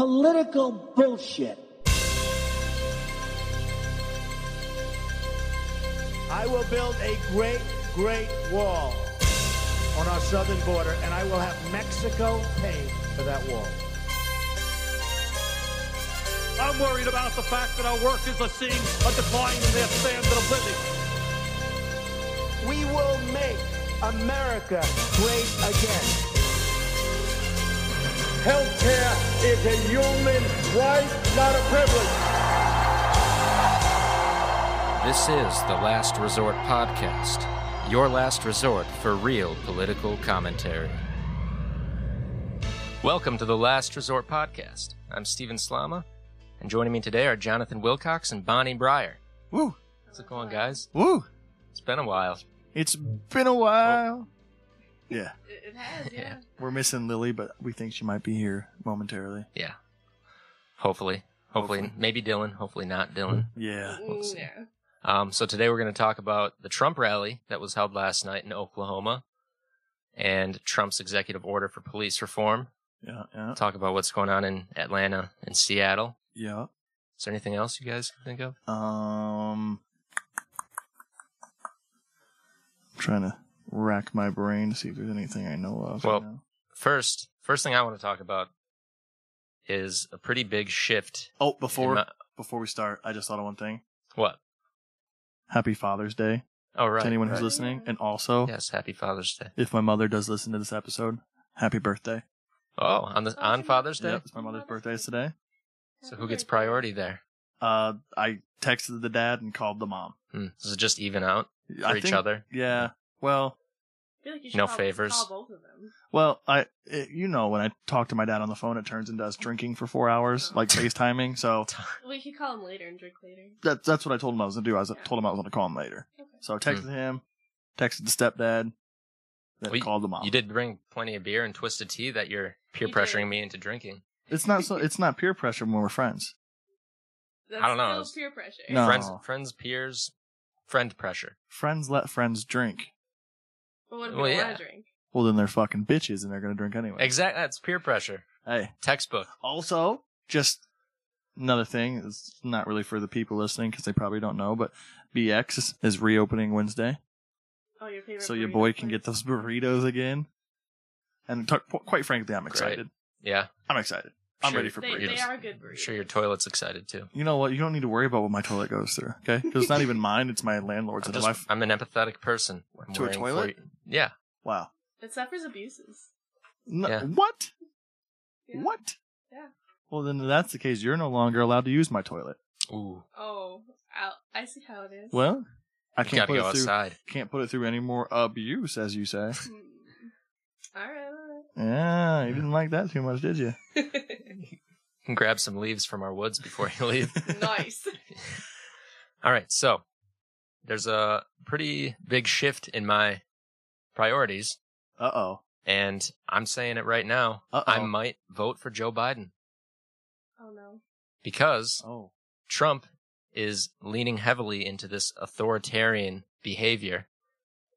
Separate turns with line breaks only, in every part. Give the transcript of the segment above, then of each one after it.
political bullshit.
I will build a great, great wall on our southern border, and I will have Mexico pay for that wall.
I'm worried about the fact that our workers are seeing a decline in their standard of living.
We will make America great again.
Healthcare is a human right, not a privilege.
This is the Last Resort Podcast, your last resort for real political commentary. Welcome to the Last Resort Podcast. I'm Steven Slama, and joining me today are Jonathan Wilcox and Bonnie Breyer.
Woo,
How's it going, guys?
woo!
It's been a while.
It's been a while. Yeah,
It has, yeah.
Yeah.
we're missing Lily, but we think she might be here momentarily.
Yeah. Hopefully. Hopefully. Maybe Dylan. Hopefully not Dylan.
Yeah,
Mm,
see.
yeah.
Um, so today we're going to talk about the Trump rally that was held last night in Oklahoma and Trump's executive order for police reform.
yeah, yeah,
Talk about what's going on in Atlanta and Seattle.
yeah.
Is there anything else you guys can think of?
Um, I'm trying to rack my brain to see if there's anything I know of.
Well-
right now.
First, first thing I want to talk about is a pretty big shift.
oh,
in
before
my-
before we start, I just thought of one thing.
what?
Happy Father's Day
Oh, right.
to anyone
right.
who's listening, and also
Yes, Happy Father's Day.
if my mother does listen to this episode, happy birthday.
Oh, on the on Father's Day.
Yep, it's my mother's birthday is today.
So who gets priority there?
Uh, I texted the dad and called the mom.
Hmm. Does it just even out for
I
each
think-
other?
Yeah. Well,
I feel like you should
No
call-
favors.
Call both of them.
well, I it, you know when I talk to my dad on the phone, it turns into us drinking for four hours, like FaceTiming. So
We could call him later and drink later.
that's that's what I told him I was gonna do. I was, told him I was gonna call him later.
Okay.
So
Hmm.
I texted him, texted the stepdad, then
Well,
called the mom.
You did bring plenty of beer and twisted tea that you're peer
You did.
pressuring me into drinking.
It's not so. It's not peer pressure when we're friends.
That's
I don't know, it's-
Still peer pressure.
No.
Friends, friends, peers, friend pressure.
Friends let friends drink.
But what if
Well,
we
yeah.
want to drink?
Well, then they're fucking bitches and they're gonna drink anyway.
Exactly. That's peer pressure.
Hey.
Textbook.
Also, just another thing. It's not really for the people listening because they probably don't know, but BX is, is reopening Wednesday.
Oh, your favorite.
so your
burrito
boy can
place.
get those burritos again. And t- quite frankly, I'm excited.
Yeah.
I'm excited. I'm
Sure.
ready for
They,
burritos.
they are good burritos.
I'm sure your toilet's excited too.
You know what? You don't need to worry about what my toilet goes through, okay? Because it's not even mine; it's my landlord's.
I'm,
And
just-
if I f-
I'm an empathetic person. I'm
To a
worrying for
toilet?
you. Yeah.
wow.
It suffers abuses.
No,
Yeah.
What?
Yeah.
What?
Yeah.
Well, then, if that's the case. You're no longer allowed to use my toilet.
Ooh.
Oh, I'll, I see how it is.
Well, I
You
can't
gotta
put it
go
through.
outside.
Can't put it through any more abuse, as you say.
Hmm. All right. All
Yeah, you didn't like that too much, did you?
right.
You can grab some leaves from our woods before you leave.
nice.
All right, so there's a pretty big shift in my priorities,
Uh oh.
and I'm saying it right now.
Uh-oh.
I might vote for Joe Biden
Oh no.
because
Oh.
Trump is leaning heavily into this authoritarian behavior.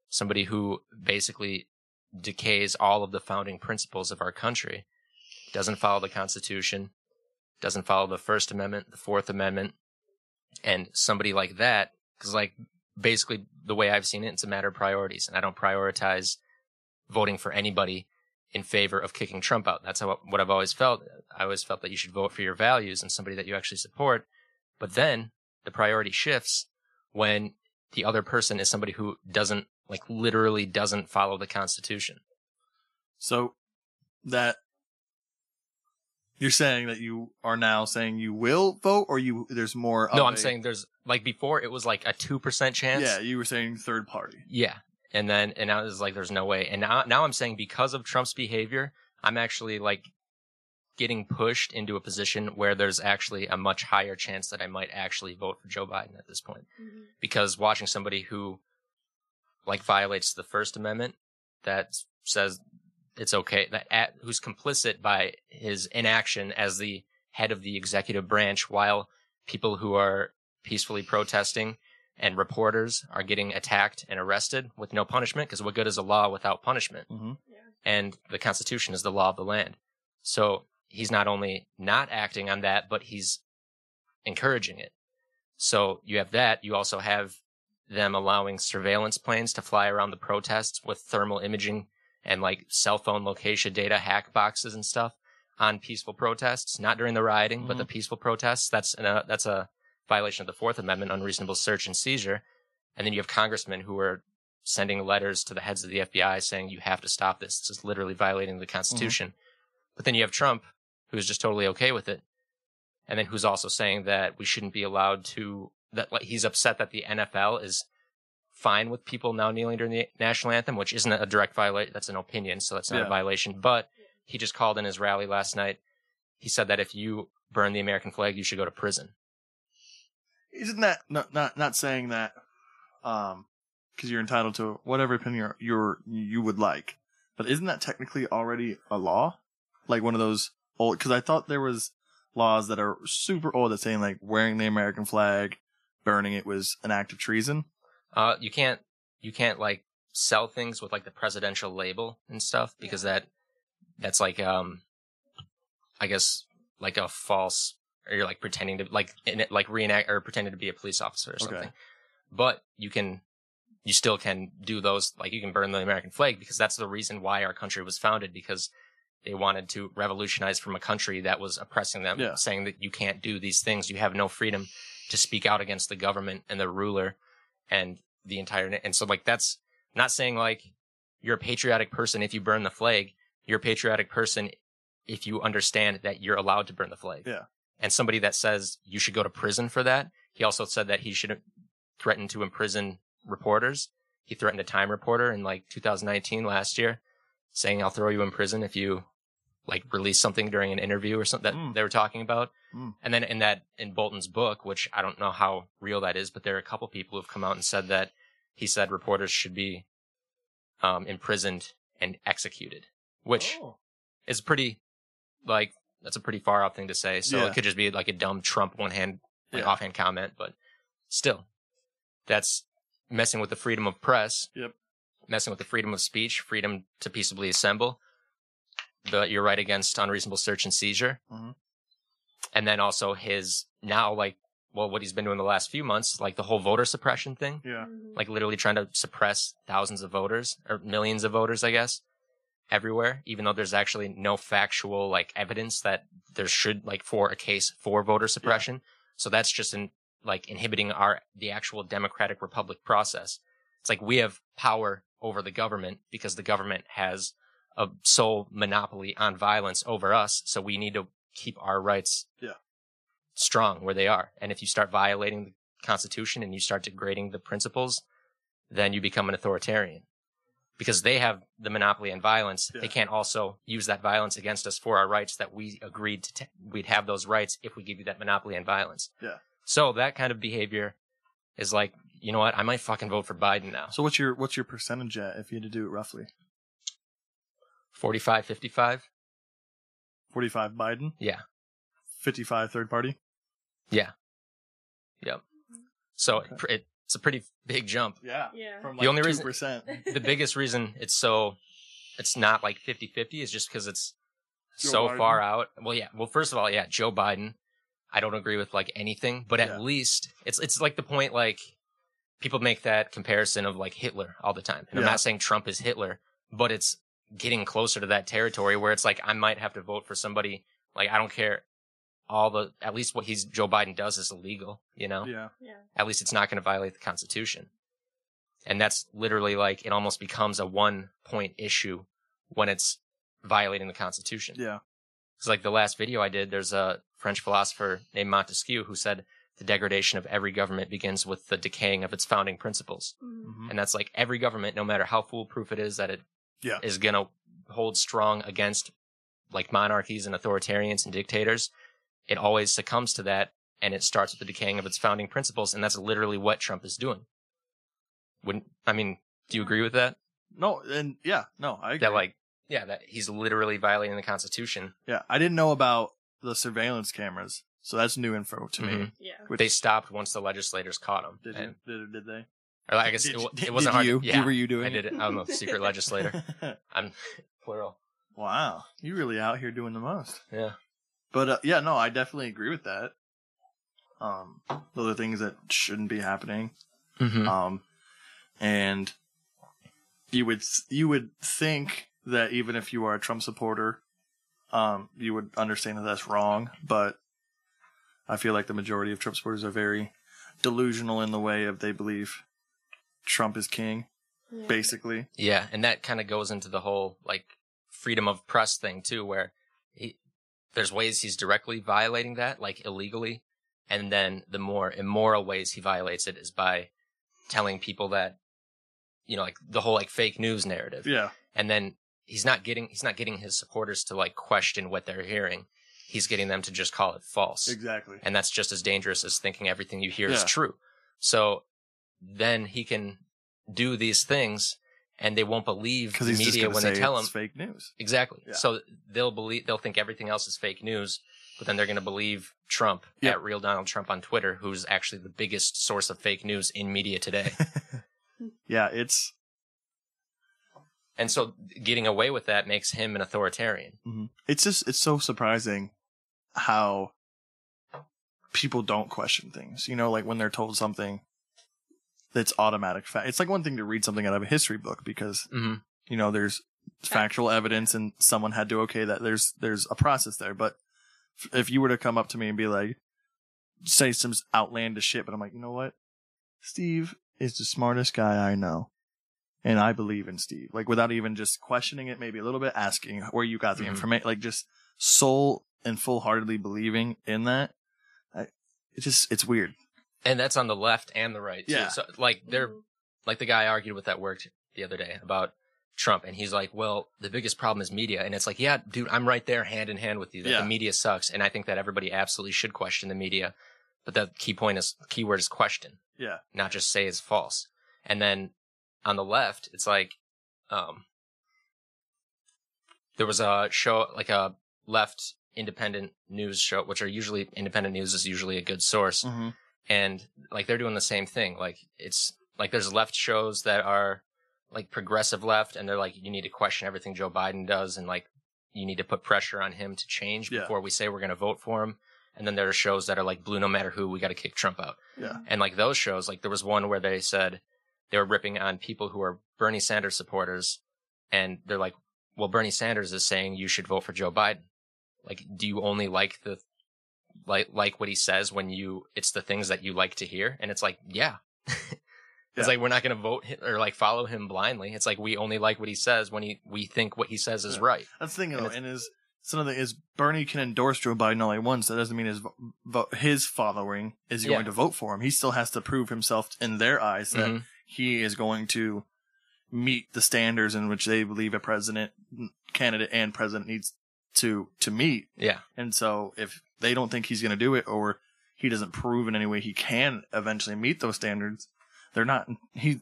Somebody who basically decays all of the founding principles of our country, doesn't follow the Constitution, doesn't follow the First Amendment, the Fourth Amendment. And somebody like that, because, like, basically the way I've seen it, it's a matter of priorities. And I don't prioritize voting for anybody in favor of kicking Trump out. That's how, what I've always felt. I always felt that you should vote for your values and somebody that you actually support. But then the priority shifts when the other person is somebody who doesn't, like, literally doesn't follow the Constitution.
So that you're saying that you are now saying you will vote, or you there's more. of
No, I'm
a-
saying there's, like, before it was like a 2% chance.
Yeah, you were saying third party.
Yeah. And then, and now it's like, there's no way. And now, now I'm saying because of Trump's behavior, I'm actually like getting pushed into a position where there's actually a much higher chance that I might actually vote for Joe Biden at this point.
Mhm.
Because watching somebody who like violates the First Amendment that says it's okay, that at, who's complicit by his inaction as the head of the executive branch while people who are peacefully protesting and reporters are getting attacked and arrested with no punishment because what good is a law without punishment
Mhm.
Yeah.
and the constitution is the law of the land so he's not only not acting on that, but he's encouraging it. So you have that. You also have them allowing surveillance planes to fly around the protests with thermal imaging and like cell phone location data hack boxes and stuff on peaceful protests, not during the rioting, but the peaceful protests. That's an, uh, that's a violation of the Fourth Amendment, unreasonable search and seizure. And then you have congressmen who are sending letters to the heads of the FBI saying you have to stop this. This is literally violating the Constitution. But then you have Trump, who's just totally okay with it, and then who's also saying that we shouldn't be allowed to. That like, he's upset that the NFL is fine with people now kneeling during the national anthem, which isn't a direct violation. That's an opinion, so that's not
Yeah.
a violation. But he just called in his rally last night. He said that if you burn the American flag, you should go to prison.
Isn't that not not not saying that? Um, because you're entitled to whatever opinion you're, you're you would like, but isn't that technically already a law? Like one of those old? Because I thought there was laws that are super old that saying like wearing the American flag, burning it was an act of treason.
Uh, you can't you can't like sell things with like the presidential label and stuff because that that's like um I guess like a false or you're like pretending to like in it, like reenact or pretending to be a police officer or
Okay.
something. But you can you still can do those like you can burn the American flag because that's the reason why our country was founded because they wanted to revolutionize from a country that was oppressing them
Yeah.
saying that you can't do these things you have no freedom to speak out against the government and the ruler and the entire na- and so like that's I'm not saying like you're a patriotic person if you burn the flag you're a patriotic person if you understand that you're allowed to burn the flag
Yeah.
and somebody that says you should go to prison for that he also said that he should threaten to imprison reporters he threatened a time reporter in like 2019 last year saying i'll throw you in prison if you like release something during an interview or something that
Mm.
they were talking about
Mm.
and then in that in bolton's book which i don't know how real that is but there are a couple people who've come out and said that he said reporters should be um, imprisoned and executed which is pretty like that's a pretty far out thing to say so
Yeah.
it could just be like a dumb trump one hand like
Yeah.
offhand comment but still that's messing with the freedom of press
Yep.
messing with the freedom of speech freedom to peaceably assemble the you're right against unreasonable search and seizure
Mhm.
and then also his now like well what he's been doing the last few months like the whole voter suppression thing
Yeah.
Mhm.
Uh, like literally trying to suppress thousands of voters or millions of voters, I guess, everywhere, even though there's actually no factual like evidence that there should like for a case for voter suppression. So that's just in like inhibiting our the actual democratic republic process. It's like we have power over the government because the government has a sole monopoly on violence over us, so we need to keep our rights
Yeah.
strong where they are. And if you start violating the constitution and you start degrading the principles, then you become an authoritarian. Because they have the monopoly on violence,
Yeah.
they can't also use that violence against us for our rights that we agreed to. T- we'd have those rights if we give you that monopoly on violence.
Yeah.
So that kind of behavior is like, you know what? I might fucking vote for Biden now.
So what's your what's your percentage at if you had to do it roughly?
45, 55.
Forty five Biden.
Yeah.
Fifty five third party.
So it pr it, it's a pretty big jump.
Yeah.
yeah.
From
The only reason-
percent.
the biggest reason it's so it's not like 50-50 is just because it's
Joe
so
Biden.
far out well yeah well first of all yeah joe biden i don't agree with like anything but
Yeah.
at least it's it's like the point like people make that comparison of like hitler all the time and i'm
Yeah.
not saying trump is hitler but it's getting closer to that territory where it's like i might have to vote for somebody like i don't care all the at least what he's joe biden does is illegal you know
Yeah.
at least it's not going to violate the Constitution. And that's literally like it almost becomes a one point issue when it's violating the Constitution.
Yeah.
It's like the last video I did, there's a French philosopher named Montesquieu who said the degradation of every government begins with the decaying of its founding principles.
Mhm.
Mhm.
And that's like every government, no matter how foolproof it is, that it
Yeah.
is going to hold strong against like monarchies and authoritarians and dictators. It always succumbs to that and it starts with the decaying of its founding principles. And that's literally what Trump is doing. Wouldn't, I mean, do you agree with that?
No, and yeah, no, I agree.
That like, yeah, that he's literally violating the constitution.
yeah, I didn't know about the surveillance cameras, so that's new info to me.
Mhm.
Yeah.
Which
They stopped once the legislators caught him.
did,
And-
you, did, did they?
or I guess
did,
it, wa-
did
it wasn't hard.
You?
yeah,
Were you doing?
I did it. I'm a secret legislator. I'm plural.
Wow, you really out here doing the most.
Yeah.
But uh, yeah, no, I definitely agree with that. Um, those are things that shouldn't be happening.
Mm-hmm.
Um, and you would you would think that even if you are a Trump supporter, um, you would understand that that's wrong. But I feel like the majority of Trump supporters are very delusional in the way of they believe Trump is king,
Yeah.
basically.
Yeah, and that kind of goes into the whole like freedom of press thing too, where he, there's ways he's directly violating that, like illegally, and then the more immoral ways he violates it is by telling people that, you know, like the whole like fake news narrative,
Yeah,
and then he's not getting he's not getting his supporters to like question what they're hearing. He's getting them to just call it false
exactly.
and that's just as dangerous as thinking everything you hear is
Yeah.
true. So then he can do these things, and they won't believe
Because
the
he's just
media
going to
when
say
they tell him
it's fake news.
exactly.
Yeah.
So they'll believe they'll think everything else is fake news, but then they're going to believe Trump
Yeah.
at real Donald Trump on Twitter, who's actually the biggest source of fake news in media today.
Yeah, it's
and so getting away with that makes him an authoritarian.
it's just it's so surprising how people don't question things. You know, like when they're told something that's automatic fact. It's like one thing to read something out of a history book because
Mm-hmm.
you know there's factual evidence and someone had to okay that there's there's a process there. But f- if you were to come up to me and be like, say some outlandish shit, but I'm like, you know what, Steve is the smartest guy I know. And I believe in Steve, like without even just questioning it, maybe a little bit, asking where you got the
Mhm.
information, like just soul and full heartedly believing in that. I, it's just, it's weird.
And that's on the left and the right. too.
Yeah.
So like they're
Mhm.
like the guy I argued with at work the other day about Trump, and he's like, "Well, the biggest problem is media," and it's like, "Yeah, dude, I'm right there, hand in hand with you. That
Yeah.
The media sucks, and I think that everybody absolutely should question the media, but the key point is key word is question,
Yeah.
not just say it's false." And then on the left, it's like, um, there was a show like a left independent news show, which are usually independent news is usually a good source
Mm-hmm.
and like they're doing the same thing like it's like there's left shows that are like progressive left and they're like you need to question everything joe biden does and like you need to put pressure on him to change
Yeah.
before we say we're going to vote for him and then there are shows that are like blue no matter who we got to kick trump out
Yeah.
and like those shows like there was one where they said they were ripping on people who are bernie sanders supporters and they're like well bernie sanders is saying you should vote for joe biden like do you only like the like like what he says when you it's the things that you like to hear and it's like yeah
Yeah.
it's like we're not going to vote hi- or like follow him blindly it's like we only like what he says when he we think what he says is
Yeah.
right
That's the thing,
And
though,
it's-
and is something is Bernie can endorse Joe Biden all at once. That doesn't mean his vo- vo- his following is
Yeah.
going to vote for him. He still has to prove himself in their eyes that
Mhm.
he is going to meet the standards in which they believe a president candidate and president needs to to meet.
yeah
And so, if they don't think he's going to do it, or he doesn't prove in any way he can eventually meet those standards, they're not he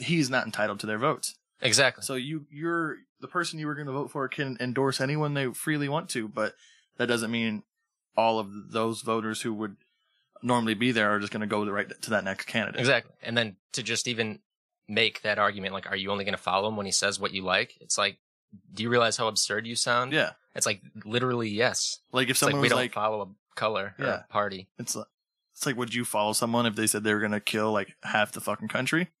he's not entitled to their votes.
exactly
So you you're the person you were going to vote for can endorse anyone they freely want to, but that doesn't mean all of those voters who would normally be there are just going to go the right to that next candidate.
Exactly. And then to just even make that argument, like, are you only going to follow him when he says what you like? It's like, do you realize how absurd you sound?
Yeah.
It's like literally yes.
Like if
It's like
someone
we
was
don't
like,
follow a color or
Yeah.
a party.
it's like it's like would you follow someone if they said they were going to kill like half the fucking country?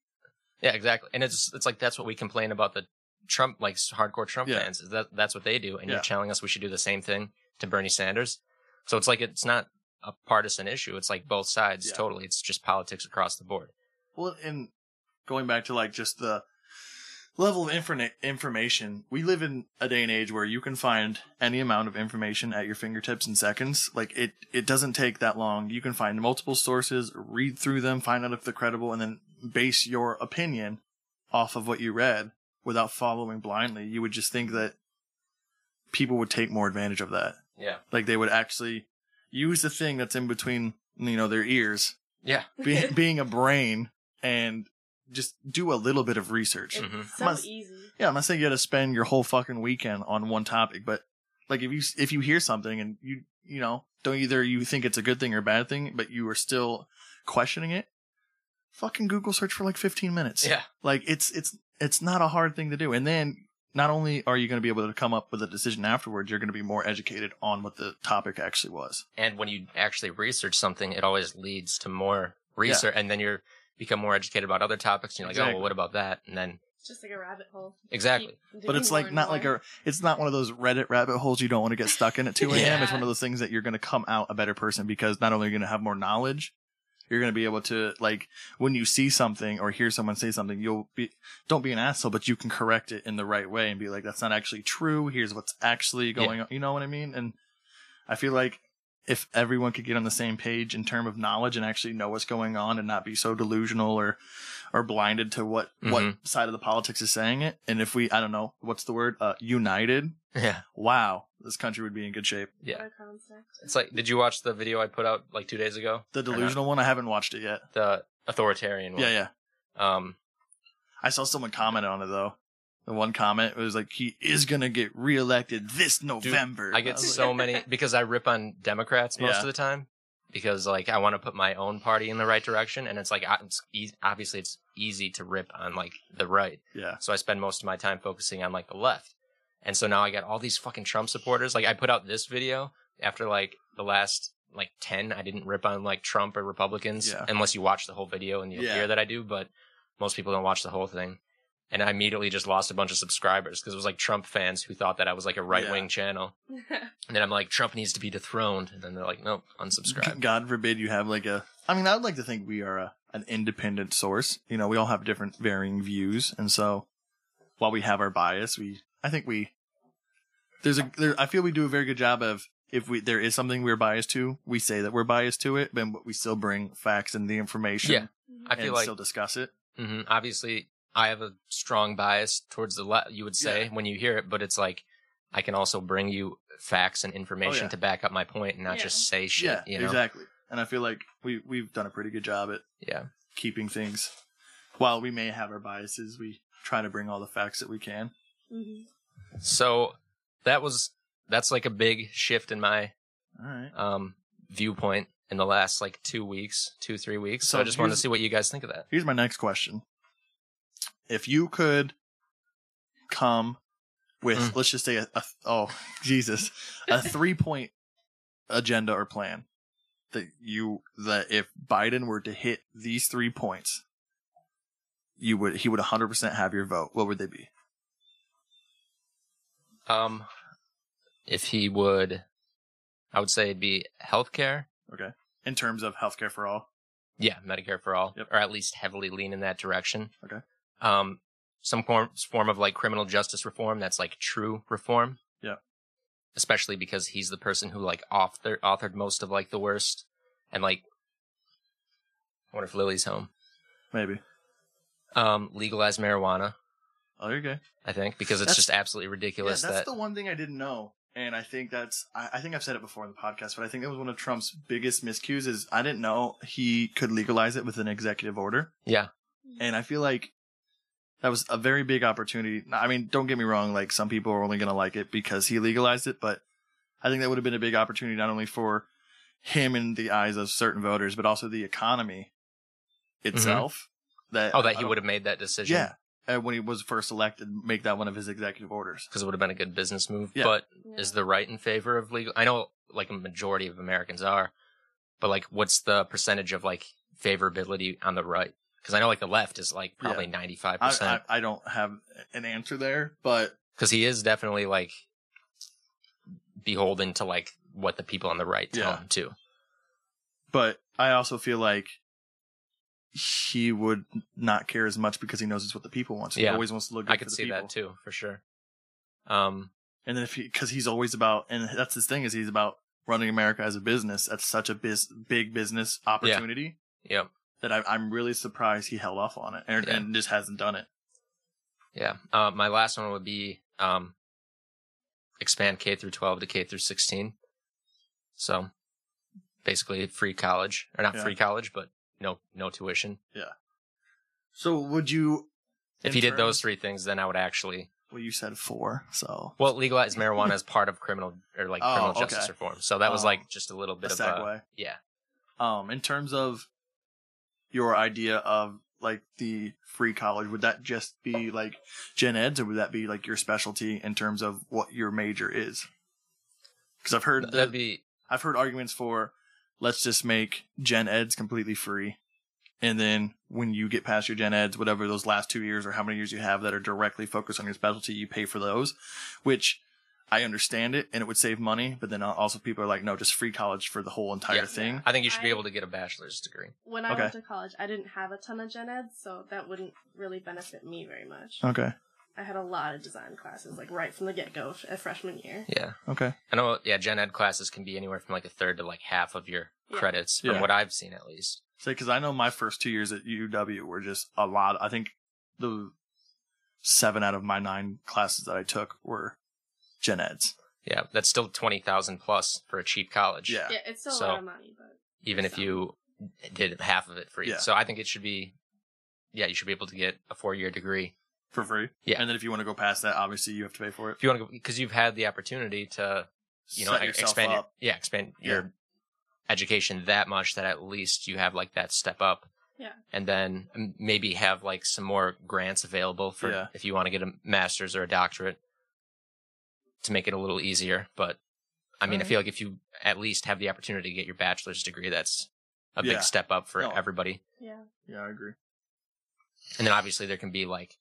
Yeah, exactly. And it's it's like that's what we complain about the Trump like hardcore Trump
Yeah.
fans. Is that that's what they do, and
Yeah.
you're telling us we should do the same thing to Bernie Sanders. So it's like it's not a partisan issue. It's like both sides
Yeah.
totally. It's just politics across the board.
Well, and going back to like just the level of infor- information, we live in a day and age where you can find any amount of information at your fingertips in seconds. Like it, it doesn't take that long. You can find multiple sources, read through them, find out if they're credible, and then base your opinion off of what you read without following blindly. You would just think that people would take more advantage of that.
Yeah.
Like they would actually use the thing that's in between, you know, their ears
Yeah.
be, being a brain and just do a little bit of research.
It's
Mhm.
so
Must-
easy.
Yeah, I'm not saying you got to spend your whole fucking weekend on one topic, but like if you if you hear something and you you know don't either you think it's a good thing or a bad thing, but you are still questioning it, fucking Google search for like 15 minutes.
Yeah.
like it's it's it's not a hard thing to do, and then not only are you going to be able to come up with a decision afterwards, you're going to be more educated on what the topic actually was.
And when you actually research something, it always leads to more research, and then you're become more educated about other topics. And you're like, oh,
Exactly.
well, what about that? And then
It's just like a rabbit hole.
exactly,
Keep
But
digging
it's
more
like
and
not
more.
like a it's not one of those Reddit rabbit holes you don't want to get stuck in at 2 a.m. It's
Yeah.
one of those things that you're going to come out a better person because not only are you going to have more knowledge, you're going to be able to like when you see something or hear someone say something, you'll be don't be an asshole, but you can correct it in the right way and be like, that's not actually true. Here's what's actually going on. You know what I mean? And I feel like if everyone could get on the same page in term of knowledge and actually know what's going on and not be so delusional or or blinded to what what
Mm-hmm.
side of the politics is saying it and if we i don't know what's the word uh united
yeah,
wow this country would be in good shape
yeah.
What a concept.
It's like, did you watch the video I put out like two days ago?
the
Or not?
delusional one i haven't watched it yet
the authoritarian one.
yeah yeah
Um,
i saw someone comment on it though the one comment was like he is gonna get reelected this november
I get
was like,
so many because I rip on Democrats most
Yeah.
of the time because like I want to put my own party in the right direction, and it's like I- it's eas obviously it's easy to rip on like the right,
yeah
so I spend most of my time focusing on like the left, and so now I got all these fucking Trump supporters. Like I put out this video after like the last like ten, I didn't rip on like Trump or Republicans
Yeah.
unless you watch the whole video and you'll
Yeah.
hear that I do, but most people don't watch the whole thing. And I immediately just lost a bunch of subscribers because it was like Trump fans who thought that I was like a right wing channel.
Mm-hmm.
And then I'm like, Trump needs to be dethroned. And then they're like, nope, unsubscribe.
God forbid you have like a. I mean, I would like to think we are a, an independent source. You know, we all have different varying views, and so while we have our bias, we I think we there's a there. I feel we do a very good job of if we there is something we're biased to, we say that we're biased to it, but we still bring facts and the information.
Yeah, I feel
and
like
still discuss it.
hmm obviously I have a strong bias towards the left. You would say when you hear it, but it's like I can also bring you facts and information
Oh, yeah.
to back up my point and not
Yeah.
just say shit.
yeah,
you know?
exactly. And I feel like we we've done a pretty good job at
Yeah.
keeping things. While we may have our biases, we try to bring all the facts that we can.
Mhm.
So that was that's like a big shift in my
All right.
um viewpoint in the last like two weeks, two three weeks. So,
So
I just wanted to
here's-
see what you guys think of that.
Here's my next question. If you could come with,
Mm.
let's just say, a, a oh Jesus, a three point agenda or plan that you that if Biden were to hit these three points, you would he would 100 percent have your vote. What would they be?
Um, if he would, I would say it'd be healthcare.
In terms of healthcare for all,
Yeah, Medicare for all,
Yep.
or at least heavily lean in that direction.
Okay.
Um, some form form of like criminal justice reform that's like true reform.
Yeah.
Especially because he's the person who like author authored most of like the worst, and like, I wonder if Lily's home.
maybe.
Um, legalize marijuana.
Oh, you're good.
I think because it's
That's-
just absolutely ridiculous
that's
that
the one thing I didn't know, and I think that's I, I think I've said it before in the podcast, but I think that was one of Trump's biggest miscues is I didn't know he could legalize it with an executive order,
yeah,
and I feel like that was a very big opportunity. I mean, don't get me wrong; like some people are only going to like it because he legalized it, but I think that would have been a big opportunity not only for him in the eyes of certain voters, but also the economy itself. That
Mm-hmm. oh that he would have made that decision.
yeah. Uh, when he was first elected, make that one of his executive orders.
because it would have been a good business move.
Yeah.
But
Yeah.
is the right in favor of legal? I know like a majority of Americans are, but like what's the percentage of like favorability on the right? Because I know like the left is like probably ninety five
I,
percent.
I, I don't have an answer there, but
Because he is definitely like beholden to like what the people on the right tell
Yeah.
him too.
but I also feel like he would not care as much because he knows it's what the people want. So He
Yeah.
always wants to look. Good
I could
for the
see
people.
that too for sure. Um,
And then if he, because he's always about, and that's his thing is he's about running America as a business. That's such a biz, big business opportunity
yeah,
that I, I'm really surprised he held off on it and,
Yeah.
and just hasn't done it.
yeah. Uh, my last one would be um, expand K through twelve to K through sixteen. So basically free college or not
Yeah.
free college, but no, no tuition.
So would you?
If
in
he did
terms-
those three things, then I would actually,
well, you said four, so
well, legalize marijuana as part of criminal or like
Oh,
criminal justice
okay.
reform. So that was
Um,
like just a little
a
bit of uh,
segue.
a, yeah.
um in terms of your idea of like the free college, would that just be like gen eds, or would that be like your specialty in terms of what your major is? Because I've heard
That'd be
I've heard arguments for let's just make gen eds completely free. And then when you get past your gen eds, whatever those last two years or how many years you have that are directly focused on your specialty, you pay for those, which I understand it and it would save money. But then uh, also people are like, no, just free college for the whole entire
Yeah.
thing.
I think you should be
I-
able to get a bachelor's degree.
When I
Okay.
went to college, I didn't have a ton of gen eds, so that wouldn't really benefit me very much.
Okay.
I had a lot of design classes, like right from the get go f- at freshman year.
Yeah.
Okay.
I know yeah, gen ed classes can be anywhere from like a third to like half of your
Yeah.
credits
Yeah.
from what I've seen at least.
Say, because I know my first two years at UW were just a lot. I think the seven out of my nine classes that I took were gen eds.
Yeah, that's still 20,000 plus for a cheap college.
Yeah.
Yeah, it's still a
So-
lot of money, but
Even if you did half of it free.
Yeah.
So I think it should be yeah, you should be able to get a 4-year degree
For free.
Yeah.
And then if you want to go past that, obviously you have to pay for it.
if you want to go because you've had the opportunity to you know
Set
e-
yourself
expand
up.
Your, yeah expand your education that much that at least you have like that step up
Yeah.
and then m- maybe have like some more grants available for
Yeah.
if you want to get a master's or a doctorate to make it a little easier but i mean i
Alright.
feel like if you at least have the opportunity to get your bachelor's degree that's a
Yeah.
big step up for
No.
everybody
yeah.
Yeah, I agree.
and then obviously there can be like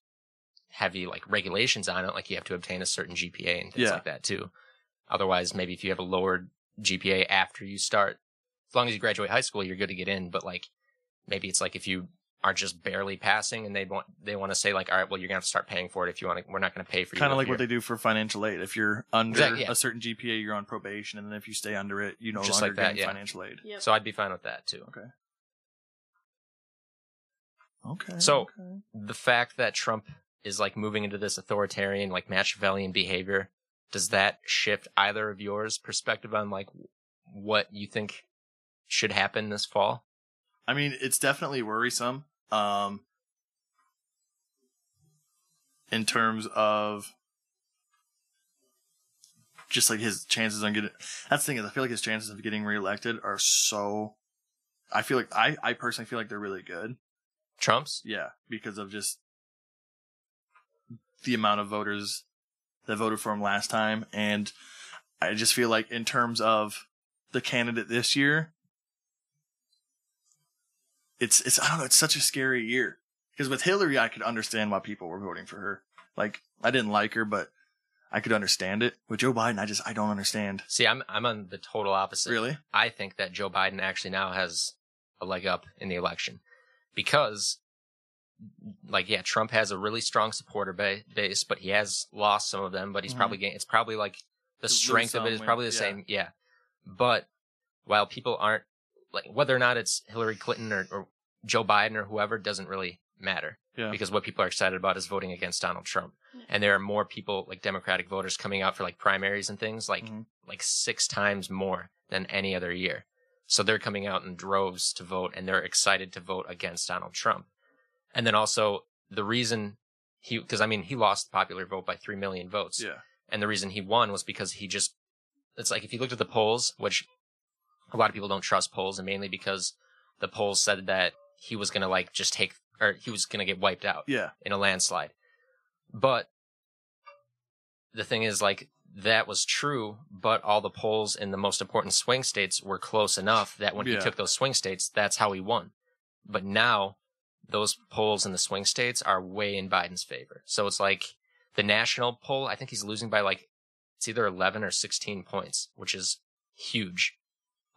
heavy like regulations on it like you have to obtain a certain gpa and things
Yeah.
like that too otherwise maybe if you have a lower gpa after you start as long as you graduate high school you're good to get in but like maybe it's like if you are just barely passing and they want they want to say like all right well you're gonna have to start paying for it if you want to we're not gonna pay for you
Kind of
if
like what
you're
they do for financial aid. If you're under
Exactly, yeah.
a certain GPA, you're on probation, and then if you stay under it, you no
Just like
longer
that,
get
yeah.
financial aid.
Yep.
so i'd be fine with that too
Okay.
So-
okay.
the fact that Trump is like moving into this authoritarian, like Machiavellian behavior, does that shift either of yours perspective on like what you think should happen this fall?
I mean, it's definitely worrisome. Um, in terms of just like his chances on getting. That's the thing is, I feel like his chances of getting reelected are so. I feel like I, I personally feel like they're really good.
Trump's?
Yeah, because of just the amount of voters that voted for him last time. And I just feel like, in terms of the candidate this year, it's, it's, I don't know, it's such a scary year. Because with Hillary, I could understand why people were voting for her. Like, I didn't like her, but I could understand it. With Joe Biden, I just, I don't understand.
See, I'm I'm on the total opposite.
Really?
I think that Joe Biden actually now has a leg up in the election because, like, yeah, Trump has a really strong supporter ba- base, but he has lost some of them. But he's
Mhm.
probably gain- it's probably like the
Lose
strength of
some,
it is
win-
probably the
yeah.
same. Yeah, but while people aren't like whether or not it's Hillary Clinton or, or Joe Biden or whoever doesn't really matter
Yeah.
because what people are excited about is voting against Donald Trump. And there are more people like Democratic voters coming out for like primaries and things like
Mhm.
like six times more than any other year. So they're coming out in droves to vote and they're excited to vote against Donald Trump. And then also the reason he because I mean he lost the popular vote by 3 million votes.
Yeah.
And the reason he won was because he just, it's like if you looked at the polls, which a lot of people don't trust polls, and mainly because the polls said that he was going to like just take, or he was going to get wiped out
Yeah.
in a landslide. But the thing is, like, that was true, but all the polls in the most important swing states were close enough that when
Yeah.
he took those swing states, that's how he won. But now those polls in the swing states are way in Biden's favor. So it's like the national poll, I think he's losing by like, it's either 11 or 16 points, which is huge.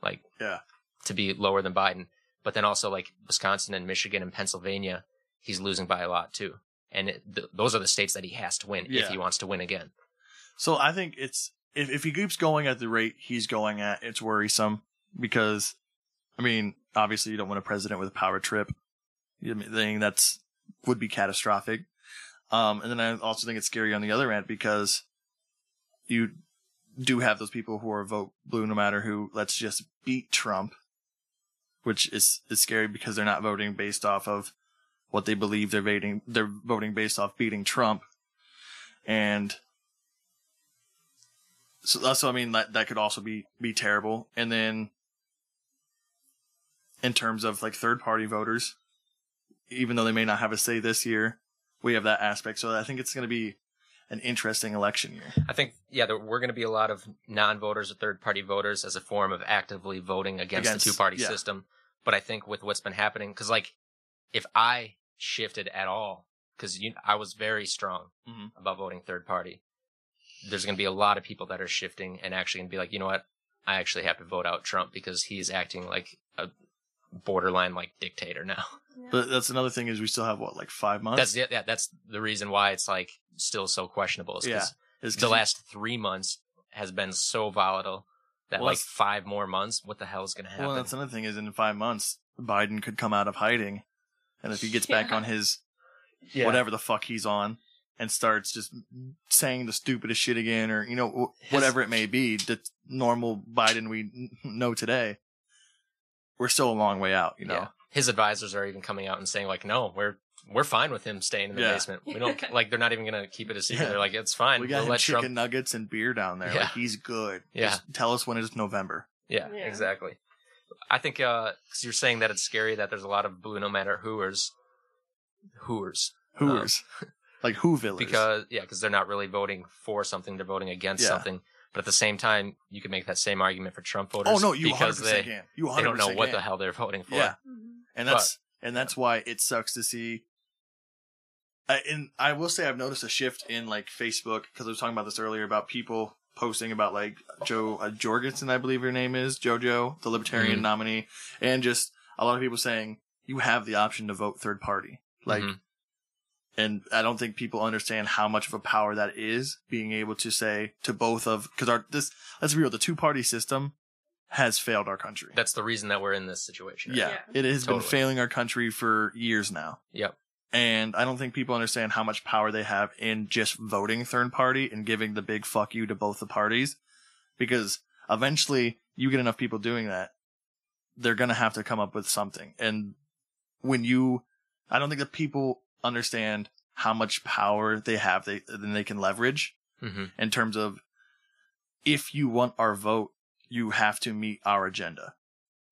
Like,
Yeah.
to be lower than Biden. But then also like Wisconsin and Michigan and Pennsylvania, he's losing by a lot too. And it, th- those are the states that he has to win
Yeah.
if he wants to win again.
So I think it's if if he keeps going at the rate he's going at, it's worrisome because, I mean, obviously you don't want a president with a power trip. You know, thing that's would be catastrophic. Um, and then I also think it's scary on the other end because you do have those people who are vote blue no matter who. Let's just beat Trump, which is is scary because they're not voting based off of what they believe they're voting. They're voting based off beating Trump, and so that's what I mean. That that could also be be terrible. And then in terms of like third party voters, even though they may not have a say this year, we have that aspect. So I think it's going to be an interesting election year.
I think, yeah, there we're going to be a lot of non voters or third party voters as a form of actively voting against,
Against,
the two party
yeah.
system. But I think with what's been happening, because like if I shifted at all, because I was very strong
Mhm.
about voting third party, there's going to be a lot of people that are shifting and actually going to be like, you know what? I actually have to vote out Trump because he's acting like a borderline like dictator now.
But that's another thing is we still have what like five months.
That's the, yeah, that's the reason why it's like still so questionable. Is 'cause
Yeah. Is
the last three months has been so volatile that
Well,
like
that's-
five more months, what the hell is going to happen?
Well, that's another thing is in five months Biden could come out of hiding, and if he gets back
Yeah.
on his whatever the fuck he's on and starts just saying the stupidest shit again or you know wh-
His-
whatever it may be the normal biden we n- know today we're still a long way out you know
Yeah. his advisors are even coming out and saying like, no, we're we're fine with him staying in the
Yeah.
basement. We don't like they're not even going to keep it a secret.
Yeah.
They're like, it's fine.
we got
will
him
let
chicken
Trump.
nuggets and beer down there
Yeah.
like he's good
Yeah.
Just tell us when it's november
Yeah,
Yeah.
exactly. I think uh, you you're saying that it's scary that there's a lot of blue no matter whoers, whoers
whoers like who village
Oh. because yeah, because they're not really voting for something; they're voting against
Yeah.
something. But at the same time, you can make that same argument for Trump voters.
oh no you 100%
because they
can you 100%
they don't know what
can.
the hell they're voting for.
yeah
Mm-hmm.
and
But-
that's and that's why it sucks to see. I, and I will say I've noticed a shift in like Facebook because I was talking about this earlier about people posting about like Joe uh, Jorgensen, I believe her name is JoJo, the Libertarian
Mhm.
nominee, and just a lot of people saying you have the option to vote third party, like.
Mhm.
And I don't think people understand how much of a power that is being able to say to both of because our this let's be real the two party system has failed our country.
That's the reason that we're in this situation.
Yeah,
Yeah.
it has been
Totally.
failing our country for years now.
Yep.
And I don't think people understand how much power they have in just voting third party and giving the big fuck you to both the parties. Because eventually you get enough people doing that, they're going to have to come up with something. And when you, I don't think that people understand how much power they have, they, then they can leverage
hmm
in terms of if you want our vote, you have to meet our agenda.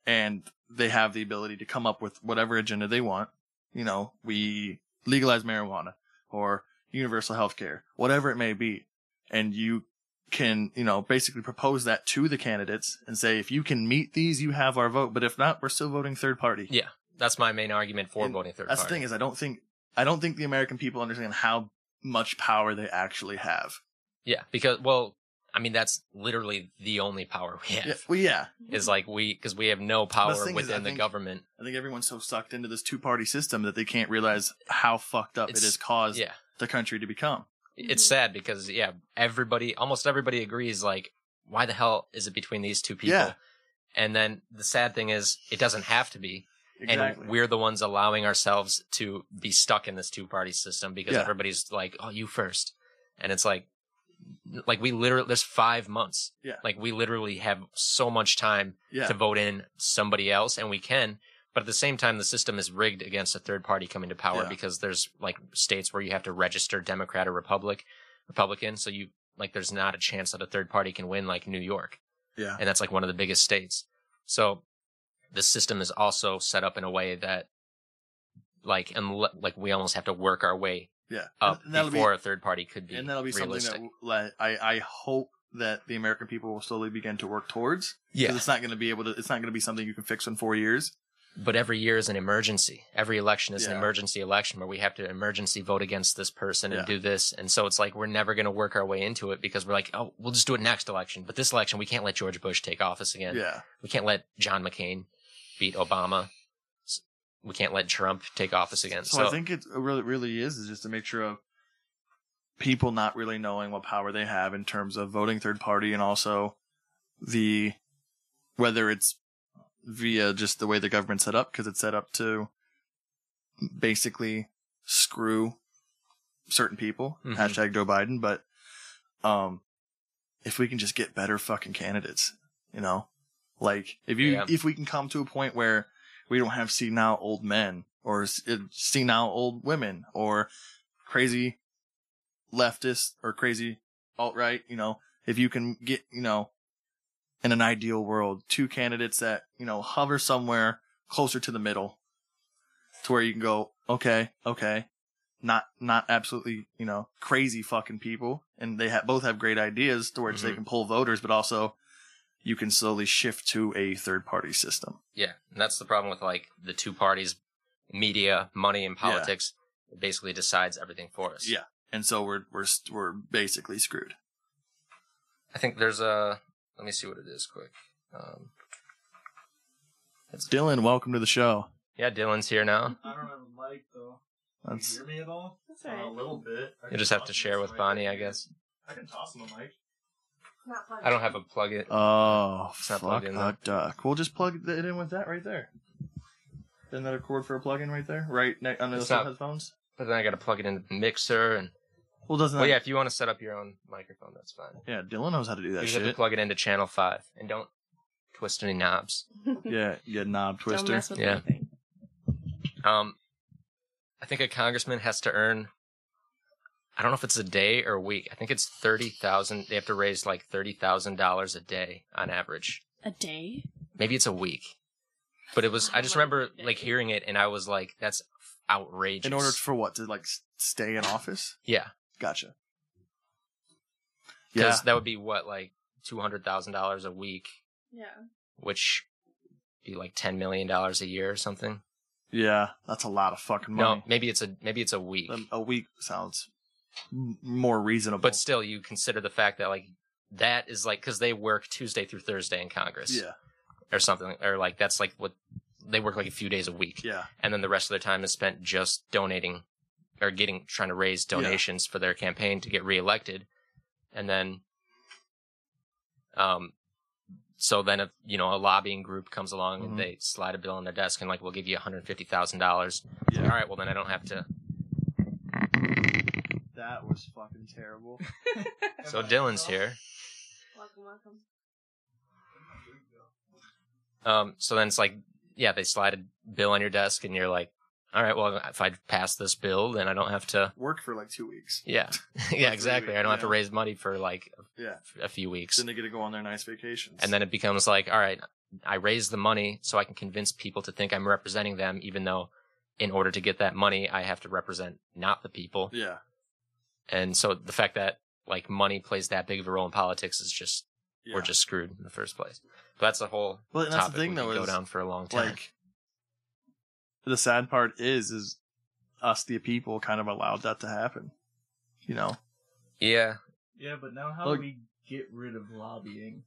And they have the ability to come up with whatever agenda they want. You know, we legalize marijuana or universal health care, whatever it may be. And you can, you know, basically propose that to the candidates and say, if you can meet these, you have our vote. But if not, we're still voting third party.
Yeah. That's my main argument for
And
voting third
That's
party.
the thing is, I don't think, I don't think the American people understand how much power they actually have.
yeah, because well, I mean that's literally the only power we have.
Yeah, well, yeah.
Is like we because we have no power
thing is, I
within the
think
government.
I think everyone's so sucked into this two party system that they can't realize how fucked up
It's-
it has caused
Yeah,
the country to become.
it's sad because yeah, everybody, almost everybody agrees. Like, why the hell is it between these two people?
Yeah.
And then the sad thing is, it doesn't have to be.
Exactly.
And we're the ones allowing ourselves to be stuck in this two party system because
Yeah.
everybody's like, oh, you first. And it's like, like we literally, there's five months.
Yeah.
Like we literally have so much time
yeah.
to vote in somebody else and we can. But at the same time, the system is rigged against a third party coming to power
Yeah.
because there's like states where you have to register Democrat or Republic, Republican. So you like, there's not a chance that a third party can win like New York.
Yeah.
And that's like one of the biggest states. So the system is also set up in a way that like, unle- like we almost have to work our way
yeah.
up
and that'll
before
be,
a third party could be
and that'll be
realistic.
something that like, I, I hope that the American people will slowly begin to work towards. 'Cause It's not going to be able to, it's not going to be something you can fix in four years.
but every year is an emergency. Every election is an
Yeah.
emergency election where we have to emergency vote against this person and
Yeah.
do this. And so it's like we're never going to work our way into it because we're like, oh, we'll just do it next election. But this election, we can't let George Bush take office
Yeah.
again. We can't let John McCain beat Obama. S- We can't let Trump take office again.
So,
So,
I think it really, really is, is just a mixture of people not really knowing what power they have in terms of voting third party and also the, whether it's via just the way the government's set up because it's set up to basically screw certain people
Mhm.
hashtag joe biden but um if we can just get better fucking candidates you know like if you
Yeah.
if we can come to a point where we don't have senile old men or s- uh, senile old women or crazy leftist or crazy alt right you know if you can get you know in an ideal world, two candidates that, you know, hover somewhere closer to the middle to where you can go, okay, okay, not not absolutely, you know, crazy fucking people, and they ha- both have great ideas to where it's they
Mm-hmm.
Mhm.
can pull voters, but also you can slowly shift to a third party system.
Yeah, and that's the problem with like the two parties, media, money, and
Yeah.
politics. It basically decides everything for us.
Yeah, and so we're we're st- we're basically screwed.
I think there's a. Let me see what it is quick. Um,
Dylan, welcome to the show.
yeah, Dylan's here now.
I don't have a mic though. Can you
That's
hear me at all?
That's all right.
a little bit. I
You'll
can
just have
toss
to
him
share
this
with
mic
Bonnie,
right
I
here.
guess.
I can toss him a mic.
Not plugged.
I don't have a plug it.
oh
It's not
fuck
plugged
a
in,
duck. We'll just plug it in with that right there. Isn't that a cord for a plug-in right there, right ne- under
It's
the
not-
headphones?
But then I got to plug it into the mixer. And
Well, doesn't
well,
that-
yeah, if you want to set up your own microphone, that's fine.
yeah, Dylan knows how to do
You
that
just have to
shit.
plug it into channel five and don't twist any knobs.
yeah, yeah, knob
Don't
twister.
mess with
Yeah.
anything.
Um, I think a congressman has to earn. I don't know if it's a day or a week. I think it's thirty thousand. They have to raise like thirty thousand dollars a day on average.
A day?
Maybe it's a week, but it was. I just remember like hearing it, and I was like, "That's outrageous."
In order for what to like s- stay in office?
yeah,
Gotcha. Yeah,
because that would be what like two hundred thousand dollars a week,
Yeah.
which would be like ten million dollars a year or something.
yeah, that's a lot of fucking money.
No, maybe it's a maybe it's a week,
Um, A week sounds m- more reasonable.
but still, you consider the fact that like that is like because they work Tuesday through Thursday in Congress.
yeah,
or something, or like that's like what they work like a few days a week,
yeah,
and then the rest of their time is spent just donating or getting trying to raise
Yeah.
donations for their campaign to get reelected, and then, um, so then if you know a lobbying group comes along
Mhm.
and they slide a bill on their desk and like we'll give you one hundred fifty thousand dollars. All
yeah.
right, well then I don't have to.
That was fucking terrible.
So Dylan's here.
Welcome, welcome.
Um, so then it's like, yeah, they slide a bill on your desk and you're like, all right, well if I pass this bill, then I don't have to.
Work for like two weeks.
Yeah. yeah, exactly. I don't have to
yeah.
raise money for like
Yeah.
a few weeks.
Then they get to go on their nice vacations.
And then it becomes like, all right, I raise the money so I can convince people to think I'm representing them, even though in order to get that money, I have to represent not the people.
yeah,
And so the fact that like money plays that big of a role in politics is just,
yeah.
we're just screwed in the first place. But that's a whole
well, and that's
topic
the thing
we
though
could go
is
down for a long time.
like the sad part is is us the people kind of allowed that to happen. You know,
yeah.
Yeah, but now how
Look-
do we get rid of lobbying?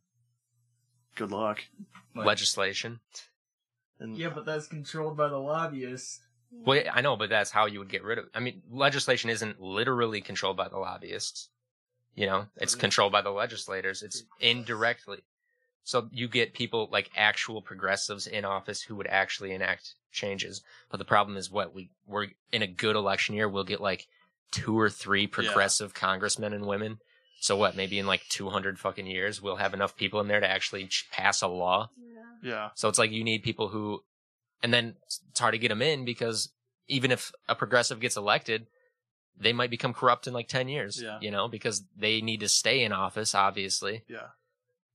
good luck.
Like-
legislation.
And
Yeah, but that's controlled by the lobbyists.
Well, yeah, I know, but that's how you would get rid of. I mean, legislation isn't literally controlled by the lobbyists. You know, it's controlled by the legislators. It's indirectly. So you get people like actual progressives in office who would actually enact changes. But the problem is what we we're in a good election year, we'll get like two or three progressive congressmen and women. So what? Maybe in like 200 fucking years, we'll have enough people in there to actually ch- pass a law.
Yeah.
yeah,
So it's like you need people who, and then it's hard to get them in because even if a progressive gets elected, they might become corrupt in like 10 years,
Yeah.
you know, because they need to stay in office, obviously.
Yeah.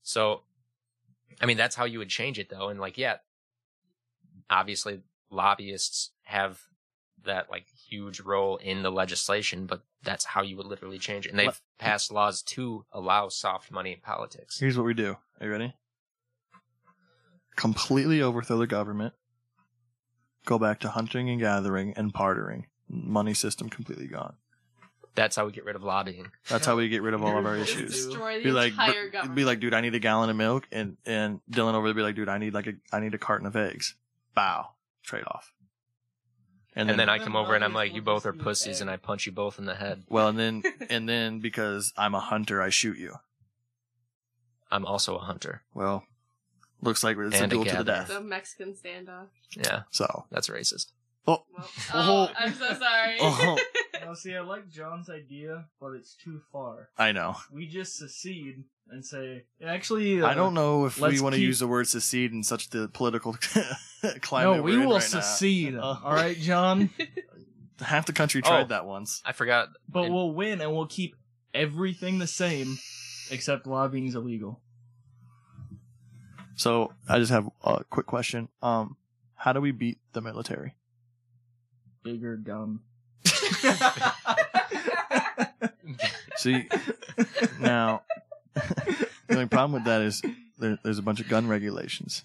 So, I mean, that's how you would change it though. And like, yeah, obviously lobbyists have that like huge role in the legislation, but that's how you would literally change it. And they've
Let-
passed laws to allow soft money in politics.
Here's what we do. Are you ready? Completely overthrow the government. Go back to hunting and gathering and bartering. Money system completely gone.
That's how we get rid of lobbying.
That's how we get rid of all of our
Just
issues.
Destroy the
Be like,
entire
but-
government.
be like, dude, I need a gallon of milk, and and Dylan over there be like, dude, I need like a, I need a carton of eggs. Bow, trade off.
And, then, I
Then
come over and I'm
Robbie
like, you both are
wants to
pussies,
see
and I
Ed.
punch you both in the head.
well, and then and then because I'm a hunter, I shoot you.
I'm also a hunter.
Well, looks like it's a
And a
duel to the
gatherer.
death.
the Mexican standoff.
Yeah,
So,
that's racist.
oh,
Well, oh,
Oh.
I'm so sorry.
oh,
Now, see, I like John's idea, but it's too far.
I know.
We just secede and say, actually, uh,
I don't know if we
Let's
want to
keep-
use the word secede in such the political climate.
No,
we're
we
in
will
right now.
secede.
Uh,
all right, John,
Half the country tried
Oh.
that once.
I forgot.
but
And-
we'll win and we'll keep everything the same, except lobbying's illegal.
So I just have a quick question. Um, how do we beat the military?
bigger gum.
See, now the only problem with that is there, there's a bunch of gun regulations.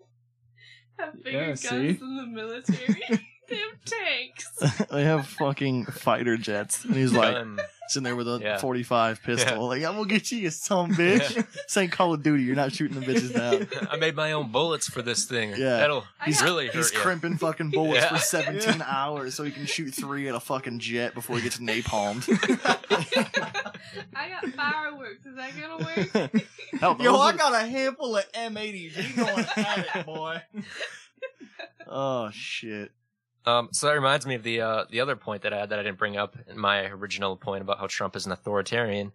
Have bigger
Yeah,
guns
see?
than the military. they have tanks.
they have fucking fighter jets, and he's like
Gun.
sitting there with a
Yeah.
45 pistol,
Yeah.
like I'm gonna get you, you son of a bitch. This ain't Call of Duty. You're not shooting the bitches down.
I made my own bullets for this thing.
Yeah.
That'll
I
he's
got-
really hurt
He's
you.
crimping fucking bullets
Yeah.
for 17 hours so he can shoot three at a fucking jet before he gets napalmed.
I got fireworks. Is that gonna work?
Hell,
Yo,
those
I
are-
got a handful of M80s. You going at it, boy?
Oh shit.
Um, so that reminds me of the uh, the other point that I had that I didn't bring up in my original point about how Trump is an authoritarian,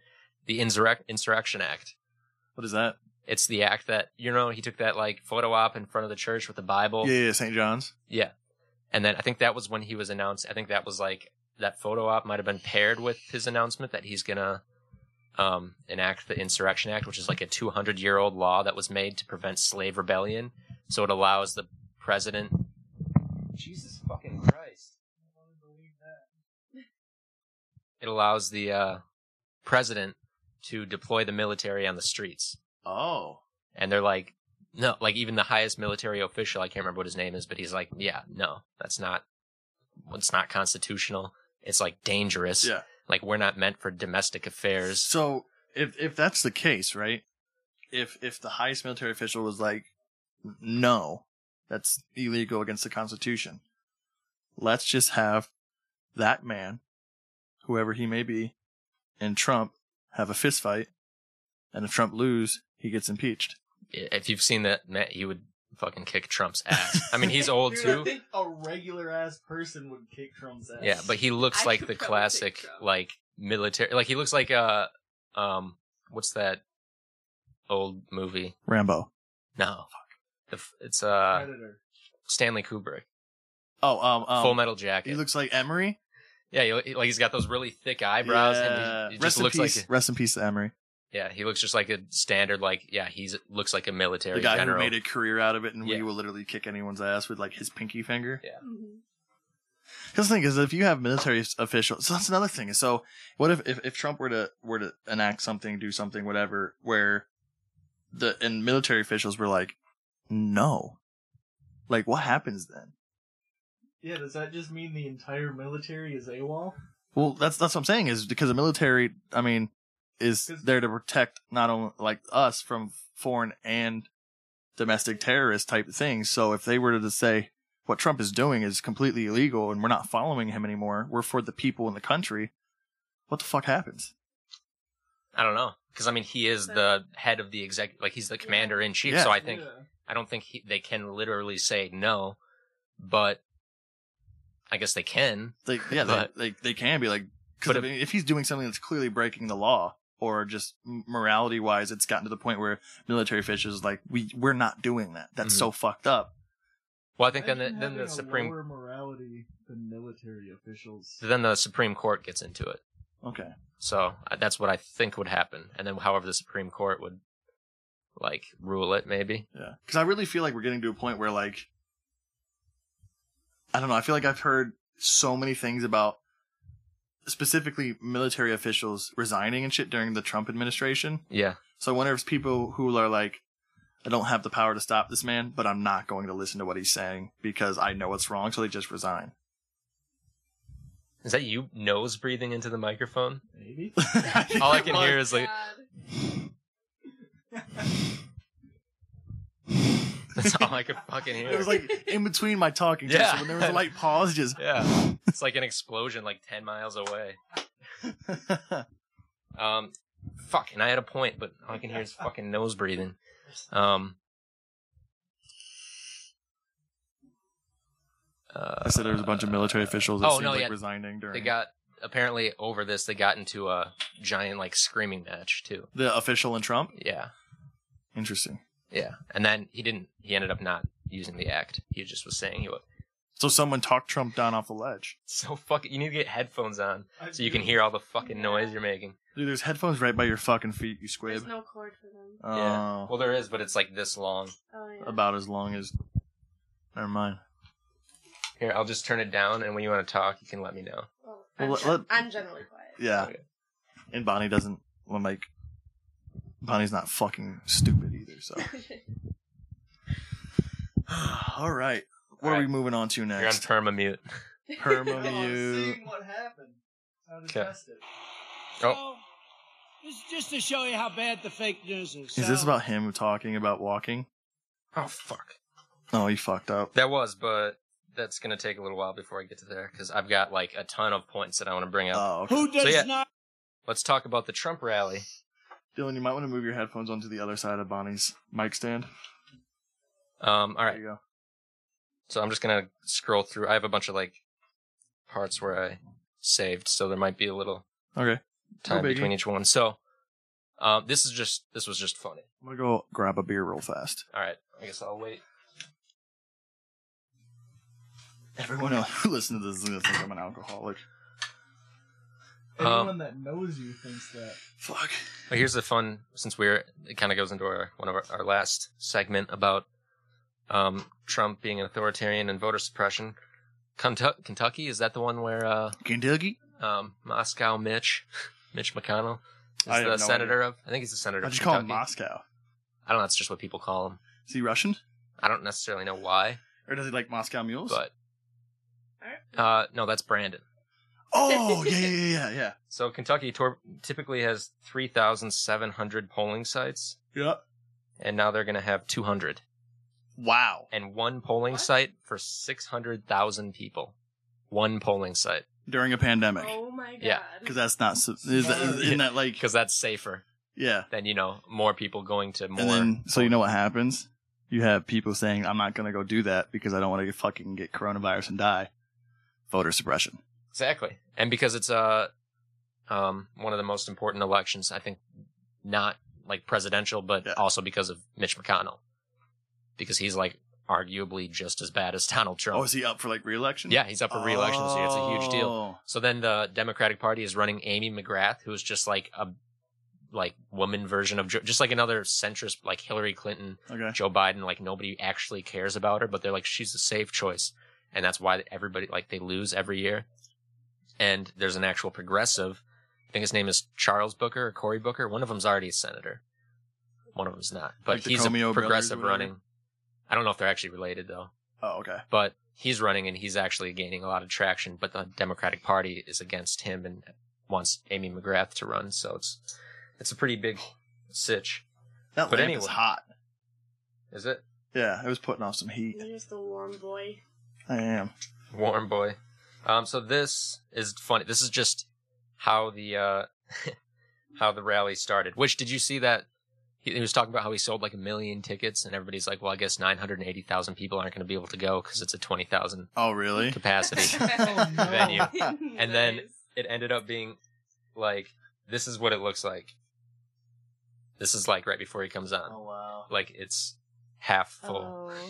the Insurrec- Insurrection Act.
What is that?
It's the act that you know he took that like photo op in front of the church with the Bible,
Yeah, yeah, St. John's.
and then I think that was when he was announced. I think that was like that photo op might have been paired with his announcement that he's gonna um, enact the Insurrection Act, which is like a 200 year old law that was made to prevent slave rebellion. So it allows the president. Jesus fucking Christ. It allows the uh, president to deploy the military on the streets
Oh.
and they're like no like even the highest military official i can't remember what his name is but he's like yeah no that's not it's not constitutional it's like dangerous
Yeah.
like we're not meant for domestic affairs
So if if that's the case, right? If if the highest military official was like, no, that's illegal against the Constitution. Let's just have that man, whoever he may be, and Trump have a fist fight, and if Trump lose, he gets impeached.
I- if you've seen that matt you would fucking kick trump's ass i mean he's old
Dude, I
too
think a regular ass person would kick Trump's ass.
yeah but he looks
I
like
could
the
probably
classic
kick Trump.
like military like he looks like uh um what's that old movie
Rambo.
no fuck. The f- it's uh
Predator.
stanley kubrick
Oh, um, um
full metal jacket
He looks like Emery.
Yeah, he, like he's got those really thick eyebrows, and he, he just
rest in
looks
peace.
like
rest in peace, to Emery.
yeah, he looks just like a standard like yeah, he's looks like a military
the guy
general.
who made a career out of it, and
Yeah.
we will literally kick anyone's ass with like his pinky finger.
Mhm.
Because the thing is, if you have military s- officials, so that's another thing. So, what if, if if Trump were to were to enact something, do something, whatever, where the and military officials were like, no, like what happens then?
Yeah, does that just mean the entire military is AWOL?
Well, that's that's what I'm saying is because the military, I mean, is
'Cause-
there to protect not only like us from foreign and domestic terrorist type of things. So if they were to say what Trump is doing is completely illegal and we're not following him anymore, we're for the people in the country. What the fuck happens?
I don't know because I mean he is the head of the exec, like he's the commander in chief.
Yeah.
So I think I don't think he, they can literally say no, but I guess they can.
They, yeah,
But-
they, they they can be like, because
But
I
if-
mean, if he's doing something that's clearly breaking the law or just morality wise, it's gotten to the point where military officials is like, we we're not doing that. That's
Mhm.
so fucked up.
Well, I think then the, then the Supreme
lower morality than military officials.
then the Supreme Court gets into it.
Okay.
So uh, that's what I think would happen, and then however the Supreme Court would like rule it, maybe.
Yeah. Because I really feel like we're getting to a point where, like, I don't know. I feel like I've heard so many things about specifically military officials resigning and shit during the Trump administration.
Yeah,
So I wonder if it's people who are like, I don't have the power to stop this man, but I'm not going to listen to what he's saying because I know it's wrong. So they just resign.
is that you nose breathing into the microphone?
Maybe.
All I can hear is like
God.
That's all I could fucking hear.
It was like in between my talking. Yeah.
Yeah.
So when there was a light pause, just.
yeah, it's like an explosion like 10 miles away. Um, fuck, and I had a point, but all I can hear is fucking nose breathing. Um,
I
uh,
said there was a bunch of military officials that
Oh,
seemed
no,
like
yeah.
resigning during
they got apparently over this, they got into a giant like screaming match too.
the official and Trump.
Yeah,
Interesting.
yeah, and then he didn't, he ended up not using the act, he just was saying he was
So someone talked Trump down off a ledge.
so fucking. You need to get headphones on
I
so you can
do.
hear all the fucking noise you're making.
Dude, there's headphones right by your fucking feet, you
There's
squib.
no cord for them.
Oh,
Yeah. Well, there is, but it's like this long.
Oh yeah.
about as long as. Never mind.
Here, I'll just turn it down, and when you want to talk, you can let me know.
Well, I'm,
let-
gen-
let-
I'm generally quiet.
Yeah.
Okay.
And Bonnie doesn't well like Bonnie's not fucking stupid either, so all right. What
All
are
right.
we moving on to
You're on
next?
perma mute.
Perma mute.
seeing what happened. How to
'Kay.
test it.
So, this is just to show you how bad the fake news is.
Is this
So,
about him talking about walking?
Oh fuck.
Oh, he fucked up.
That was, but that's gonna take a little while before I get to there because I've got like a ton of points that I want to bring up.
Oh, okay.
Who does
yeah.
not?
Let's talk about the Trump rally.
Dylan, you might want to move your headphones onto the other side of Bonnie's mic stand.
Um, all
There
right,
you go.
so I'm just gonna scroll through. I have a bunch of like parts where I saved, so there might be a little
Okay,
time
biggie.
between each one. So, um, this is just this was just funny.
I'm gonna go grab a beer real fast.
All right, I guess I'll wait.
Everyone else who listens to this is gonna think I'm an alcoholic.
Um,
Anyone that knows you thinks that.
Fuck.
Well, here's the fun since we're it kind of goes into our one of our, our last segment about um, Trump being an authoritarian and voter suppression. Kentu- Kentucky is that the one where uh,
Kentucky?
um, Moscow Mitch Mitch McConnell is
I have
the
no
senator of? I think he's the senator.
I
of
just call him
Kentucky.
Moscow.
I don't know. That's just what people call him.
Is he Russian?
I don't necessarily know why,
Or does he like Moscow mules?
but
Alright.
uh, no, that's Brandon.
Oh yeah, yeah, yeah, yeah,
So Kentucky tor- typically has three thousand seven hundred polling sites,
yeah. Yep.
and now they're going to have two hundred.
Wow.
and one polling
What?
site for 600,000 people. One polling site
During a pandemic,
Oh my god.
Yeah,
because that's not su- is that, isn't that like
because that's safer
yeah.
than, you know, more people going to more.
And then so you know what happens? You have people saying, "I'm not gonna go do that because I don't want to fucking get coronavirus and die." Voter suppression.
Exactly. And because it's uh, um, one of the most important elections, I think not like presidential, but
Yeah.
also because of Mitch McConnell. Because he's like arguably just as bad as Donald Trump.
Oh, is he up for like reelection?
yeah, he's up for reelection this year. It's a huge deal.
Oh.
So then the Democratic Party is running Amy McGrath, who is just like a like woman version of Joe, just like another centrist like Hillary Clinton,
Oh, Okay.
Joe Biden. Like nobody actually cares about her, but they're like she's the safe choice, and that's why everybody like they lose every year. And there's an actual progressive. I think his name is Charles Booker or Cory Booker. One of them's already a senator. One of them's not, but
Like the
he's a
Comey brothers or
progressive
whatever?
running. I don't know if they're actually related though
Oh, okay.
but he's running and he's actually gaining a lot of traction. But the Democratic Party is against him and wants Amy McGrath to run, so it's it's a pretty big sitch.
That
But
lamp is
anyway.
hot.
Is it
Yeah, it was putting off some heat.
You're just a warm boy.
I am.
warm boy? Um, so this is funny. This is just how the uh, how the rally started. Which did you see that? He, he was talking about how he sold like a million tickets, and everybody's like, "Well, I guess nine hundred and eighty thousand people aren't going to be able to go because it's a twenty thousand
Oh, really?
capacity."
Oh,
Venue.
And then- it ended up being like this is what it looks like. This is like right before he comes on.
Oh wow.
Like it's half full.
Oh.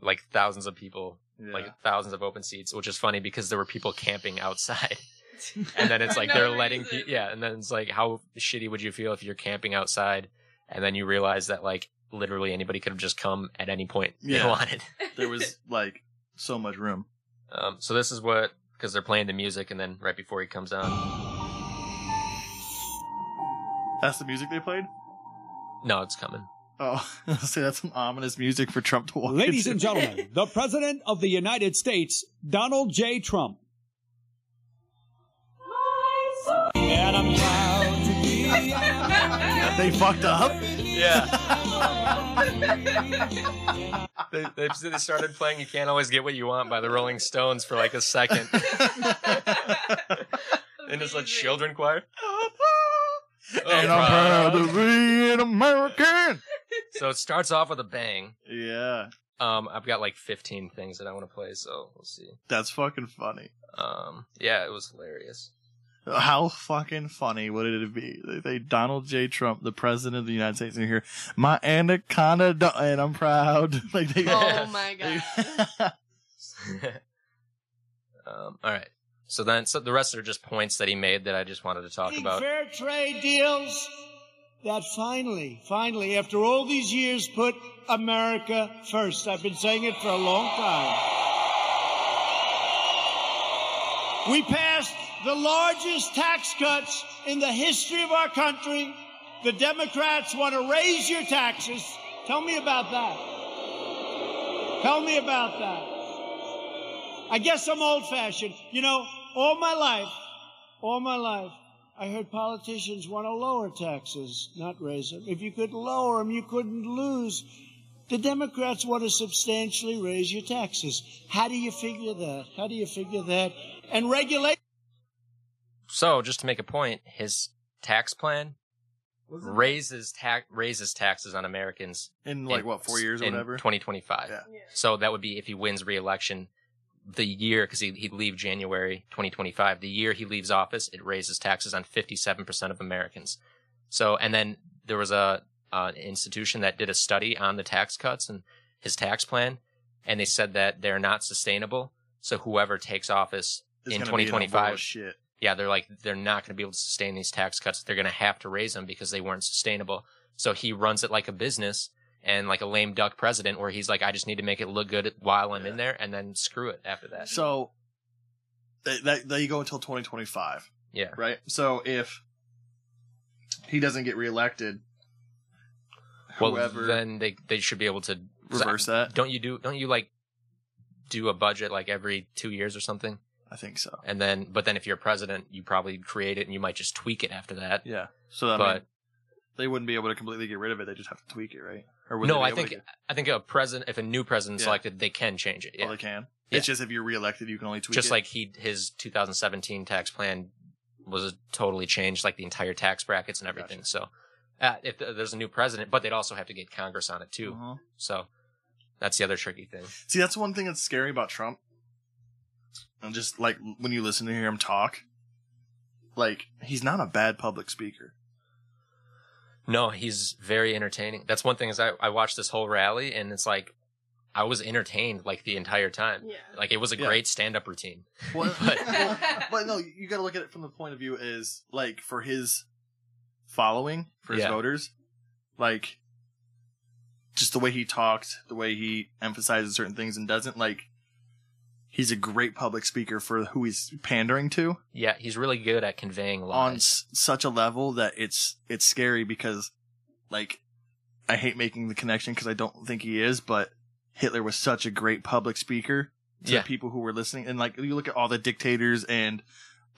Like thousands of people,
Yeah.
like thousands of open seats, which is funny because there were people camping outside. And then it's like they're letting pe- yeah, and then it's like how shitty would you feel if you're camping outside and then you realize that like literally anybody could have just come at any point
Yeah.
they wanted.
there was like so much room.
Um, so this is what because they're playing the music and then right before he comes on.
That's the music they played.
No, it's coming.
Oh, see, that's some ominous music for Trump to walk
Ladies
into.
and gentlemen, the President of the United States, Donald J. Trump. And I'm proud to be
they fucked up.
Yeah. they, they, they started playing You Can't Always Get What You Want by the Rolling Stones for like a second. and it's a children choir. Oh,
and I'm proud to be an American.
So it starts off with a bang.
Yeah,
Um, I've got like 15 things that I want to play, so we'll see.
that's fucking funny.
Um, yeah, it was hilarious.
How fucking funny would it be? They, they Donald J. Trump, the president of the United States, and here, my anaconda, do- and I'm proud. like they,
Oh my god.
um, all right. So then, so the rest are just points that he made that I just wanted to talk
making
about.
fair trade deals that finally, finally, after all these years, put America first. I've been saying it for a long time. We passed the largest tax cuts in the history of our country. The Democrats want to raise your taxes. Tell me about that. Tell me about that. I guess I'm old fashioned. You know, all my life, all my life, I heard politicians want to lower taxes, not raise them. If you could lower them, you couldn't lose. The Democrats want to substantially raise your taxes. How do you figure that? How do you figure that? And regulate.
So, just to make a point, his tax plan raises tax raises taxes on Americans
in like
in-
what four years or
in
whatever.
2025.
Yeah.
Yeah.
So that would be if he wins re-election, the year because he he'd leave January 2025. The year he leaves office, it raises taxes on 57 percent of Americans. So and then there was a uh, institution that did a study on the tax cuts and his tax plan, and they said that they're not sustainable. So whoever takes office
It's
in
gonna be a world of
2025
shit.
yeah, they're like they're not going to be able to sustain these tax cuts. They're going to have to raise them because they weren't sustainable. So he runs it like a business and like a lame duck president, where he's like, I just need to make it look good while I'm in there, and then screw it after that.
So they, they, they go until 2025,
yeah,
right? So if he doesn't get reelected,
well
whoever
then they they should be able to
reverse that,
Don't you do? Don't you like do a budget like every two years or something?
I think so.
And then, but then if you're president, you probably create it and you might just tweak it after that.
Yeah. So I
but
mean, they wouldn't be able to completely get rid of it. They just have to tweak it, right? Or would
no,
they be
I
able to
think
get-
I think a president, if a new president's
Yeah.
elected, they can change it. Yeah.
well, they can.
Yeah.
It's just if you're reelected, you can only tweak
just
it.
like he his 2017 tax plan was totally changed, like the entire tax brackets and everything. So, uh, if th- there's a new president, but they'd also have to get Congress on it too.
Mhm.
So, that's the other tricky thing.
See, that's one thing that's scary about Trump. And just like when you listen to hear him talk, like he's not a bad public speaker.
No, he's very entertaining. That's one thing is I, I watched this whole rally and it's like I was entertained like the entire time.
Yeah.
Like it was a
Yeah.
great stand up routine.
Well,
But-
well, but no, you got to look at it from the point of view is like for his following, for his
Yeah.
voters, like just the way he talked, the way he emphasizes certain things and doesn't like. He's a great public speaker for who he's pandering to
Yeah, he's really good at conveying
on
lies.
s- such a level that it's it's scary because, like, I hate making the connection because I don't think he is, but Hitler was such a great public speaker to
yeah,
people who were listening. And like you look at all the dictators and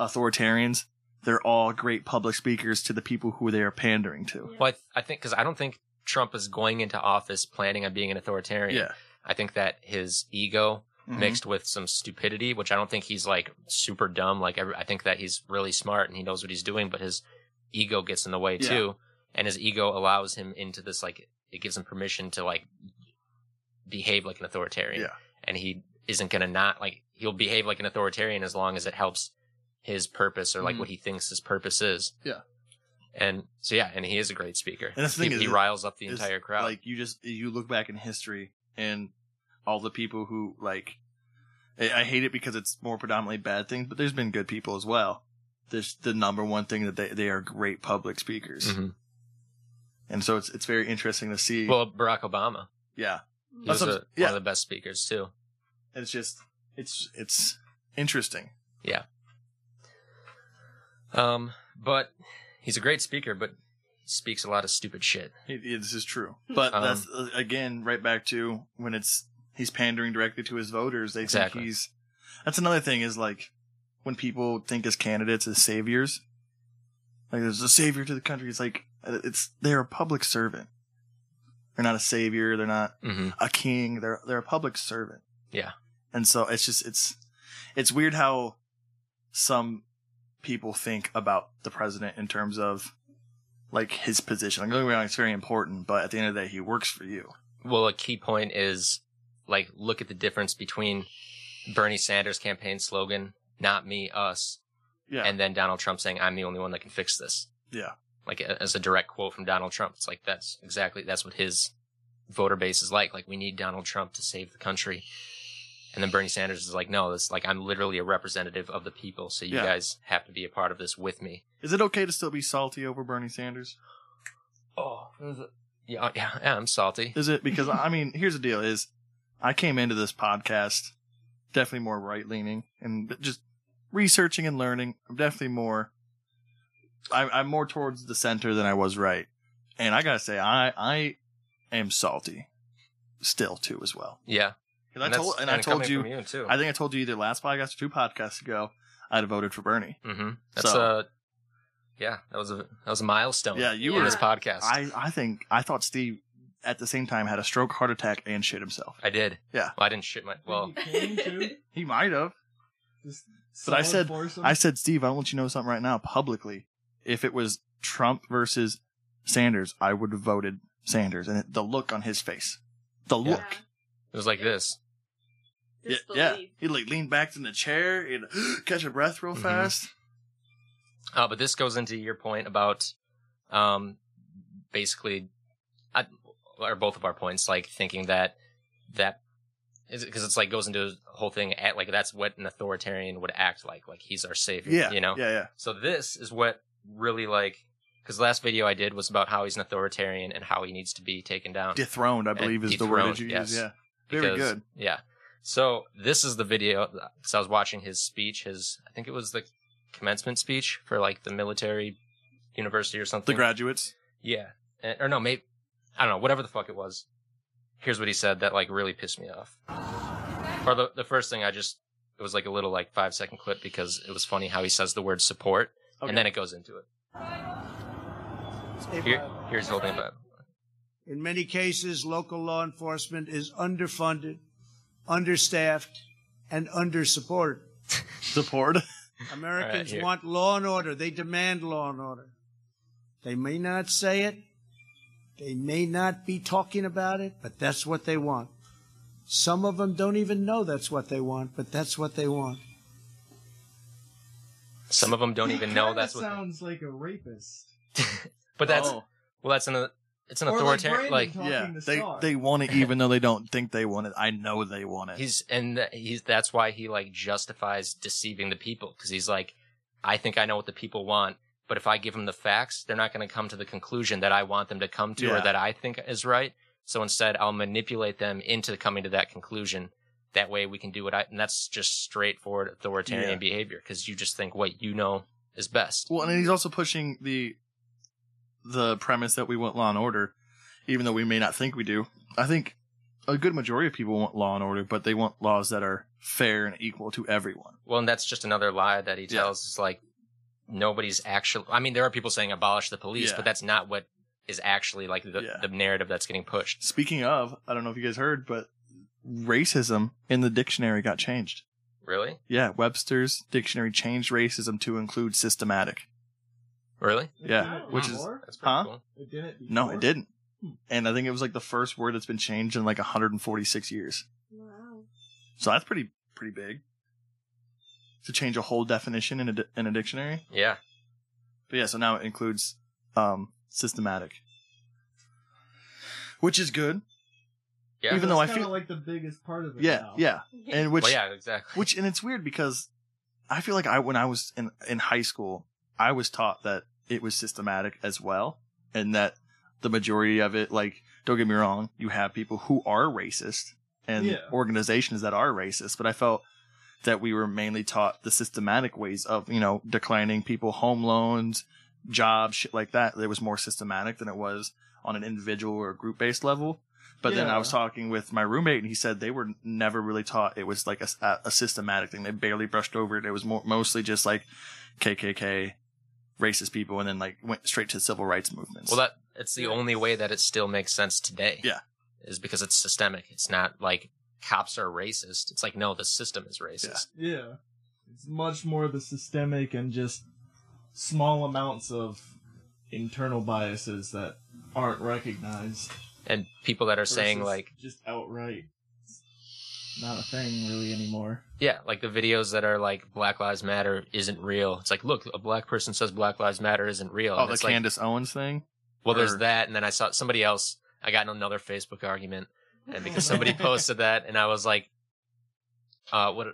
authoritarians, they're all great public speakers to the people who they are pandering to.
Well, I, th- I think because I don't think Trump is going into office planning on being an authoritarian.
Yeah.
I think that his ego
Mhm.
mixed with some stupidity, which I don't think he's like super dumb. Like every, I think that he's really smart and he knows what he's doing, but his ego gets in the way
Yeah.
too, and his ego allows him into this like it gives him permission to like behave like an authoritarian.
Yeah.
and he isn't gonna not like he'll behave like an authoritarian as long as it helps his purpose or like
Mhm.
what he thinks his purpose is.
Yeah.
And so yeah, and he is a great speaker.
And that's the thing
he,
is-
he riles up the
It's
entire crowd.
Like you just you look back in history and all the people who like I I hate it because it's more predominantly bad things, but there's been good people as well. There's the number one thing that they, they are great public speakers.
Mhm.
And so it's it's very interesting to see.
Well, Barack Obama.
yeah.
He
That's
was a,
what I'm-
one
yeah.
of the best speakers too.
It's just it's it's interesting.
Um, but he's a great speaker, but he speaks a lot of stupid shit.
It, it- this is true, but
Um,
that's uh, again right back to when it's he's pandering directly to his voters. They
Exactly.
think he's. That's another thing is like when people think as candidates as saviors, like there's a savior to the country. It's like uh, it's they're a public servant. They're not a savior. They're not
Mm-hmm.
a king. They're they're a public servant.
Yeah.
And so it's just it's it's weird how some people think about the president in terms of like his position. I'm going around it's very important, but at the end of the day he works for you.
Well, a key point is like look at the difference between Bernie Sanders' campaign slogan "Not me, us,"
Yeah.
and then Donald Trump saying "I'm the only one that can fix this."
yeah.
Like a- as a direct quote from Donald Trump, it's like that's exactly that's what his voter base is like. Like we need Donald Trump to save the country. And then Bernie Sanders is like, no, that's like I'm literally a representative of the people, so you
Yeah.
guys have to be a part of this with me.
Is it okay to still be salty over Bernie Sanders?
Oh, yeah, yeah, yeah, I'm salty.
Is it because I mean, here's the deal is I came into this podcast definitely more right leaning and just researching and learning. I'm definitely more. I, I'm more towards the center than I was right, and I gotta say I I am salty, still too as well.
Yeah.
'Cause I
that's-
told and I told
coming
you
from you too.
I think I told you either last podcast or two podcasts ago I'd have voted for Bernie.
hmm That's
So-
uh yeah, that was a that was a milestone.
Yeah, you
in
were-
this podcast.
I I think I thought Steve at the same time had a stroke, heart attack, and shit himself.
I did.
Yeah.
Well, I didn't shit my well.
Came to
He might have.
this
But I
solid
said-
foursome.
I said, Steve, I want you to know something right now publicly. If it was Trump versus Sanders, I would have voted Sanders. And it, the look on his face, the
Yeah.
look,
It was like this.
yeah,
Disbelief.
yeah. he like leaned back in the chair and catch a breath real
Mhm.
fast.
Uh, but this goes into your point about, um, basically, I, or both of our points, like thinking that that is because it's like goes into the whole thing at like that's what an authoritarian would act like, like he's our savior,
Yeah,
you know.
yeah, yeah.
So this is what really like because last video I did was about how he's an authoritarian and how he needs to be taken down.
Dethroned, I
And
believe, is the word that
Um, dethroned,
you
yes.
use. Yeah, very
because-
good.
Yeah. So this is the video. So I was watching his speech. His I think it was the commencement speech for like the military university or
The
something.
graduates.
Yeah. And, or no, maybe I don't know. Whatever the fuck it was. Here's what he said that like really pissed me off. Or the the first thing I just it was like a little like five second clip because it was funny how he says the word support
Okay.
and then it goes into it. Here, here's the whole thing about. it.
In many cases, local law enforcement is underfunded, understaffed, and undersupported.
Support.
Americans
here.
want law and order. They demand law and order. They may not say it. They may not be talking about it, but that's what they want. Some of them don't even know that's what they want, but that's what they want.
Some of them don't even
He
know
kinda
that's what. they-
sounds like a rapist.
But that's
Oh,
well, that's an it's an
Or like
authoritarian
Brandon
like
talking
yeah.
to
They
Star.
they want it even though they don't think they want it. I know they want it.
He's and th- he's that's why he like justifies deceiving the people because he's like, I think I know what the people want, but if I give them the facts, they're not going to come to the conclusion that I want them to come to
Yeah.
or that I think is right. So instead, I'll manipulate them into coming to that conclusion. That way, we can do what I and that's just straightforward authoritarian
Yeah.
behavior because you just think what you know is best.
Well, and he's also pushing the the premise that we want law and order, even though we may not think we do. I think a good majority of people want law and order, but they want laws that are fair and equal to everyone.
Well, and that's just another lie that he
Yeah.
tells. It's like nobody's actually. I mean, there are people saying abolish the police,
Yeah.
but that's not what is actually like the,
Yeah.
the narrative that's getting pushed.
Speaking of, I don't know if you guys heard, but racism in the dictionary got changed.
Really?
Yeah, Webster's dictionary changed racism to include systematic.
Really?
It
yeah,
didn't
Oh,
which is-
before?
That's pretty
Huh?
cool.
It didn't
No,
before?
it didn't. And I think it was like the first word that's been changed in like 146 years.
Wow.
So that's pretty pretty big to change a whole definition in a di- in a dictionary.
Yeah.
But yeah, so now it includes um, systematic, which is good.
Yeah.
Even though I
That's kinda
feel-
like the biggest part of it.
Yeah,
now.
yeah, and which
well, yeah, exactly.
which and it's weird because I feel like I when I was in in high school I was taught that it was systematic as well, and that the majority of it, like don't get me wrong, you have people who are racist and
Yeah.
organizations that are racist, but I felt that we were mainly taught the systematic ways of you know declining people home loans, jobs, shit like that. It was more systematic than it was on an individual or group based level. But then I
Yeah.
was talking with my roommate, and he said they were never really taught. It was like a, a- a systematic thing. They barely brushed over it. It was more, mostly just like KKK, racist people, and then like went straight to civil rights movements.
Well, that it's the
Yeah.
only way that it still makes sense today.
Yeah.
Is because it's systemic. It's not like cops are racist. It's like no, the system is racist.
Yeah. It's much more the systemic and just small amounts of internal biases that aren't recognized.
And people that are saying
versus
like
just outright not a thing really anymore.
Yeah, like the videos that are like Black Lives Matter isn't real. It's like, look, a black person says Black Lives Matter isn't real.
oh,
And
the
it's like,
Candace Owens thing.
well, there's
or-
that, and then I saw somebody else. I got in another Facebook argument, and because
Oh,
somebody
no.
posted that, and I was like, uh, what?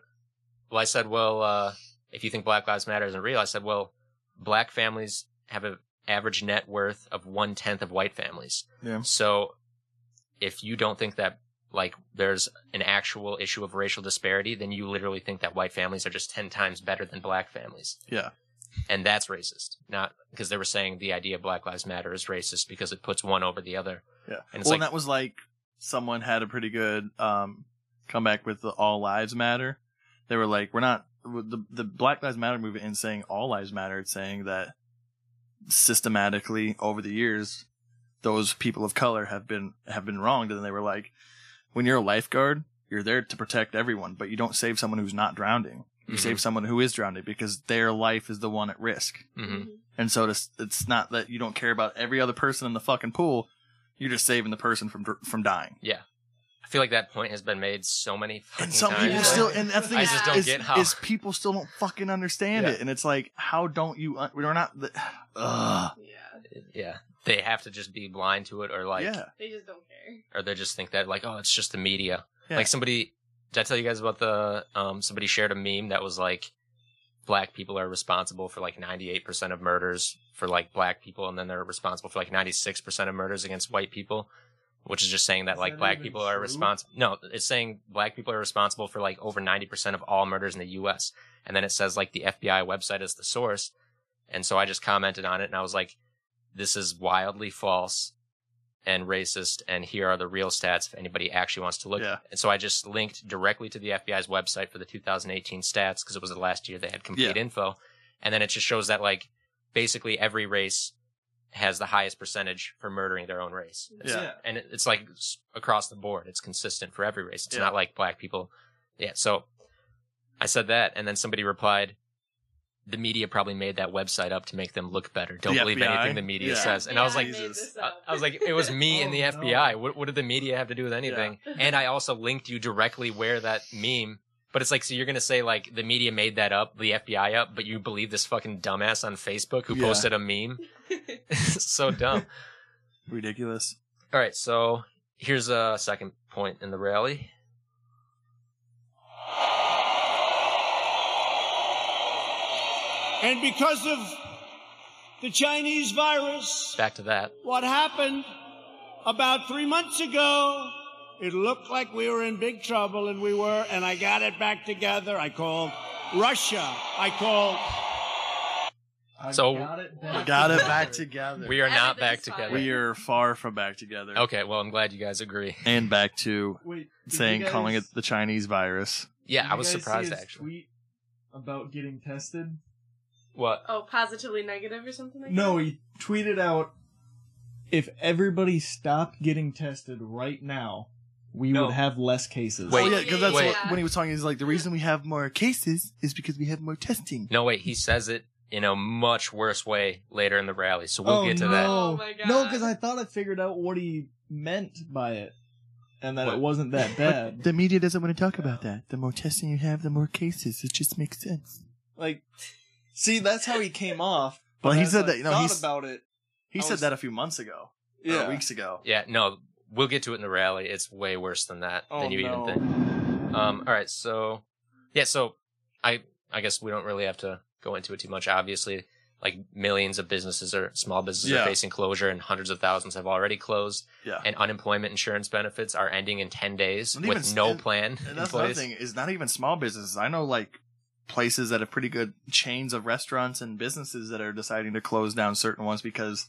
Well, I said, well, uh, if you think Black Lives Matter isn't real, I said, well, black families have an average net worth of one tenth of white families.
Yeah.
So, if you don't think that like there's an actual issue of racial disparity, then you literally think that white families are just 10 times better than black families.
Yeah.
And that's racist. Not because they were saying the idea of Black Lives Matter is racist because it puts one over the other.
Yeah.
And
And
it's
well,
like-
and that was like someone had a pretty good um, comeback with the All Lives Matter. They were like, we're not the the Black Lives Matter movement in saying all lives matter. It's saying that systematically over the years, those people of color have been have been wronged, and they were like, when you're a lifeguard, you're there to protect everyone, but you don't save someone who's not drowning. You
Mhm.
save someone who is drowning because their life is the one at risk.
Mhm.
And so it's, it's not that you don't care about every other person in the fucking pool. You're just saving the person from dr- from dying.
I feel like that point has been made so many fucking
And some people
times.
still, and that's the thing
I
is,
just don't
is-
get how-
is people still don't fucking understand
Yeah.
it. And it's like, how don't you? Un- we're not. The, Ugh.
Yeah,
yeah. They have to just be blind to it or like,
yeah.
they just don't care.
or they just think that like, oh, it's just the media.
Yeah.
Like somebody, did I tell you guys about the, um, somebody shared a meme that was like, black people are responsible for like 98% of murders for like black people. And then they're responsible for like 96% of murders against white people, which is just saying that
Is
like
that
black
even
people are
true?
responsible. No, it's saying black people are responsible for like over 90% of all murders in the U.S. And then it says like the FBI website is the source. And so I just commented on it and I was like, this is wildly false and racist. And here are the real stats if anybody actually wants to look.
Yeah.
And so I just linked directly to the FBI's website for the 2018 stats because it was the last year they had complete info. And then it just shows that like basically every race has the highest percentage for murdering their own race. It's-
Yeah.
And it- it's like s- across the board, it's consistent for every race. It's
Yeah.
not like black people. Yeah. So I said that. And then somebody replied, the media probably made that website up to make them look better. Don't
The
believe
FBI?
anything the media
Yeah.
says. And I was like,
made
Jesus.
this
I
up.
I was like, it was me and the
Oh, no.
FBI. What, what did the media have to do with anything? And I also linked you directly where that meme. But it's like, so you're gonna say like the media made that up, the FBI up, but you believe this fucking dumbass on Facebook who
Yeah.
posted a meme? so dumb.
Ridiculous.
All right, so here's a second point in the rally.
And because of the Chinese virus,
Back to that.
what happened about three months ago. It looked like we were in big trouble, and we were, and I got it back together. I called Russia. I called.
I
So-
got it back
Got it
together.
back together.
We are not back
Everything's fine.
together.
we are far from back together.
Okay, well I'm glad you guys agree.
And back to
Wait, did you
saying calling it
guys-
the Chinese virus.
Yeah,
did
I
you
was
guys see
surprised
his
actually.
Tweet about getting tested.
What?
Oh, positively negative or something like
No,
that?
he tweeted out, "If everybody stopped getting tested right now, we
No.
would have less cases."
Wait,
oh, yeah, because that's
wait.
what when he was talking. He's like, the reason we have more cases is because we have more testing.
No wait, he says it in a much worse way later in the rally, so we'll
Oh,
get to
no.
that.
Oh my God.
No, because I thought I figured out what he meant by it, and that
What?
it wasn't that
But
bad.
the media doesn't want to talk about that. The more testing you have, the more cases. It just makes sense.
like, see, that's how he came off.
Well, he
as
said
I
that, you know,
thought
he's- Oh,
about it.
He
I
said
was-
that a few months ago. or
Yeah,
weeks ago.
Yeah, no, we'll get to it in the rally. It's way worse than that
Oh,
than you
no.
even think. Um, all right, so yeah, so I I guess we don't really have to go into it too much. Obviously, like millions of businesses or small businesses
Yeah.
are facing closure, and hundreds of thousands have already closed.
Yeah.
and unemployment insurance benefits are ending in ten days
And
with
even-
no
and-
plan
And
in
that's another
place.
thing is not even small businesses. I know like places that have pretty good chains of restaurants and businesses that are deciding to close down certain ones because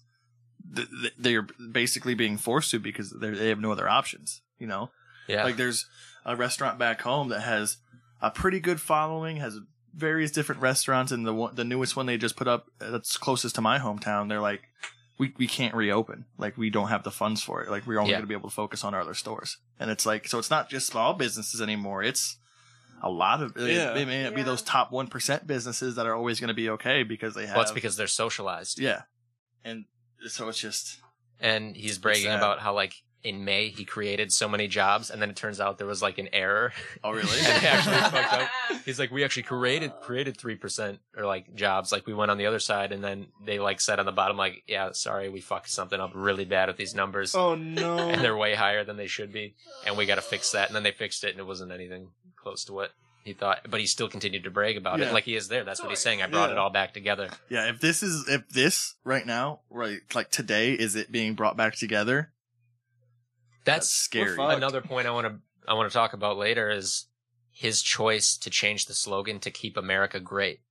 th- th- they're basically being forced to because they're- they have no other options. You know,
Yeah,
Like there's a restaurant back home that has a pretty good following, has various different restaurants, and the one, the newest one they just put up uh, that's closest to my hometown. They're like, we we can't reopen, like we don't have the funds for it, like we're only
Yeah.
going to be able to focus on our other stores. And it's like, so it's not just small businesses anymore. It's a lot of it-
Yeah.
it, may not be
Yeah.
those top one percent businesses that are always going to be okay because they have
well, it's because they're socialized.
yeah, and so it's just
and he's bragging
sad.
about how like in May he created so many jobs, and then it turns out there was like an error.
oh really
And they actually fucked up. He's like, we actually created created three percent or like jobs. Like we went on the other side, and then they like said on the bottom, like, yeah, sorry, we fucked something up really bad with these numbers,
Oh no!
and they're way higher than they should be, and we got to fix that. And then they fixed it, and it wasn't anything close to what he thought. But he still continued to brag about
Yeah.
it, like he is there. That's what he's
course.
saying. I brought
Yeah.
it all back together.
Yeah, if this is if this right now, right like today is it being brought back together,
That's
scary.
Well, Another point I want to I want to talk about later is his choice to change the slogan to "Keep America Great"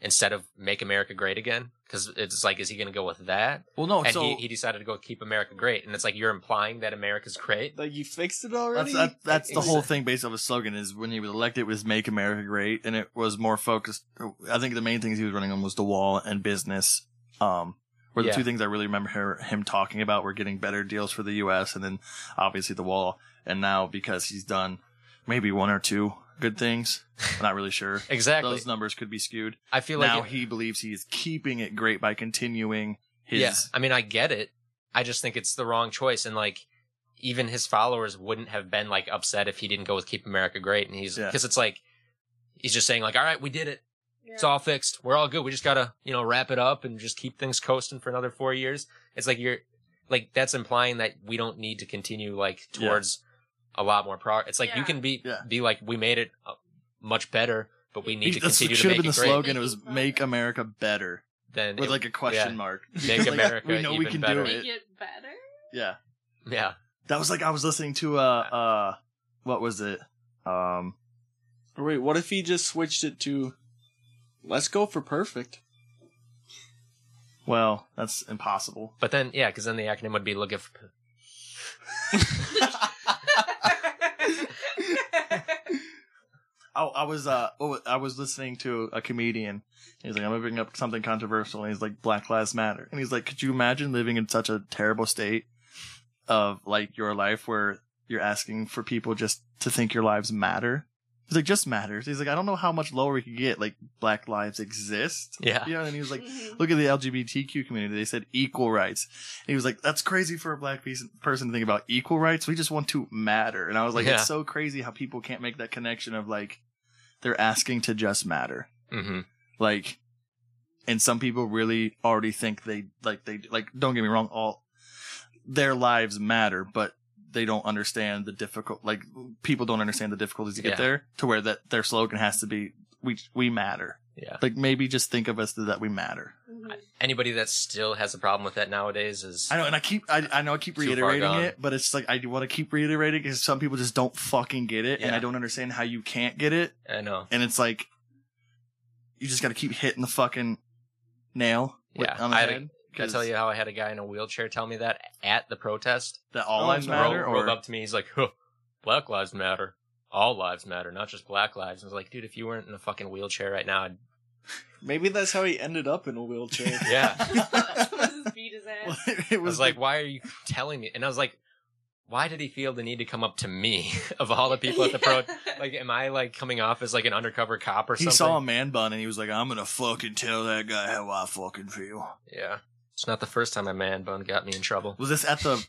instead of "Make America Great Again." Because it's like, is he going to go with that?
Well, no,
and
Oh, so
he, he decided to go with "Keep America Great," and it's like you're implying that America's great.
Like you fixed it already.
that's that, that's the
Ex-
whole thing based off his slogan is when he was elected it was make america great and it was more focused i think the main things he was running on was the wall and business um were the
Yeah.
two things i really remember her, him talking about were getting better deals for the us and then obviously the wall and now because he's done maybe one or two good things i'm not really sure
Exactly.
those numbers could be skewed
I feel
now
like it-
he believes he is keeping it great by continuing his
yeah. I mean, I get it. I just think it's the wrong choice, and like even his followers wouldn't have been like upset if he didn't go with "Keep America Great," and he's
Yeah.
because it's like he's just saying like, "All right, we did it."
Yeah.
It's all fixed. We're all good. We just gotta, you know, wrap it up and just keep things coasting for another four years. It's like you're, like that's implying that we don't need to continue like
Yeah.
towards a lot more progress. It's like you
Yeah.
can be
Yeah.
be like we made it uh, much better, but we need to
That's-
continue
should
to
have
make
been
it
the
great.
slogan it was make america better
Then
with
it-
like a question
yeah.
mark.
Make
Because, like,
America
We know we
even
can
better.
do
Make
it.
it better.
Yeah,
Yeah,
that was like I was listening to uh uh what was it um
Or wait, what if he just switched it to? Let's go for perfect.
well that's impossible.
but then yeah, because then the acronym would be looking for.
I, I was uh oh, I was listening to a comedian. He's like I'm gonna bring up something controversial, and he's like Black Lives Matter, and he's like, could you imagine living in such a terrible state of like your life where you're asking for people just to think your lives matter? He's like, just matters. He's like, I don't know how much lower we can get. Like, black lives exist.
Yeah.
You know, and he was like,
Mhm.
look at the LGBTQ community. They said equal rights. And he was like, that's crazy for a black pe- person to think about equal rights. We just want to matter. And I was like,
Yeah.
it's so crazy how people can't make that connection of like, they're asking to just matter.
hmm
Like, and some people really already think they, like, they, like, don't get me wrong, all their lives matter, but they don't understand the difficult, like, people don't understand the difficulties to get
Yeah.
there to where that their slogan has to be, we, we matter.
Yeah.
Like, maybe just think of us that we matter.
Mhm.
Anybody that still has a problem with that nowadays is
I know, and I keep, I, I know, I keep
Too far
reiterating
gone.
it, but it's like I do want to keep reiterating because some people just don't fucking get it, and
Yeah.
I don't understand how you can't get it,
I know.
and it's like you just got to keep hitting the fucking nail. with-
Yeah,
on the
I
head.
had a- Can I tell
'cause
you how I had a guy in a wheelchair tell me that at the protest?
that all
Oh,
lives
no.
matter,
rolled, rolled
or
up to me. He's like, huh, "Black lives matter. All lives matter, not just black lives." I was like, "Dude, if you weren't in a fucking wheelchair right now, I'd,
Maybe that's how he ended up in a wheelchair.
yeah." I
Just beat his ass.
it
was
was
like, "Why are you telling me?" And I was like, "Why did he feel the need to come up to me of all the people at the pro? Like, am I like coming off as like an undercover cop or
he
something?"
saw a man bun, and he was like, "I'm gonna fucking tell that guy how I fucking feel."
Yeah, it's not the first time a man bone got me in trouble
Was this at the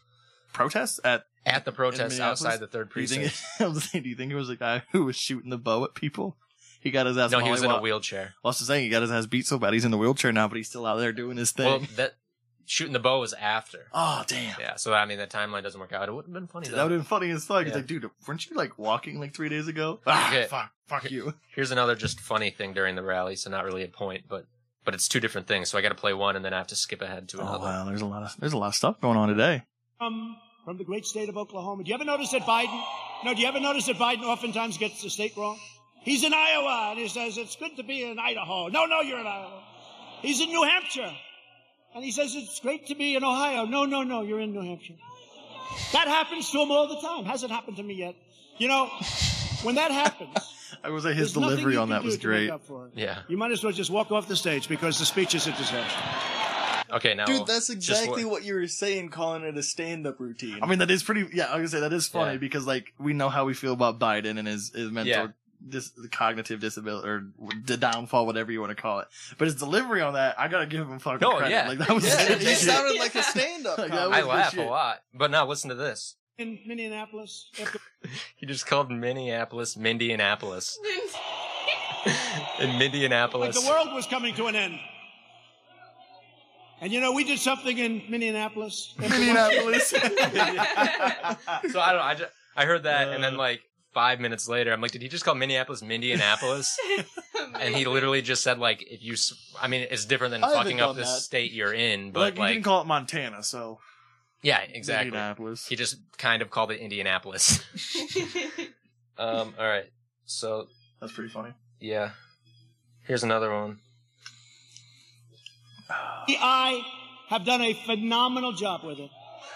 protest at?
at the protest
Minneapolis?
outside the third
Do you, think,
precinct.
I was like, do you think it was a guy who was shooting the bow at people? He got his ass.
No, he was in a
mollywopped.
wheelchair.
Well, that's the thing. He got his ass beat so bad he's in the wheelchair now, but he's still out there doing his thing.
Well, that shooting the bow was after.
oh, damn.
Yeah, so I mean that timeline doesn't work out. It would have been funny
Dude,
though.
that would have been funny as fuck. It's
Yeah.
like, dude, weren't you like walking like three days ago? Ah,
Okay.
fuck, fuck you.
Here's another just funny thing during the rally, so not really a point, but but it's two different things. So I got to play one and then I have to skip ahead to
Oh
another.
wow, there's a lot of there's a lot of stuff going on today.
um, from the great state of Oklahoma. Do you ever notice that Biden? No, do you ever notice that Biden oftentimes gets the state wrong? He's in Iowa and he says it's good to be in Idaho. No, no, you're in Iowa. He's in New Hampshire and he says it's great to be in Ohio. No, no, no, you're in New Hampshire. That happens to him all the time. Hasn't happened to me yet. You know, when that happens,
I was like, his
there's nothing
delivery
you
on
can
that
do
was
to make
great.
up for it.
Yeah.
You might as well just walk off the stage because the speech is a disaster.
Okay, now
Oh,
Dude, that's
just
exactly what you were saying, calling it a stand-up routine.
I mean, that is pretty. Yeah, I was gonna say that is funny
Yeah.
because like we know how we feel about Biden and his his mental.
Yeah.
Dis- cognitive disability or the downfall, whatever you want to call it, but his delivery on that, I gotta give him fucking
No,
credit.
Oh, yeah.
Like that was
yeah,
legit.
it sounded like a stand-up.
Like, that
comedy.
I
was
laugh a
legit.
lot, but now listen to this.
In Minneapolis, after
He just called Minneapolis Mindy Annapolis. In Mindy
Like
Annapolis.
the world was coming to an end. And you know, we did something in Minneapolis.
Minneapolis.
so I don't I just I heard that and
Uh.
then like 5 minutes later I'm like did he just call Minneapolis Mindy Annapolis? and he literally just said like if you s- I mean it's different than
I haven't
fucking up
done
the
that.
state you're in,
like,
but
you
like
didn't call it Montana, so
Yeah, exactly.
Indianapolis.
He just kind of called it Indianapolis. um, all right. So
That's pretty funny.
yeah, here's another one.
I have done a phenomenal job with it.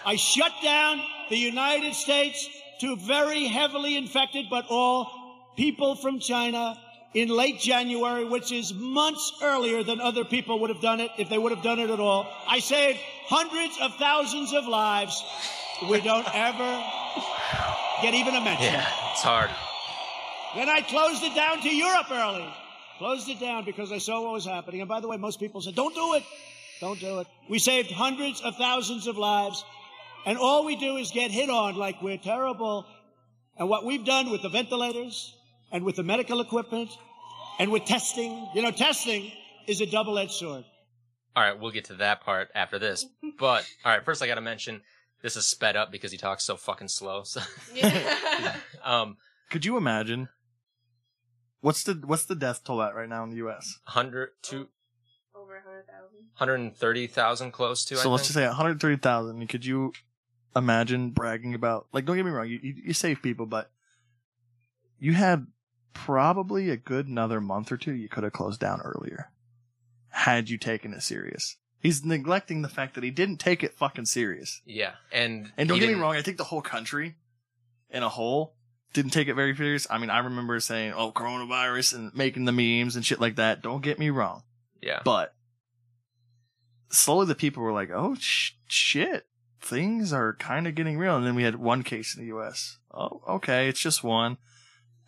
I shut down the United States to very heavily infected, but all people from China in late January, which is months earlier than other people would have done it if they would have done it at all. I saved hundreds of thousands of lives. We don't ever get even a mention.
Yeah, it's hard.
Then I closed it down to Europe early. Closed it down because I saw what was happening. And by the way, most people said, don't do it. Don't do it. We saved hundreds of thousands of lives. And all we do is get hit on like we're terrible. And what we've done with the ventilators and with the medical equipment and with testing, you know, testing is a double-edged sword.
All right, we'll get to that part after this. But all right, first I got to mention this is sped up because he talks so fucking slow. So
Yeah.
um,
Could you imagine? What's the what's the death toll at right now in the U.S.?
hundred to
Over 100,000.
hundred thirty thousand close to.
so
I
let's
think.
just say 130,000. Could you imagine bragging about? Like, don't get me wrong, you, you you save people, but you had probably a good another month or two. You could have closed down earlier had you taken it serious. He's neglecting the fact that he didn't take it fucking serious.
yeah, and
And don't
he
get me
didn't-
wrong, I think the whole country in a whole didn't take it very serious. I mean, I remember saying, oh, coronavirus and making the memes and shit like that. Don't get me wrong.
Yeah,
But slowly the people were like, oh, sh- shit, things are kind of getting real. And then we had one case in the US. Oh, okay, it's just one.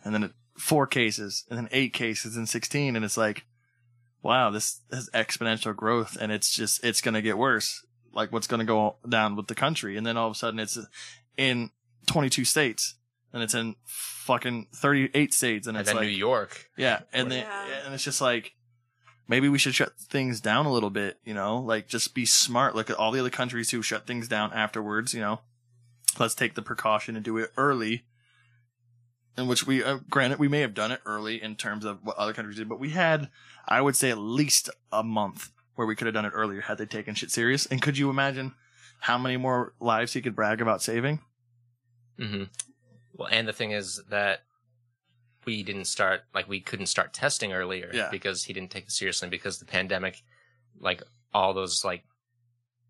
And then it, four cases, and then eight cases, and 16. And it's like, wow, this has exponential growth, and it's just, it's going to get worse. Like, what's going to go down with the country? And then all of a sudden, it's in 22 states. And it's in fucking 38 states. And,
and
it's
then
like,
New York.
yeah, and then
Yeah.
and it's just like maybe we should shut things down a little bit, you know? Like just be smart. Look at all the other countries who shut things down afterwards, you know. Let's take the precaution and do it early. In which we uh, granted we may have done it early in terms of what other countries did, but we had I would say at least a month where we could have done it earlier had they taken shit serious. And could you imagine how many more lives he could brag about saving?
hmm Well, and the thing is that we didn't start like we couldn't start testing earlier
Yeah.
because he didn't take it seriously because the pandemic, like all those like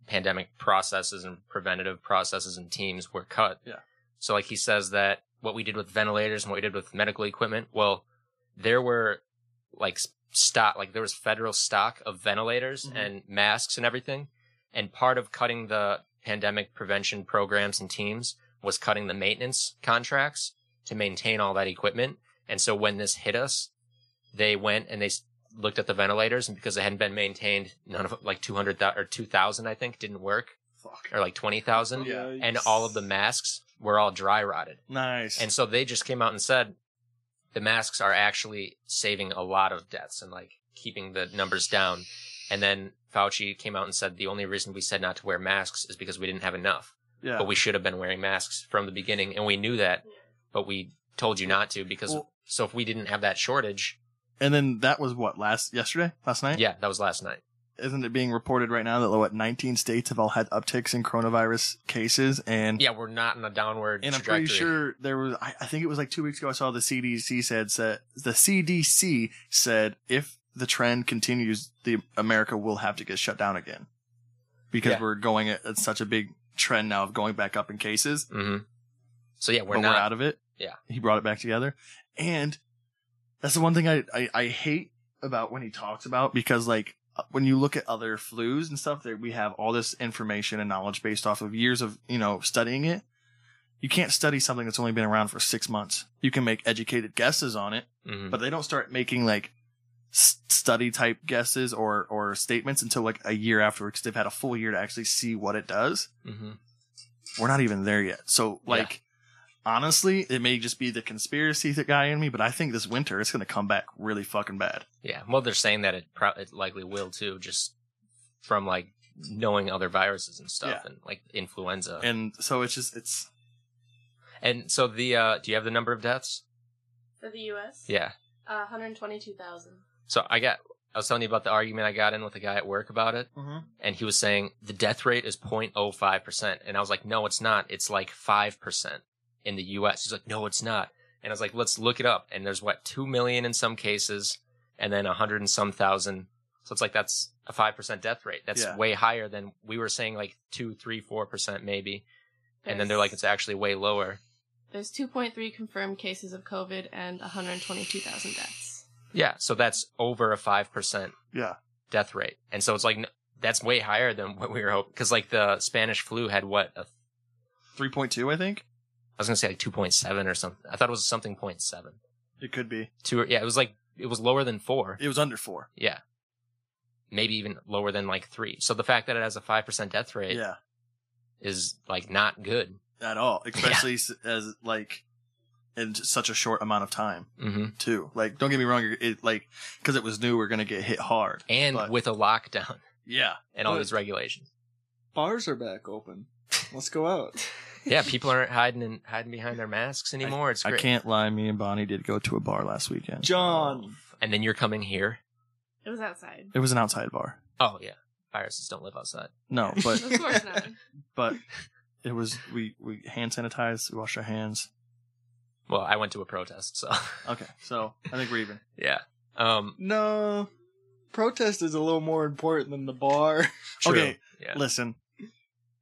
pandemic processes and preventative processes and teams were cut.
Yeah.
So like he says that what we did with ventilators and what we did with medical equipment, well, there were like s- stock like there was federal stock of ventilators
Mhm.
and masks and everything. And part of cutting the pandemic prevention programs and teams was cutting the maintenance contracts to maintain all that equipment. And so when this hit us, they went and they s- looked at the ventilators, and because they hadn't been maintained, none of like 200,000 or 2,000, I think, didn't work,
Fuck.
or like 20,000.
Yeah.
And all of the masks were all dry rotted.
Nice.
And so they just came out and said the masks are actually saving a lot of deaths and like keeping the numbers down. And then Fauci came out and said the only reason we said not to wear masks is because we didn't have enough.
yeah.
But we should have been wearing masks from the beginning and we knew that, but we told you not to because
Well-
so if we didn't have that shortage,
and then that was what last yesterday, last night.
yeah, that was last night.
isn't it being reported right now that what 19 states have all had upticks in coronavirus cases and
Yeah, we're not in a downward
and I'm
trajectory.
pretty sure there was I, I think it was like two weeks ago I saw the CDC said said the CDC said if the trend continues the America will have to get shut down again because
Yeah.
we're going at, at such a big trend now of going back up in cases
hmm So yeah, we're
but
not
we're out of it.
Yeah.
He brought it back together. And that's the one thing I, I, I hate about when he talks about because like uh, when you look at other flus and stuff that we have all this information and knowledge based off of years of, you know, studying it. You can't study something that's only been around for six months. You can make educated guesses on it,
Mhm.
but they don't start making like s- study type guesses or, or statements until like a year afterwards. 'cause They've had a full year to actually see what it does
Mhm.
we're not even there yet. So
Yeah.
like honestly, it may just be the conspiracy th- guy in me, but I think this winter it's going to come back really fucking bad.
Yeah, well, they're saying that it, pro- it likely will too, just from like knowing other viruses and stuff, and like influenza. And,
And so it's just it's
so the uh, do you have the number of deaths?
For the U.S.?
Yeah.
Uh, 122,000.
So I got I was telling you about the argument I got in with a guy at work about it,
Mhm.
and he was saying the death rate is 0.05 percent, and I was like, no, it's not. It's like five percent in the U.S. He's like, no, it's not, and I was like, let's look it up. And there's what two million in some cases, and then a hundred and some thousand. So it's like that's a five percent death rate. That's
Yeah.
way higher than we were saying, like two, three, four percent maybe. And then they're like, it's actually way lower.
There's 2.3 confirmed cases of COVID and 122,000 deaths.
Yeah, so that's over a five percent
Yeah.
death rate, and so it's like n- that's way higher than what we were hoping. Because like the Spanish flu had what a
3.2, I think.
I was gonna say like two point seven or something. I thought it was something point seven.
It could be.
Two, or- yeah, it was like it was lower than four.
It was under four.
Yeah, maybe even lower than like three. So the fact that it has a five percent death rate
Yeah.
is like not good.
At all. Especially s as, like, in such a short amount of time,
Mm-hmm.
too. Like, don't get me wrong. It, like, because it was new, we're going to get hit hard.
And
But-
with a lockdown
Yeah.
and all
But-
these regulations,
Bars are back open. Let's go out.
yeah, people aren't hiding and hiding behind their masks anymore. it's
I
great.
can't lie. Me and Bonnie did go to a bar last weekend.
John.
And then you're coming here.
It was outside.
It was an outside bar.
Oh yeah, viruses don't live outside.
No, but
of course not.
but it was we we hand sanitized, we washed our hands.
Well, I went to a protest, so
Okay, so I think we're even.
yeah. Um,
No. Protest is a little more important than the bar.
true.
Okay,
Yeah.
listen.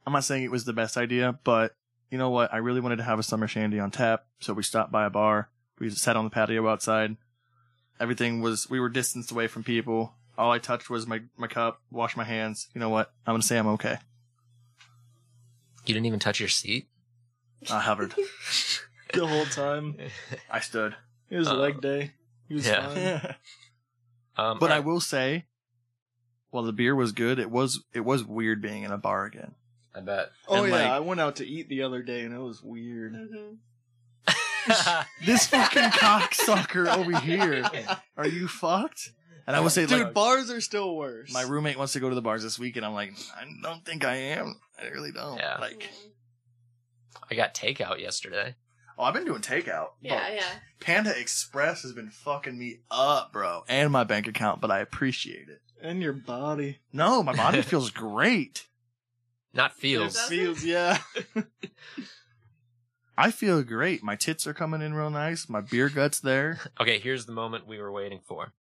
I'm not saying it was the best idea, but you know what? I really wanted to have a summer shandy on tap, so we stopped by a bar. We sat on the patio outside. Everything was we were distanced away from people. All I touched was my my cup, washed my hands. You know what? I'm gonna say I'm okay.
You didn't even touch your seat.
I hovered.
the whole time.
I stood.
It was
Uh,
leg day. He was
yeah.
fine.
Um,
But I
alright.
will say, while the beer was good, it was it was weird being in a bar again.
I bet.
Oh
And,
yeah,
like-
I went out to eat the other day and it was weird.
hmm
This fucking cocksucker over here. Are you fucked? And I will say,
Dude,
like,
bars are still worse.
my roommate wants to go to the bars this week, and I'm like, I don't think I am. I really don't.
Yeah.
Like,
I got takeout yesterday.
oh, I've been doing takeout.
Yeah,
but
yeah.
Panda Express has been fucking me up, bro, and my bank account, but I appreciate it.
and your body
No, my body feels great.
Not feels.
Does it?
feels yeah.
I feel great. My tits are coming in real nice. My beer guts there.
Okay, here's the moment we were waiting for.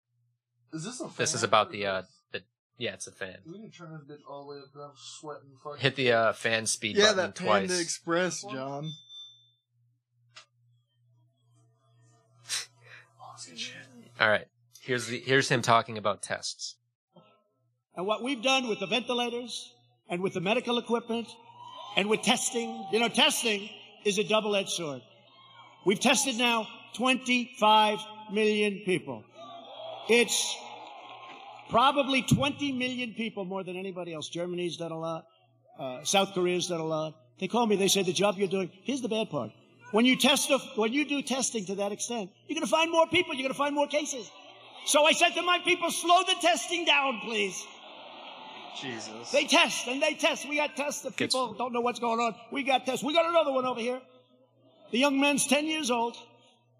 Is this a
This is about the uh the yeah, it's a fan.
We can turn this bitch all the way up. 'cause I'm sweating. Fucking.
Hit the uh fan speed
yeah,
button
that
twice.
Panda Express, John.
All right. Here's the here's him talking about tests.
And what we've done with the ventilators and with the medical equipment and with testing, you know, testing is a double edged sword. We've tested now 25 million people. It's probably 20 million people more than anybody else. Germany's done a lot. Uh, South Korea's done a lot. They call me. They say the job you're doing. Here's the bad part. When you test, a, when you do testing to that extent, you're going to find more people. You're going to find more cases. So I said to my people, slow the testing down, please.
Jesus.
They test and they test. We got tests. The
Gets-
people don't know what's going on. We got tests. We got another one over here. The young man's 10 years old.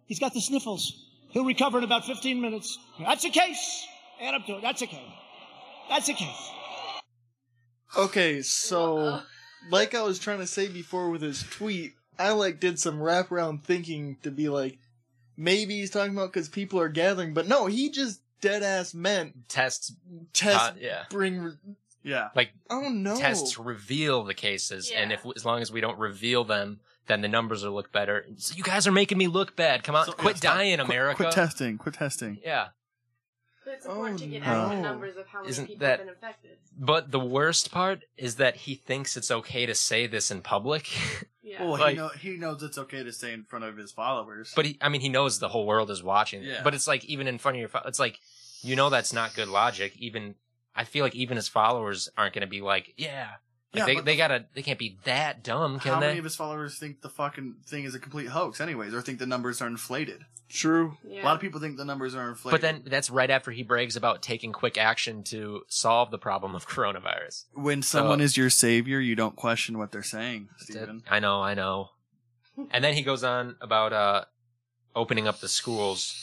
He's got the sniffles. He'll recover in about 15 minutes. That's a case. Add up to it. That's a case. That's a case.
Okay, so like I was trying to say before with his tweet, I like did some wraparound thinking to be like, maybe he's talking about because people are gathering, but no, he just dead ass meant
Tests
test
uh, yeah.
bring. Re-
Yeah.
Like
oh no,
tests reveal the cases and
Yeah.
if as long as we don't reveal them then the numbers will look better. So you guys are making me look bad. Come on,
So-
quit
yeah, stop.
dying, America.
Quit testing. Quit testing.
yeah.
But it's important
Oh,
to get
no.
accurate numbers of how many
Isn't
people
that-
have been infected.
But the worst part is that he thinks it's okay to say this in public.
Yeah.
Well,
Like-
he, know, he knows it's okay to stay in front of his followers.
but he, I mean, he knows the whole world is watching.
Yeah.
But it's like even in front of your, fo- it's like you know that's not good logic. Even I feel like even his followers aren't going to be like, yeah, like
Yeah,
they
but-
they gotta they can't be that dumb, can
how
they?
many of his followers think the fucking thing is a complete hoax, anyways, or think the numbers are inflated?
true.
A
yeah.
lot of people think the numbers are
but
inflated.
then that's right after he brags about taking quick action to solve the problem of coronavirus.
when
So-
someone is your savior, you don't question what they're saying, Stephen.
I know, I know. And then he goes on about uh opening up the schools.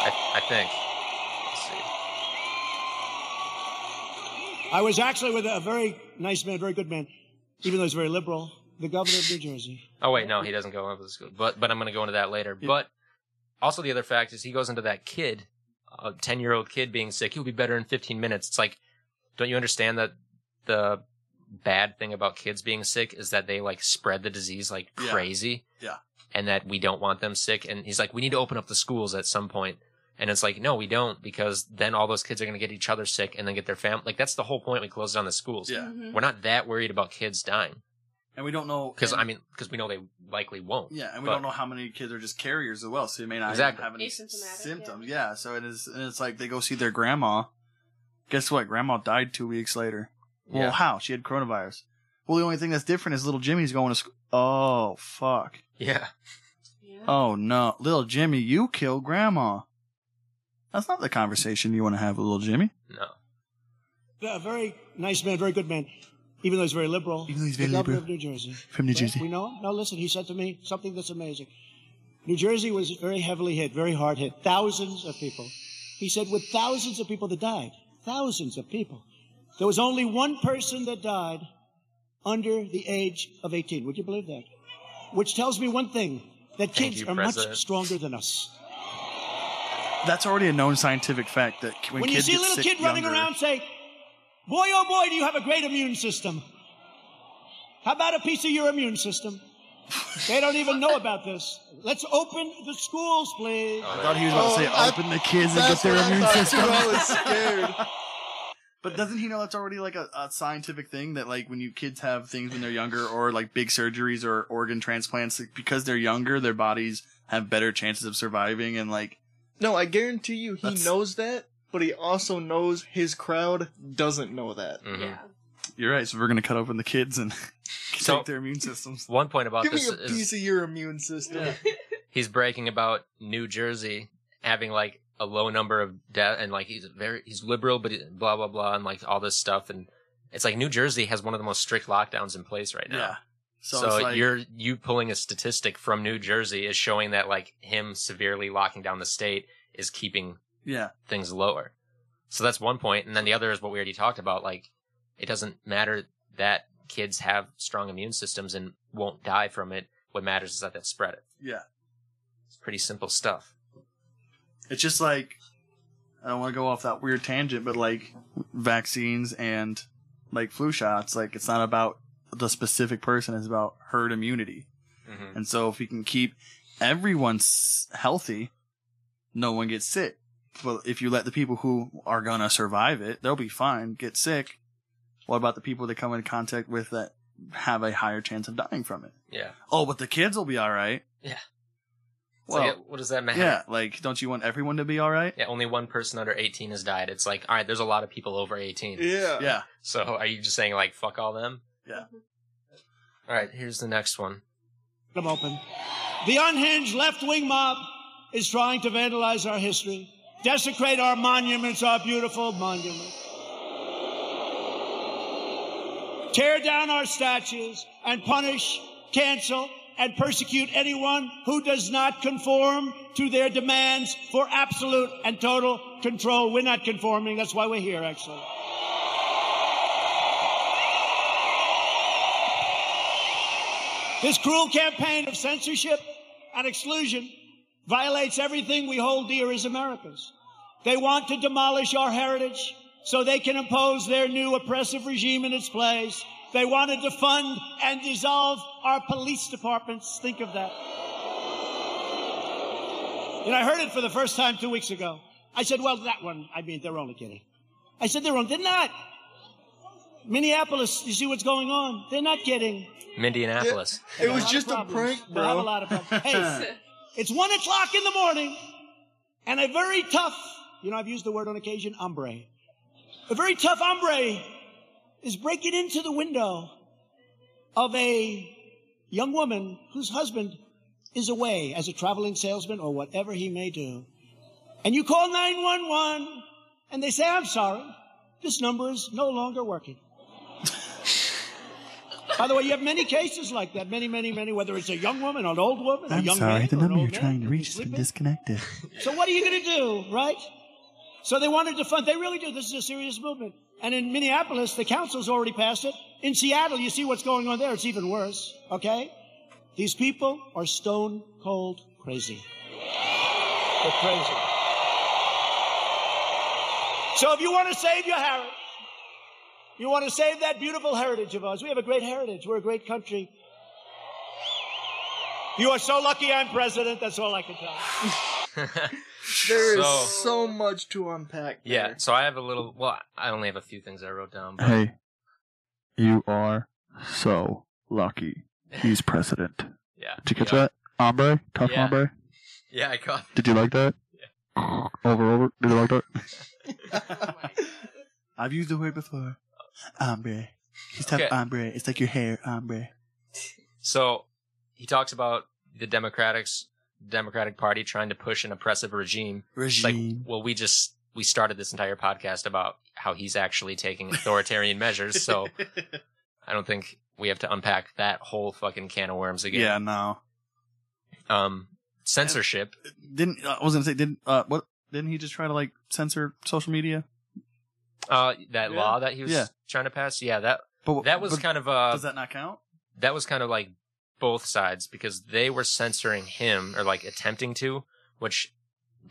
I, I think. Let's see.
I was actually with a very nice man, very good man, even though he's very liberal, the governor of New Jersey.
Oh wait, no, he doesn't go into the school. But but I'm gonna go into that later. But also the other fact is he goes into that kid, a ten year old kid being sick. He'll be better in fifteen minutes. It's like, don't you understand that the bad thing about kids being sick is that they like spread the disease like
Yeah.
crazy.
Yeah.
And that we don't want them sick. And he's like, we need to open up the schools at some point. And it's like, no, we don't, because then all those kids are gonna get each other sick and then get their family. Like that's the whole point. We closed down the schools.
Yeah.
Mhm.
We're not that worried about kids dying.
And we don't know
Because
and-
I mean, because we know they likely won't.
yeah, and we
but-
don't know how many kids are just carriers as well, so they may not
Exactly.
even have any
Asymptomatic,
symptoms. Yeah. so it is, and it's like they go see their grandma. Guess what? Grandma died two weeks later.
Yeah.
Well, how? She had coronavirus. Well, the only thing that's different is little Jimmy's going to school. Oh fuck!
Yeah.
Yeah.
Oh no, little Jimmy, you killed grandma. That's not the conversation you want to have with little Jimmy.
No.
A very nice man, very good man, even though he's very liberal,
Even though he's very
the governor
liberal.
of New Jersey.
From New
Right?
Jersey.
We know him? No, listen, he said to me something that's amazing. New Jersey was very heavily hit, very hard hit, thousands of people. He said, with thousands of people that died, thousands of people, there was only one person that died under the age of 18. Would you believe that? Which tells me one thing that
Thank
kids
you,
are
President.
much stronger than us.
That's already a known scientific fact that when,
When you
kids
see a
get
little
sick
kid running
younger-
around, say, Boy, oh boy, do you have a great immune system. How about a piece of your immune system? They don't even know about this. Let's open the schools, please.
I thought he was about to say
Oh, I-
open the kids and get
That's
their
what I
immune
thought, too.
system.
I was scared.
But doesn't he know that's already like a, a scientific thing that like when you kids have things when they're younger or like big surgeries or organ transplants like, because they're younger their bodies have better chances of surviving and like
No, I guarantee you he
That's-
knows that, but he also knows his crowd doesn't know that.
Mhm.
Yeah.
mm-hmm. you're right so we're gonna cut open the kids and
So-
take their immune systems.
One point about
Give me
this
a piece
is
of your immune system.
he's bragging about New Jersey having like a low number of death, and like he's very he's liberal, but he- blah blah blah, and like all this stuff, and it's like New Jersey has one of the most strict lockdowns in place right now.
Yeah.
So,
So, it's like,
you're you pulling a statistic from New Jersey is showing that like him severely locking down the state is keeping
yeah
things lower. So that's one point. And then the other is what we already talked about. Like, it doesn't matter that kids have strong immune systems and won't die from it. What matters is that they'll spread it.
yeah
It's pretty simple stuff.
it's just like I don't want to go off that weird tangent, but like vaccines and like flu shots, like it's not about the specific person; it's about herd immunity.
Mhm.
And so, if we can keep everyone s- healthy, no one gets sick. But if you let the people who are gonna survive it, they'll be fine, get sick. What about the people that come in contact with that have a higher chance of dying from it?
Yeah.
Oh, but the kids will be all right.
Yeah.
Well,
so, yeah, what does that matter?
yeah, like don't you want everyone to be all right?
Yeah, only one person under 18 has died. It's like, all right, there's a lot of people over 18.
Yeah.
Yeah.
So are you just saying, like, fuck all them?
Yeah.
All right, here's the next one.
them open. The unhinged left wing mob is trying to vandalize our history, desecrate our monuments, our beautiful monuments, tear down our statues, and punish, cancel, and persecute anyone who does not conform to their demands for absolute and total control. We're not conforming. That's why we're here, actually. This cruel campaign of censorship and exclusion violates everything we hold dear as Americans. They want to demolish our heritage so they can impose their new oppressive regime in its place. They want to defund and dissolve our police departments. Think of that. And I heard it for the first time two weeks ago. I said, well, that one, I mean, they're only kidding. I said, they're only, they're not. Minneapolis, you see what's going on? They're not kidding.
Mindianapolis.
It
A
was
lot
just
of
a
problems.
prank,
We'll have a
bro.
lot of problems. Hey, it's one o'clock in the morning, and a very tough, you know, I've used the word on occasion, hombre. A very tough hombre is breaking into the window of a young woman whose husband is away as a traveling salesman or whatever he may do. And you call 911, and they say, I'm sorry, this number is no longer working. By the way, you have many cases like that. Many, many, many. Whether it's a young woman, an old woman, a
I'm
young
sorry,
man,
the
or an
number you're
old man
trying to
who's
reach has been
sleeping.
disconnected.
So what are you going to do, right? So they wanted to fund. They really do. This is a serious movement. And in Minneapolis, the council's already passed it. In Seattle, you see what's going on there. It's even worse. Okay? These people are stone cold crazy. They're crazy. So if you want to save your heritage, you want to save that beautiful heritage of ours. We have a great heritage. We're a great country. You are so lucky I'm president. That's all I can tell. you.
There is
So-
so, much to unpack.
Yeah, so I have a little. Well, I only have a few things I wrote down. But
hey, you are so lucky. He's president.
Yeah.
Did you catch
yeah.
that? Ombre? Tough
Yeah.
ombre?
Yeah, I caught.
Did you like that? Over, over. Did you like that?
I've used the word before.
Ombre. He's tough
Okay.
ombre. It's like your hair, ombre.
So he talks about the Democrats, Democratic Party trying to push an oppressive regime. It's like,
Regime.
well, we just we started this entire podcast about how he's actually taking authoritarian measures. So I don't think we have to unpack that whole fucking can of worms again.
Yeah, no.
Um, censorship.
Didn't I was gonna say didn't uh what didn't he just try to like censor social media?
Uh, that
Yeah.
law that he was
Yeah.
trying to pass. Yeah, that
But
that was kind of uh
does that not count?
that was kind of like both sides because they were censoring him or like attempting to, which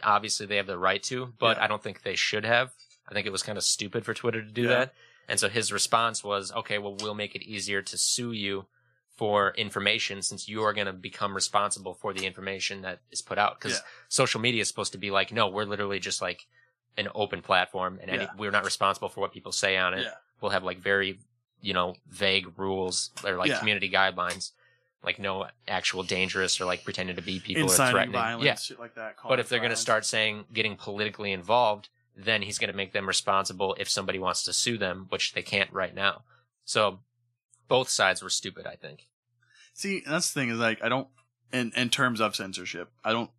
obviously they have the right to, but
Yeah.
I don't think they should have. I think it was kind of stupid for Twitter to do
Yeah.
that. And so his response was, okay, well, we'll make it easier to sue you for information since you are going to become responsible for the information that is put out. Cause
Yeah.
social media is supposed to be like, no, we're literally just like an open platform and any,
Yeah.
we're not responsible for what people say on it.
Yeah.
We'll have like very, you know, vague rules or like
Yeah.
community guidelines, like no actual dangerous or like pretending to be people or
Inciting
threatening.
violence,
Yeah.
shit like that.
But if they're going to
violence.
start saying getting politically involved, then he's going to make them responsible if somebody wants to sue them, which they can't right now. So both sides were stupid, I think.
See, that's the thing is like I don't in in terms of censorship, I don't.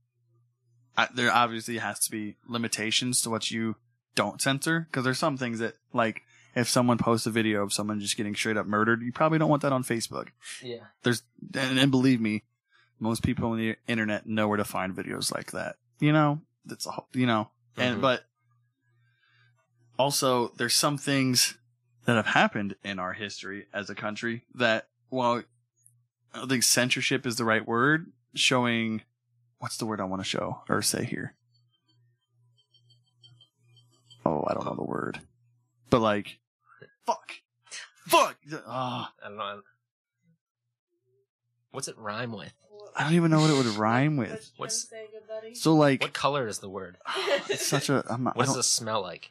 I, there obviously has to be limitations to what you don't censor because there's some things that like if someone posts a video of someone just getting straight up murdered, you probably don't want that on Facebook.
Yeah.
There's and, and believe me, most people on the internet know where to find videos like that. You know, that's a whole- you know, and
Mhm.
but also there's some things that have happened in our history as a country that while I don't think censorship is the right word. Showing what's the word I want to show or say here? Oh, I don't know the word. But like, fuck, fuck. Ah,
I don't know. What's it rhyme with?
I don't even know what it would rhyme
What
with.
you
What's-
gonna say, good buddy?
So like,
What color is the word?
it's such a. I'm, not- I
What does
don't,
this smell like?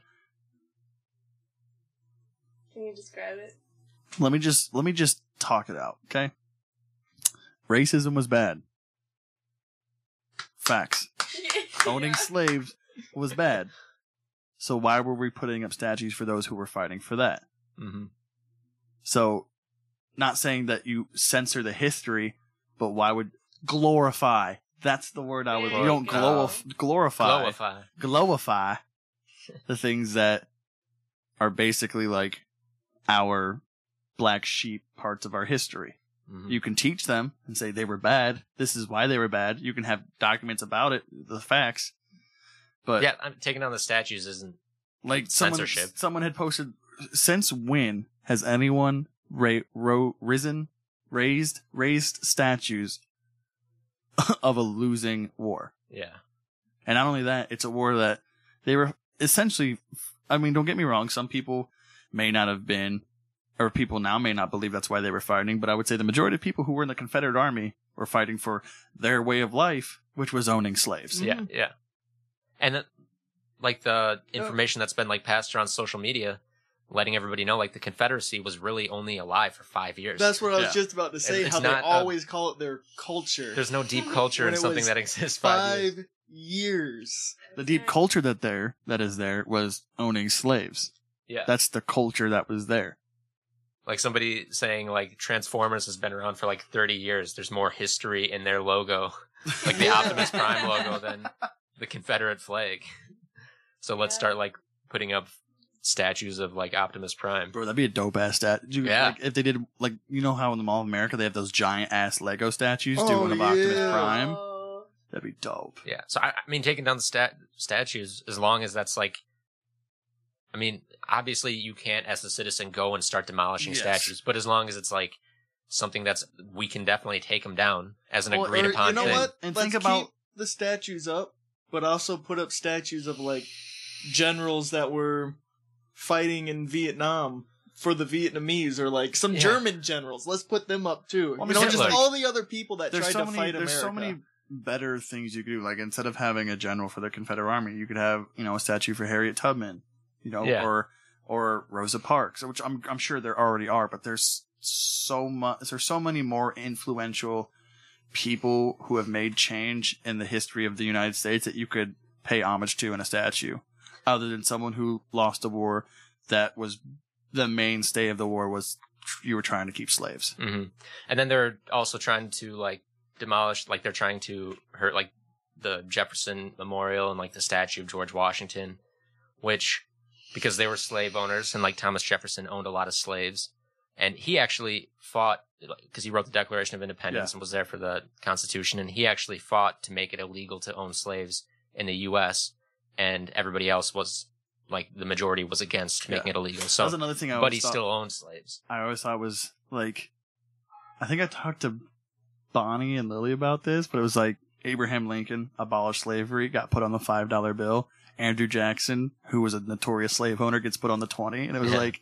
Can you describe it?
let me just let me just talk it out, okay? Racism was bad. Facts. Owning slaves was bad. So why were we putting up statues for those who were fighting for that?
Mm-hmm.
So, not saying that you censor the history, but why would glorify? That's the word I would.
There
You
you
don't
go.
glorif- glorify
Glorify.
glorify the things that are basically like our black sheep parts of our history.
Mhm.
You can teach them and say they were bad. This is why they were bad. You can have documents about it, the facts. But
yeah, I'm taking down the statues isn't
like someone,
Censorship.
someone had posted since when has anyone ra- ro- risen raised raised statues of a losing war
yeah.
and not only that it's a war that they were essentially i mean don't get me wrong some people may not have been or people now may not believe that's why they were fighting but i would say the majority of people who were in the confederate army were fighting for their way of life which was owning slaves
Yeah,
Mm-hmm.
yeah. And then, like the
Oh.
information that's been like passed around social media, letting everybody know like the Confederacy was really only alive for five years.
That's what I was
Yeah.
just about to say.
it's
how they
not a-
always call it their culture.
There's no deep culture
When
in
it
something
was
that exists five, years.
five years.
the deep culture that there that is there was owning slaves
Yeah,
That's the culture that was there.
like somebody saying like Transformers has been around for like 30 years. There's more history in their logo, like the
Yeah.
Optimus Prime logo, than the Confederate flag. So let's
Yeah.
start like putting up statues of like Optimus Prime.
Bro, that'd be a dope ass stat. Did you-
Yeah.
Like, if they did, like, you know how in the Mall of America they have those giant ass Lego statues
Oh,
doing of Optimus
yeah.
Prime?
Oh,
That'd be dope.
Yeah. So I, I mean, taking down the stat statues as long as that's like, I mean, obviously you can't as a citizen go and start demolishing
Yes.
statues, but as long as it's like something that's we can definitely take them down as an
Or-
agreed
or,
upon
You know
thing.
what?
And
Let's
think about-
keep the statues up, but also put up statues of like generals that were fighting in Vietnam for the Vietnamese, or like some
Yeah.
German generals. Let's put them up too.
Well, I
you
mean,
know,
Hitler.
just all the other people that
There's
tried
so
to
many.
fight
There's
America.
so many better things you could do. Like instead of having a general for the Confederate Army, you could have you know a statue for Harriet Tubman, you know,
Yeah.
or or Rosa Parks, which I'm I'm sure there already are. But there's so much. There's so many more influential people who have made change in the history of the United States that you could pay homage to in a statue, other than someone who lost a war that was the mainstay of the war was you were trying to keep slaves.
hmm And then they're also trying to like demolish, like they're trying to hurt like the Jefferson Memorial and like the statue of George Washington, which because they were slave owners and like Thomas Jefferson owned a lot of slaves, and he actually fought because he wrote the Declaration of Independence and was there for the Constitution, and he actually fought to make it illegal to own slaves in the U.S. and everybody else was like the majority was against making it illegal.
that
So,
was another thing I
but
always
he
thought-
still owned slaves.
I always thought was like, I think I talked to Bonnie and Lily about this, but it was like Abraham Lincoln abolished slavery, got put on the five dollar bill. Andrew Jackson, who was a notorious slave owner, gets put on the twenty, and it was
Yeah.
like,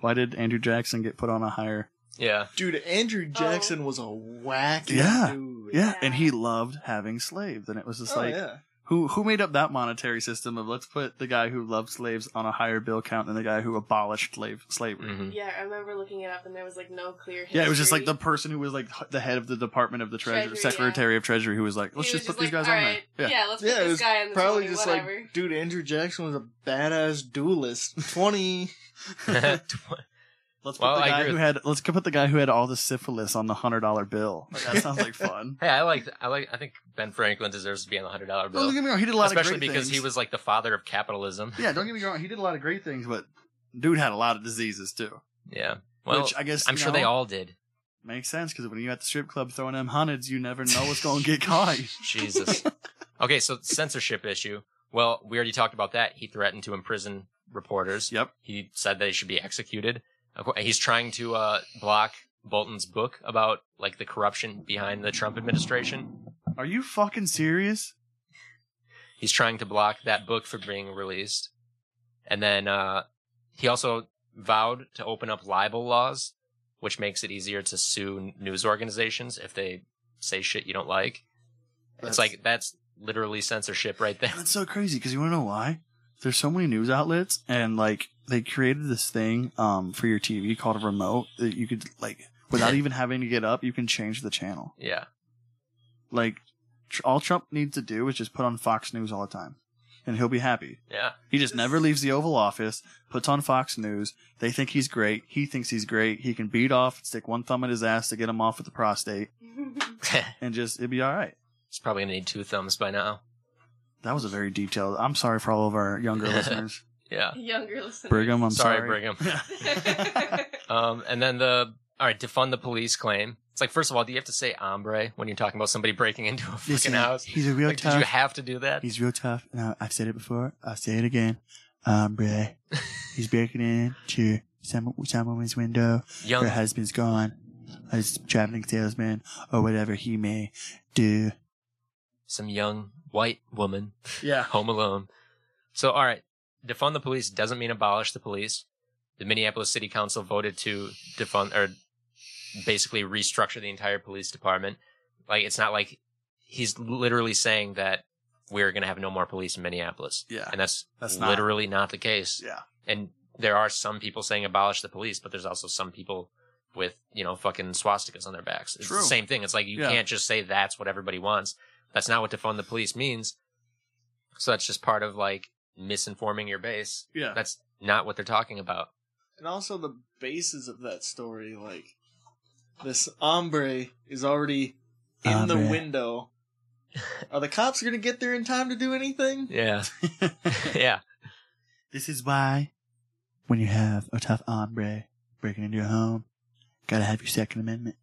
why did Andrew Jackson get put on a higher?
Yeah.
Dude, Andrew Jackson was a wacky
Yeah.
dude.
Yeah,
Yeah.
and he loved having slaves, and it was just
Oh,
like,
yeah.
who who made up that monetary system of let's put the guy who loved slaves on a higher bill count than the guy who abolished slave slavery?
hmm
yeah, I remember looking it up and there was like no clear history.
Yeah, it was just like the person who was like h- the head of the Department of the Treasury,
Treasury, yeah.
Secretary of Treasury, who was like,
He
let's
was
just put these
like,
guys
"All
on
right,
there. Yeah.
Yeah, let's
Yeah,
put
it
this
was
guy in the
probably
20,
just
whatever.
like, dude, Andrew Jackson was a badass duelist. 20.
Let's put
Well,
the
I
guy
agree
who
with-
had let's put the guy who had all the syphilis on the hundred dollar bill. Like, that sounds like fun.
Hey, I like I like I think Ben Franklin deserves to be on the hundred dollar
Well,
bill,
don't get me wrong, he did a lot
especially
of great
because
things.
he was like the father of capitalism.
Yeah, don't get me wrong, he did a lot of great things, but dude had a lot of diseases too.
Yeah. Well,
which I guess
I'm
you
sure they
know,
all did.
makes sense because when you're at the strip club throwing them hundreds, you never know what's going to get caught.
Jesus. okay, so censorship issue. Well, we already talked about that. He threatened to imprison reporters.
Yep.
He said they should be executed. Of cour- He's trying to uh, block Bolton's book about like the corruption behind the Trump administration.
Are you fucking serious?
He's trying to block that book from being released. And then uh, he also vowed to open up libel laws, which makes it easier to sue n- news organizations if they say shit you don't like.
That's-
it's like that's literally censorship right there.
And That's so crazy because you want to know why? There's so many news outlets, and like they created this thing um, for your TV called a remote that you could like without even having to get up, you can change the channel.
Yeah.
Like tr- all Trump needs to do is just put on Fox News all the time, and he'll be happy.
Yeah.
He just never leaves the Oval Office. Puts on Fox News. They think he's great. He thinks he's great. He can beat off, stick one thumb in his ass to get him off with the prostate, and just it'd be all right.
He's probably gonna need two thumbs by now.
That was a very detailed. I'm sorry for all of our younger listeners.
Yeah.
Younger listener.
Brigham, I'm
sorry,
sorry.
Brigham. Um, and then the all right, defund the police claim. It's like first of all, do you have to say hombre when you're talking about somebody breaking into a fucking
Listen,
house?
he's a real
Like, did
tough.
you have to do that?
he's real tough. Now I've said it before. I'll say it again. Um, bruh. he's breaking in to some some woman's window.
Young
Her husband's gone. As traveling salesman or whatever he may do.
some young white woman
Yeah.
home alone. So all right, defund the police doesn't mean abolish the police. The Minneapolis City Council voted to defund or basically restructure the entire police department. Like it's not like he's literally saying that we're going to have no more police in Minneapolis.
Yeah.
And that's,
That's not-
literally not the case.
Yeah.
And there are some people saying abolish the police, but there's also some people with, you know, fucking swastikas on their backs. It's
True.
the same thing. It's like you
Yeah.
can't just say that's what everybody wants. That's not what defund the police means. So that's just part of like misinforming your base.
Yeah.
That's not what they're talking about.
and also the basis of that story, like this hombre is already in the
Hombre.
window. Are the cops going to get there in time to do anything?
Yeah. yeah.
This is why When you have a tough hombre breaking into your home, gotta have your Second Amendment.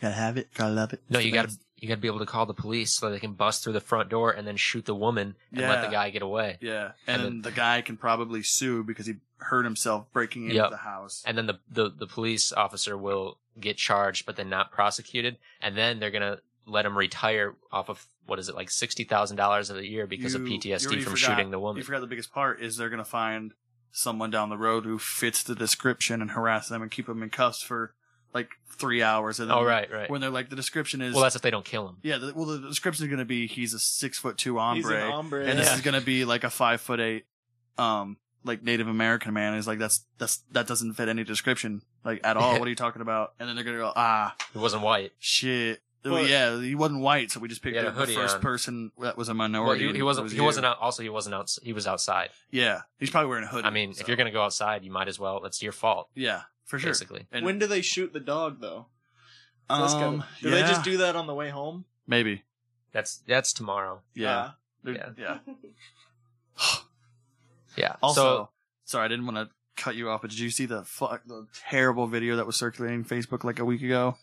gotta have it. Gotta love it.
No,
It's
you
the
gotta
best.
you gotta be able to call the police so they can bust through the front door and then shoot the woman and let the
Yeah.
guy get away.
Yeah, and, then the guy can probably sue because he hurt himself breaking into
Yep.
the house.
And then the, the the police officer will get charged, but then not prosecuted, and then they're gonna let him retire off of what is it like sixty thousand dollars a year because of
You- you
PTSD
already
from
forgot-
shooting the woman.
You forgot the biggest part is they're gonna find someone down the road who fits the description and harass them and keep them in cuffs for like three hours. And then
Oh, right, right.
When they're like the description is
well, that's if they don't kill him.
yeah. The, well, the description is gonna be he's a six foot two hombre,
He's an hombre.
and this
Yeah.
is gonna be like a five foot eight, um, like Native American man. Is like that's that's that doesn't fit any description like at all. what are you talking about? And then they're gonna go ah
He wasn't white.
shit. Oh
Well-
yeah, he wasn't white, so we just picked
had a
up the
hoodie
first
on.
person that was a
Well,
minority.
he, he
It
wasn't.
was
He
you.
wasn't out. Also, he wasn't out. He was outside.
Yeah, he's probably wearing a hoodie.
I mean, if you're gonna go outside, you might as well. That's your fault.
yeah, for sure.
Basically.
And-
when do they shoot the dog though? That's gotta-
um,
do they
yeah,
just do that on the way home?
maybe?
That's that's tomorrow.
Yeah,
Uh,
They're- yeah.
Yeah.
Also,
So-
sorry, I didn't want to cut you off, but did you see the fuck the terrible video that was circulating Facebook like a week ago?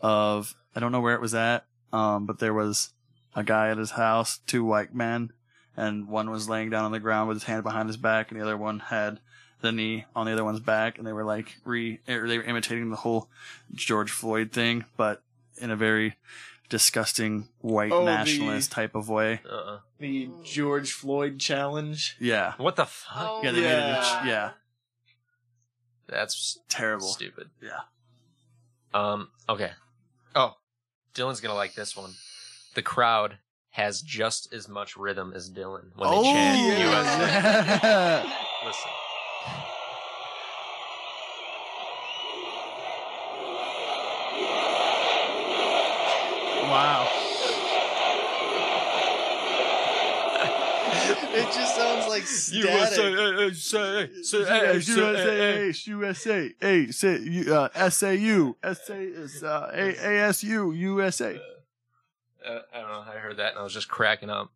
Of I don't know where it was at, um, but there was a guy at his house, two white men, and one was laying down on the ground with his hand behind his back, and the other one had the knee on the other one's back, and they were like re or they were imitating the whole George Floyd thing, but in a very disgusting white
Oh, the-
nationalist type of way.
Uh-uh.
the George Floyd challenge.
Yeah,
What the fuck?
Oh
yeah, they
my
made it. A
God.
ch- yeah,
That's
terrible.
stupid.
Yeah.
Um. Okay. Oh, Dylan's gonna like this one. The crowd has just as much rhythm as Dylan when
Oh!
they chant USA. Listen.
wow.
It just sounds like static.
USA,
USA.
USA, A, say, U- uh, SAU, SA is, uh, A- ASU, USA.
Uh, I don't know. I heard that and I was just cracking up.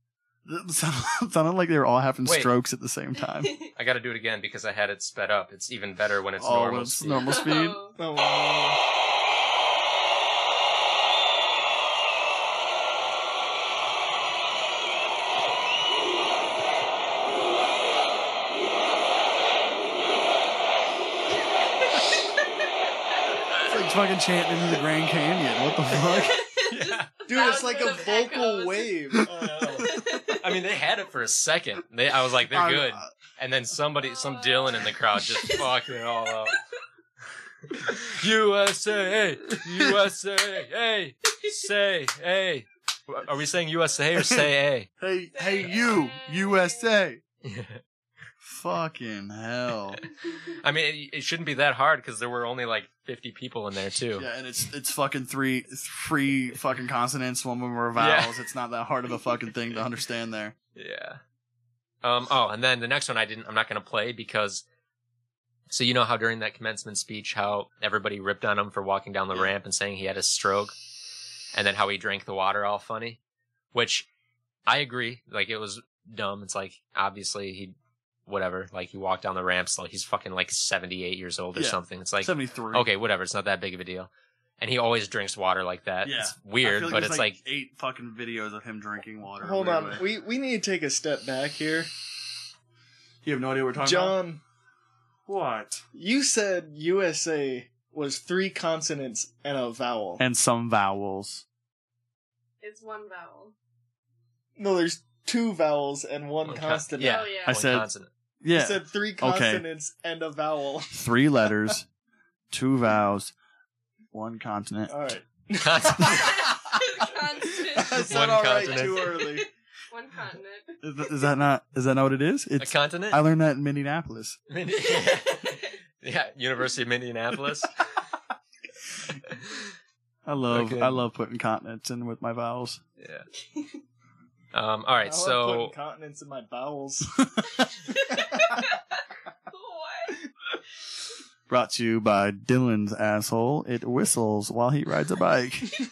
That sound- sounded like they were all having
Wait.
strokes at the same time.
I got to do it again because I had it sped up. It's even better when it's
Oh,
normal.
when it's normal speed.
Oh, wow.
It's like fucking chanting into the Grand Canyon. What the fuck?
Dude, it's like a vocal wave.
I mean, they had it for a second. They, I was like, they're
I'm- uh,
good. And then somebody, some Dylan in the crowd just fucking it all up. USA, USA, hey, say, hey. Are we saying USA or say
Hey, hey, you, USA.
hey?
Fucking hell.
I mean, it, it shouldn't be that hard because there were only like 50 people in there too.
Yeah, and it's it's fucking three three fucking consonants, one of them are vowels. It's not that hard of a fucking thing to understand there.
Yeah. Um. Oh, and then the next one I didn't. I'm not going to play because. So you know how during that commencement speech, how everybody ripped on him for walking down the
Yeah.
ramp and saying he had a stroke, and then how he drank the water all funny, which I agree. Like it was dumb. It's like obviously he, whatever. Like he walked down the ramps like he's fucking like 78 years old or
Yeah.
something. It's like
Seventy three.
okay, whatever. It's not that big of a deal. And he always drinks water like that.
Yeah.
It's
I
weird,
feel
but
there's
it's like,
eight fucking videos of him drinking water.
Hold
Weird
on.
way.
We we need to take a step back here.
you have no idea what we're talking about.
John,
What?
you said USA was three consonants and a vowel.
And some vowels.
It's one vowel.
No, there's two vowels and one
One con-
consonant.
yeah,
Oh, yeah.
I
one
said-
consonant.
You
Yeah.
said three
Okay.
consonants and a vowel.
Three letters, two vowels, one continent.
All right. I
Constant.
said
One
all right
consonant.
too early.
One continent.
Is, that- is that not? Is that not what it is?
a
It's.
continent.
I learned that in Minneapolis.
Min- yeah, University of Minneapolis.
I love.
Okay.
I love putting continents in with my vowels.
yeah. Um, all right,
I
so
love putting continents in my vowels.
Brought to you by Dylan's asshole. It whistles while he rides a bike.
is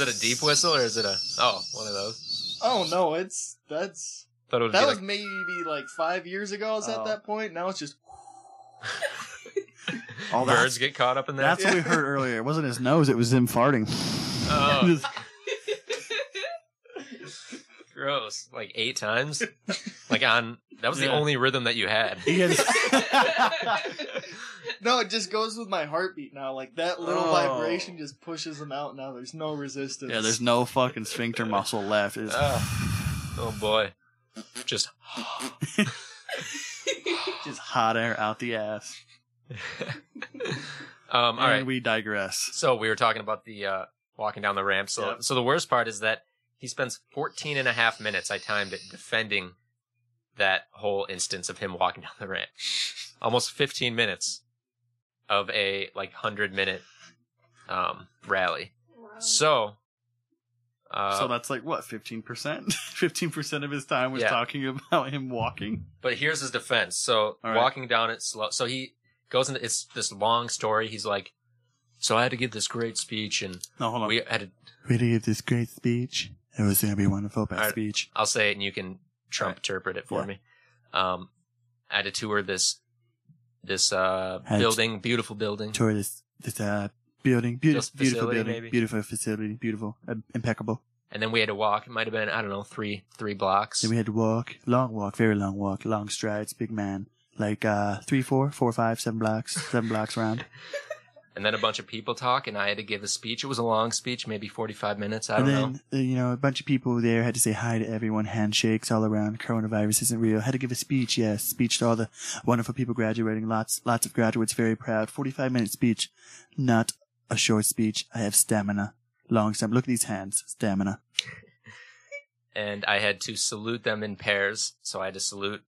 it a deep whistle or is it a oh one of those?
oh no, it's that's
Thought it would
That
be
was
like,
maybe like five years ago. I was
Oh.
at that point. Now it's just
All that-
birds get caught up in that.
That's what we heard earlier. It wasn't his nose, it was him farting.
Oh.
Just-
Gross. Like eight times. like on that was the
Yeah.
only rhythm that you had.
he had-
no. It just goes with my heartbeat now. Like that little
Oh.
vibration just pushes them out. Now there's no resistance.
yeah, there's no fucking sphincter muscle left. It's-
Ah. oh boy. Just
just hot air out the ass.
um all
And
right.
We digress.
So we were talking about the uh walking down the ramp. So so the worst part is that he spends 14 and a half minutes I timed it defending that whole instance of him walking down the ramp. Almost 15 minutes of a like 100 minute um rally. So uh,
so that's like what, fifteen percent? Fifteen percent of his time was
Yeah.
talking about him walking.
But here's his defense. So
All right.
walking down it slow. So he goes into it's this long story. He's like, so I had to give this great speech, and
No, hold on.
we had. To,
We did this great speech. It was gonna be wonderful, best
All right.
speech.
I'll say it, and you can Trump interpret it for
Yeah.
me. Um, I had to tour this this uh
Had to-
building, beautiful building.
Tour this this uh building, beautiful,
Mm-hmm. Just
beautiful
facility,
building,
maybe?
beautiful facility, beautiful, uh, impeccable.
and then we had to walk. It might have been I don't know three three blocks.
Then we had to walk, long walk, very long walk, long strides, big man, like uh three, four, four, five, seven blocks, seven blocks round.
and then a bunch of people talk, and I had to give a speech. It was a long speech, maybe forty five minutes. I
and
don't
then
know.
uh, you know a bunch of people there had to say hi to everyone, handshakes all around. Coronavirus isn't real. Had to give a speech, yes, speech to all the wonderful people graduating. Lots, lots of graduates, very proud. Forty-five minute speech, not a short speech. I have stamina, long stamina. Look at these hands, stamina.
And I had to salute them in pairs. So I had to salute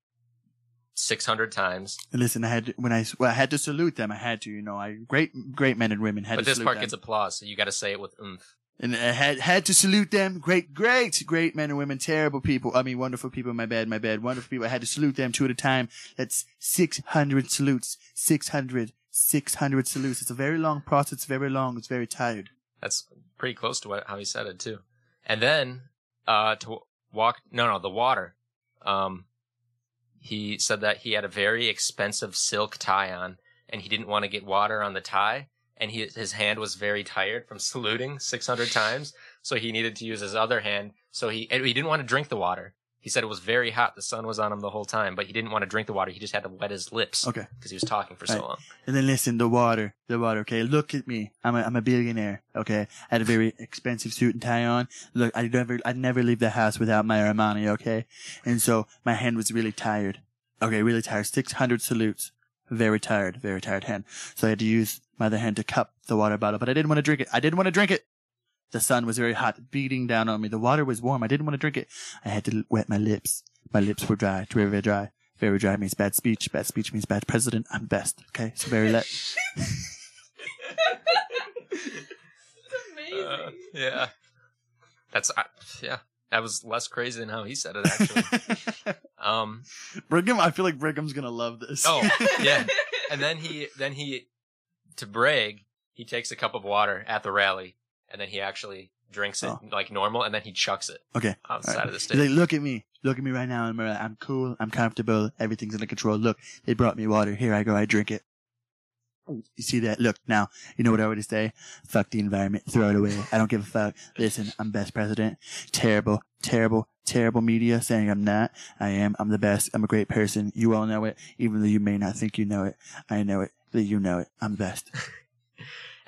six hundred times.
And listen, I had to, when I well, I had to salute them. I had to, you know, I great great men and women had
But
to
this
salute
part
them.
gets applause, so you got to say it with oomph.
and I had had to salute them. Great, great, great men and women. Terrible people. I mean, wonderful people. My bad, my bad. Wonderful people. I had to salute them two at a time. That's 600 salutes. 600, 600 salutes. It's a very long process. It's very long. It's very tired.
That's pretty close to what, how he said it too. And then uh, to walk, no, no, the water. Um, he said that he had a very expensive silk tie on, and he didn't want to get water on the tie, and he his hand was very tired from saluting 600 times, so he needed to use his other hand. So he and he didn't want to drink the water. He said it was very hot. The sun was on him the whole time, but he didn't want to drink the water. He just had to wet his lips because
Okay.
he was talking for
Right.
so long.
And then listen, the water, the water. Okay. Look at me. I'm a, I'm a billionaire. Okay. I had a very expensive suit and tie on. Look, I never, I never leave the house without my Armani. Okay. And so my hand was really tired. Okay. Really tired. 600 salutes. Very tired, very tired hand. So I had to use my other hand to cup the water bottle, but I didn't want to drink it. I didn't want to drink it. The sun was very hot, beating down on me. The water was warm. I didn't want to drink it. I had to l- wet my lips. My lips were dry, very, very dry. Very dry means bad speech. Bad speech means bad president. I'm best. Okay, so very let.
amazing.
Uh, yeah. That's I, yeah. That was less crazy than how he said it actually. um
Brigham, I feel like Brigham's gonna love this.
oh yeah. And then he then he to brag, he takes a cup of water at the rally and then he actually drinks it
Oh.
like normal and then he chucks it
Okay. All
outside
right.
of the
He's
stage.
like, look at me. Look at me right now in the mirror. I'm cool. I'm comfortable. Everything's under control. Look, they brought me water. Here I go. I drink it. You see that? Look, now, you know what I would say? Fuck the environment. Throw it away. I don't give a fuck. Listen, I'm best president. Terrible, terrible, terrible media saying I'm not. I am. I'm the best. I'm a great person. You all know it, even though you may not think you know it. I know it. That you know it. I'm best.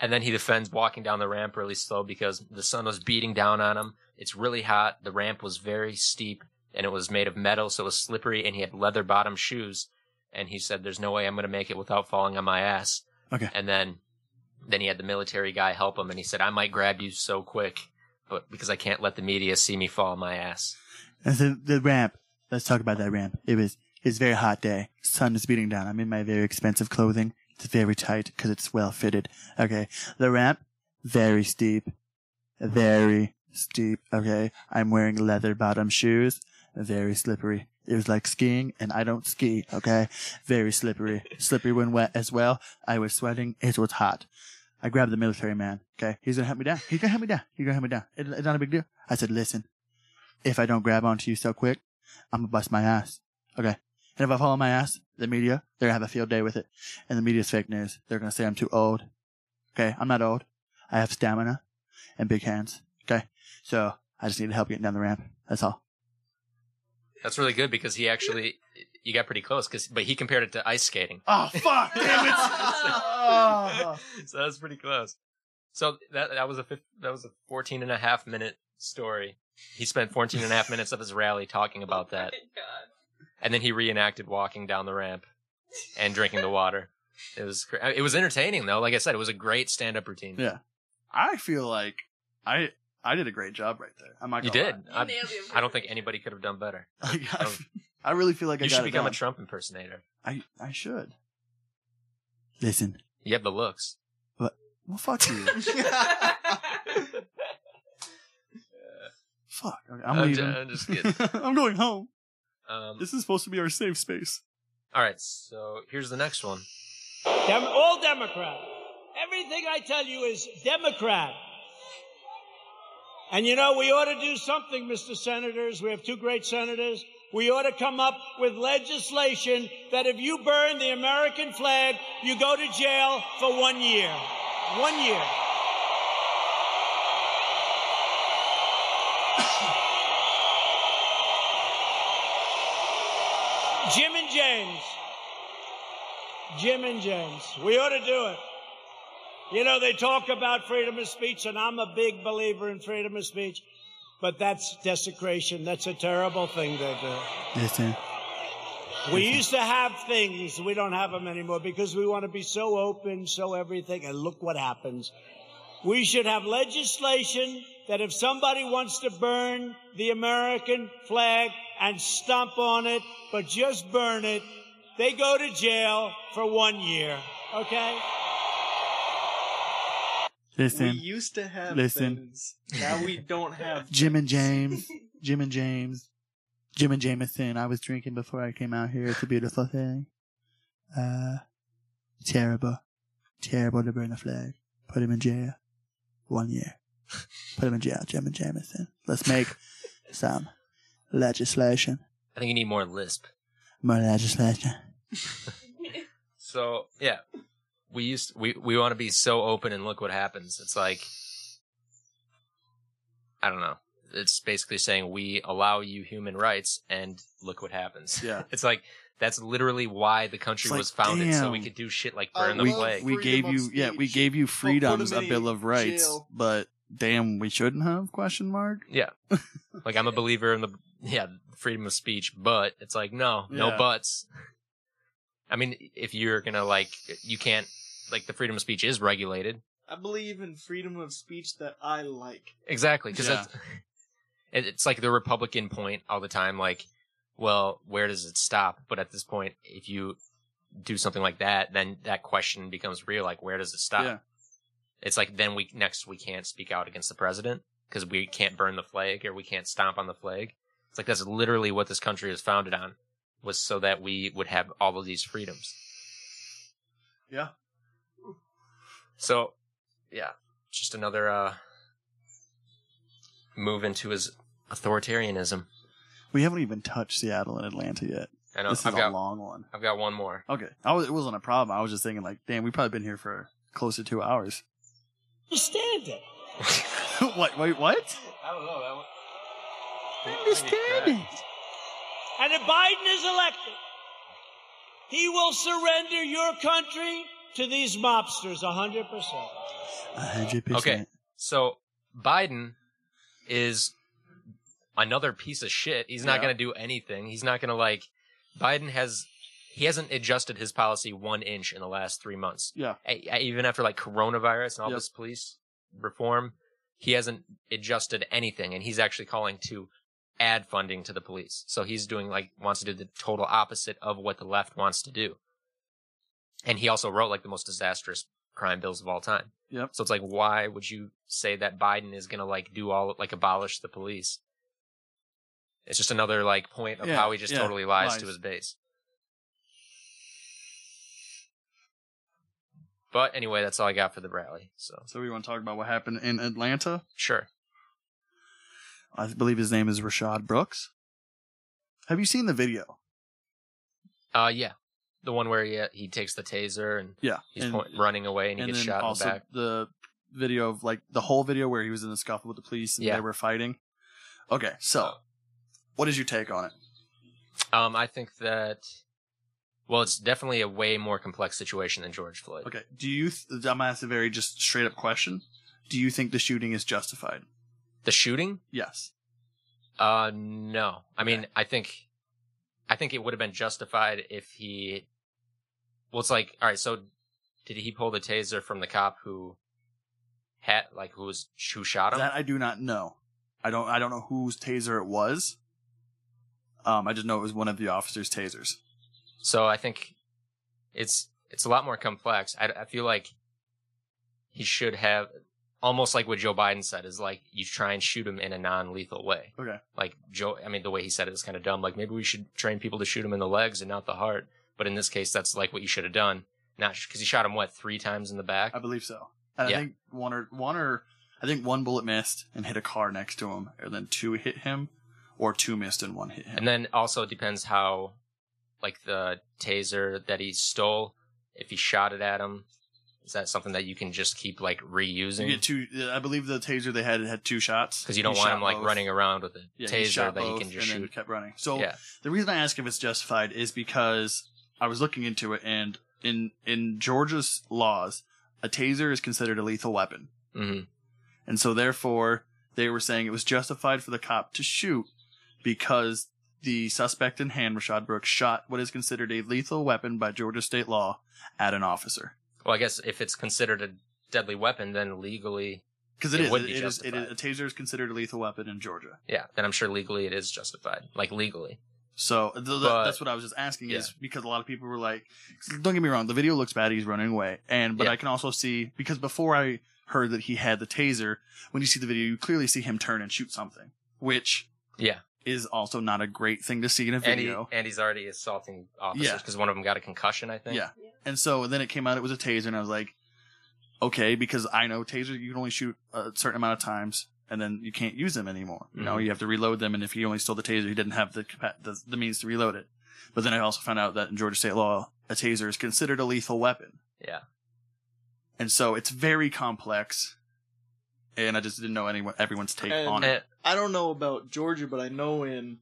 And then he defends walking down the ramp really slow because the sun was beating down on him. It's really hot. The ramp was very steep and it was made of metal, so it was slippery, and he had leather bottom shoes. And he said, There's no way I'm going to make it without falling on my ass.
Okay.
And then, then he had the military guy help him, and he said, I might grab you so quick, but because I can't let the media see me fall on my ass.
And so the ramp. Let's talk about that ramp. It was it's a very hot day. Sun is beating down. I'm in my very expensive clothing. It's very tight because it's well fitted. Okay. The ramp, very steep, very steep. Okay. I'm wearing leather bottom shoes. Very slippery. It was like skiing, and I don't ski. Okay. Very slippery. slippery when wet as well. I was sweating. It was hot. I grabbed the military man. Okay. He's gonna help me down. He's gonna help me down. He's gonna help me down. It- it's not a big deal. I said, listen, if I don't grab onto you so quick,
I'm gonna bust my ass. Okay. And if I fall on my ass, the media, they're gonna have a field day with it. And the media's fake news. They're gonna say I'm too old. Okay, I'm not old. I have stamina and big hands. Okay. So I just need help getting down the ramp. That's all.
That's really good because he actually you got pretty close. Cause but he compared it to ice skating.
Ah,
Oh fuck! Damn it! Oh.
so that's pretty close. So that that was a fif- that was a 14 and a half minute story. He spent 14 and a half minutes of his rally talking about that. And then he reenacted walking down the ramp and drinking the water. It was cra- it was entertaining though. Like I said, it was a great stand up routine.
Yeah. I feel like I I did a great job right there. I'm not
You
gonna
did.
lie.
I, I don't think anybody could have done better.
Like,
I
I,
don't-
I really feel like I
you
got
should
it
become a
down.
Trump impersonator.
I I should.
Listen,
You have the looks.
well, fuck you. fuck. Okay, I'm,
I'm ju-
leaving.
Uh, I'm just kidding.
I'm going home.
Um,
This is supposed to be our safe space.
all right, so here's the next one.
Dem- all Democrat. Everything I tell you is Democrat. And you know, we ought to do something, Mr. Senators. We have two great senators. We ought to come up with legislation that if you burn the American flag, you go to jail for one year. One year. Jim and James. Jim and James. We ought to do it. You know, they talk about freedom of speech, and I'm a big believer in freedom of speech, but that's desecration. That's a terrible thing they do.
Listen.
We used to have things, we don't have them anymore because we want to be so open, so everything, and look what happens. We should have legislation that if somebody wants to burn the American flag and stomp on it, but just burn it, they go to jail for one year. Okay?
Listen.
We used to have
Listen.
things. Now we don't have.
Jim and James. Jim and James. Jim and Jameson. I was drinking before I came out here. It's a beautiful thing. Uh, terrible. Terrible to burn a flag. Put him in jail. One year. Put him in jail, Jim and Jameson. Let's make some legislation.
I think you need more lisp.
More legislation.
So yeah, we used we we want to be so open and look what happens. It's like I don't know. It's basically saying we allow you human rights and look what happens.
Yeah.
It's like that's literally why the country
It's like,
was founded, so we
damn.
could do shit like
I
burn the
love
flag.
We
freedom
gave
of
you yeah, we
speech.
gave you
put 'em
freedoms, a
in
Bill of Rights,
jail.
but damn, we shouldn't have? Question mark.
Yeah. like I'm a believer in the yeah, freedom of speech, but it's like no,
Yeah.
no buts. I mean, if you're going to like you can't like the freedom of speech is regulated.
I believe in freedom of speech that I like.
Exactly, because
Yeah.
it, it's like the Republican point all the time. Like, well, where does it stop? But at this point, if you do something like that, then that question becomes real. Like, where does it stop?
Yeah.
It's like then we next we can't speak out against the president because we can't burn the flag or we can't stomp on the flag. It's like that's literally what this country was founded on, was so that we would have all of these freedoms.
Yeah.
So, yeah, just another uh move into his authoritarianism.
We haven't even touched Seattle and Atlanta yet.
I know
this is
I've
a
got
long one.
I've got one more.
Okay. I was, it wasn't a problem. I was just thinking like, damn, we've probably been here for close to two hours.
Understand it.
what wait what?
I don't know that one.
Understand it.
And if Biden is elected, he will surrender your country to these mobsters 100%.
A hundred percent.
Okay. So Biden is another piece of shit. He's not
Yeah.
going to do anything. He's not going to like Biden has he hasn't adjusted his policy 1 inch in the last 3 months.
Yeah.
E- even after like coronavirus and all
Yep.
this police reform, he hasn't adjusted anything and he's actually calling to add funding to the police. So he's doing like wants to do the total opposite of what the left wants to do. And he also wrote like the most disastrous crime bills of all time.
Yep.
So it's like why would you say that Biden is going to like do all like abolish the police? It's just another like point of
Yeah,
how he just
yeah,
totally lies,
lies.
to his base. But anyway, that's all I got for the rally. So
So we want to talk about what happened in Atlanta.
sure.
I believe his name is Rashad Brooks. Have you seen the video?
Uh, yeah, the one where he he takes the taser and
Yeah,
he's
and-
point, running away and he gets
then
shot in the
also
back.
the video of like the whole video where he was in the scuffle with the police and
Yeah.
they were fighting. Okay, so what is your take on it?
Um, I think that well, it's definitely a way more complex situation than George Floyd.
Okay, do you? Th- I'm gonna ask a very just straight up question. Do you think the shooting is justified?
The shooting?
Yes.
Uh, no. I mean, I think, I think it would have been justified if he. Well, it's like, all right. So, did he pull the taser from the cop who had like who was who shot him?
That I do not know. I don't. I don't know whose taser it was. Um, I just know it was one of the officers' tasers.
So I think it's it's a lot more complex. I, I feel like he should have almost like what Joe Biden said is like you try and shoot him in a non-lethal way.
Okay.
Like Joe, I mean the way he said it is kind of dumb. Like maybe we should train people to shoot him in the legs and not the heart. But in this case, that's like what you should have done. Not because he shot him what three times in the back.
I believe so. And
Yeah.
I think one or one or I think one bullet missed and hit a car next to him, and then two hit him, or two missed and one hit him.
And then also it depends how, like the taser that he stole, if he shot it at him, is that something that you can just keep like reusing?
You get two. I believe the taser they had had two shots
because you don't
He
want
shot
him like
both.
running around with a
Yeah, he
taser
shot
that he
both
can just
and then
shoot.
kept running. So
Yeah.
the reason I ask if it's justified is because I was looking into it, and in in Georgia's laws, a taser is considered a lethal weapon,
Mm-hmm.
and so therefore they were saying it was justified for the cop to shoot because the suspect in hand, Rashad Brooks, shot what is considered a lethal weapon by Georgia state law at an officer.
Well, I guess if it's considered a deadly weapon, then legally,
Because
It
it is,
would
it,
be
it is, it
justified.
is, a taser is considered a lethal weapon in Georgia.
yeah, then I'm sure legally it is justified. Like legally,
So th- th-
But-
that's what I was just asking is
Yeah.
because a lot of people were like, don't get me wrong, the video looks bad. He's running away, and but
Yeah.
I can also see because before I heard that he had the taser, when you see the video, you clearly see him turn and shoot something, which
yeah.
is also not a great thing to see in a
And, he,
video.
and he's already assaulting officers
Yeah.
because one of them got a concussion, I think.
yeah, and so then it came out it was a taser, and I was like, okay, because I know taser you can only shoot a certain amount of times. And then you can't use them anymore. You know,
Mhm.
you have to reload them. And if he only stole the taser, he didn't have the, capa- the the means to reload it. But then I also found out that in Georgia state law, a taser is considered a lethal weapon.
yeah.
And so it's very complex. And I just didn't know anyone everyone's take
And-
on
Eh,
it.
I don't know about Georgia, but I know in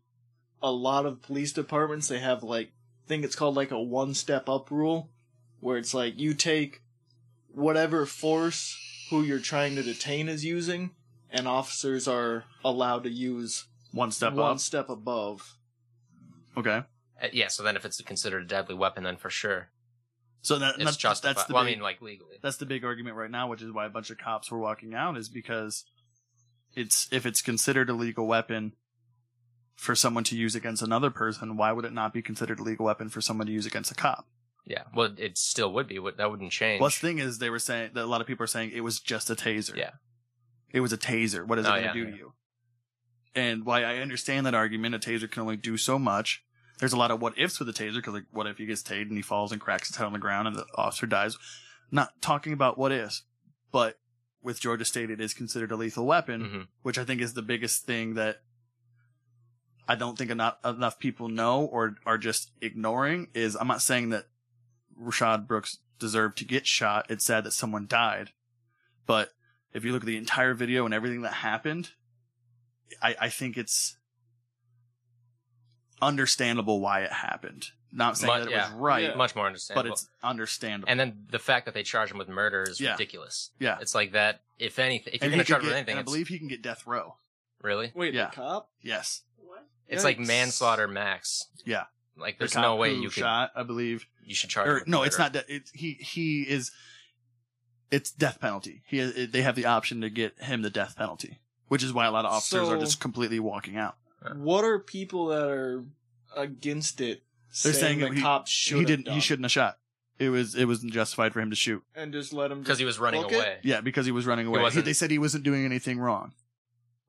a lot of police departments they have like I think it's called like a one step up rule where it's like you take whatever force who you're trying to detain is using and officers are allowed to use
One step
one
up.
step above.
Okay.
Uh, yeah. So then, if it's considered a deadly weapon, then for sure
So that,
it's
that's,
justified.
that's the
well, I
big-
mean, like legally.
that's the big argument right now, which is why a bunch of cops were walking out, is because it's if it's considered a legal weapon for someone to use against another person, why would it not be considered a legal weapon for someone to use against a cop?
Yeah. Well, it still would be. Would- That wouldn't change.
Well, the thing is, they were saying that a lot of people are saying it was just a taser.
Yeah.
it was a taser. What is it
Oh,
going to
yeah.
do to you? And why I understand that argument, a taser can only do so much. There's a lot of what ifs with a taser because like, what if he gets tased and he falls and cracks his head on the ground and the officer dies? Not talking about what ifs, but with Georgia State, it is considered a lethal weapon,
Mhm.
which I think is the biggest thing that I don't think enough, enough people know or are just ignoring. Is I'm not saying that Rashad Brooks deserved to get shot. It's sad that someone died, but if you look at the entire video and everything that happened, I, I think it's understandable why it happened. Not saying
Mu-
that it
yeah.
was right,
Yeah.
much more
but
understandable.
it's understandable.
and then the fact that they charge him with murder is
Yeah.
ridiculous.
yeah,
It's like that. If anything, if you're
And
going
he
to charge him
could
with
get-
anything,
and I
it's-
believe he can get death row.
really,
Wait,
Yeah.
the cop?
Yes,
What?
it's like
Yikes.
manslaughter max.
yeah.
Like
The
there's
cop
no way
who
you could
shot. I believe.
you should charge. him
Or
with
no, it's
murder.
not. De- it's he he is. It's death penalty. He it, they have the option to get him the death penalty, which is why a lot of officers are
So-
just completely walking out.
What are people that are against it
They're saying,
the
he,
cop should
he didn't.
Done,
He shouldn't have shot. It was it was justified for him to shoot.
and just let him
because he was running
book it?
away.
Yeah, because he was running away. He-
wasn't-
they said he wasn't doing anything wrong,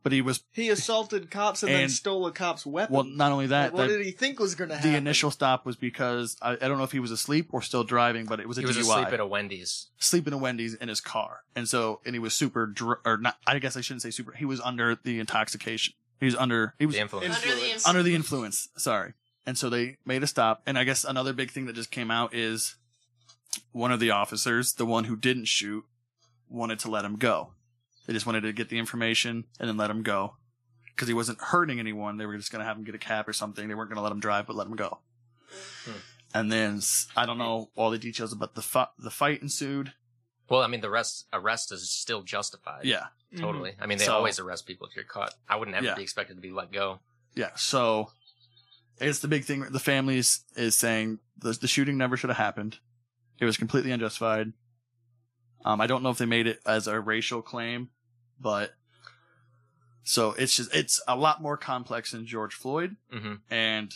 but he was.
He assaulted cops and, then
And-
stole a cop's weapon.
Well, not only that,
what
that-
did he think was going to happen?
the initial stop was because I, I don't know if he was asleep or still driving, but it was a
He was
DUI.
asleep at a Wendy's.
sleeping at Wendy's in his car, and so and he was super dr- or not. I guess I shouldn't say super. He was under the intoxication. He was under he was
The influence.
Under the influence.
Under the influence. Sorry. And so they made a stop. And I guess another big thing that just came out is one of the officers, the one who didn't shoot, wanted to let him go. They just wanted to get the information and then let him go because he wasn't hurting anyone. They were just going to have him get a cab or something. They weren't going to let him drive, but let him go. And then s- I don't know all the details, but the fi- the fight ensued.
Well, I mean, the rest arrest is still justified.
Yeah. Mm-hmm.
Totally. I mean, they
So-
always arrest people if you're caught. I wouldn't ever
Yeah.
be expected to be let go.
Yeah, so it's the big thing. The families is saying the, the shooting never should have happened. It was completely unjustified. Um, I don't know if they made it as a racial claim, but so it's just it's a lot more complex than George Floyd,
hmm
and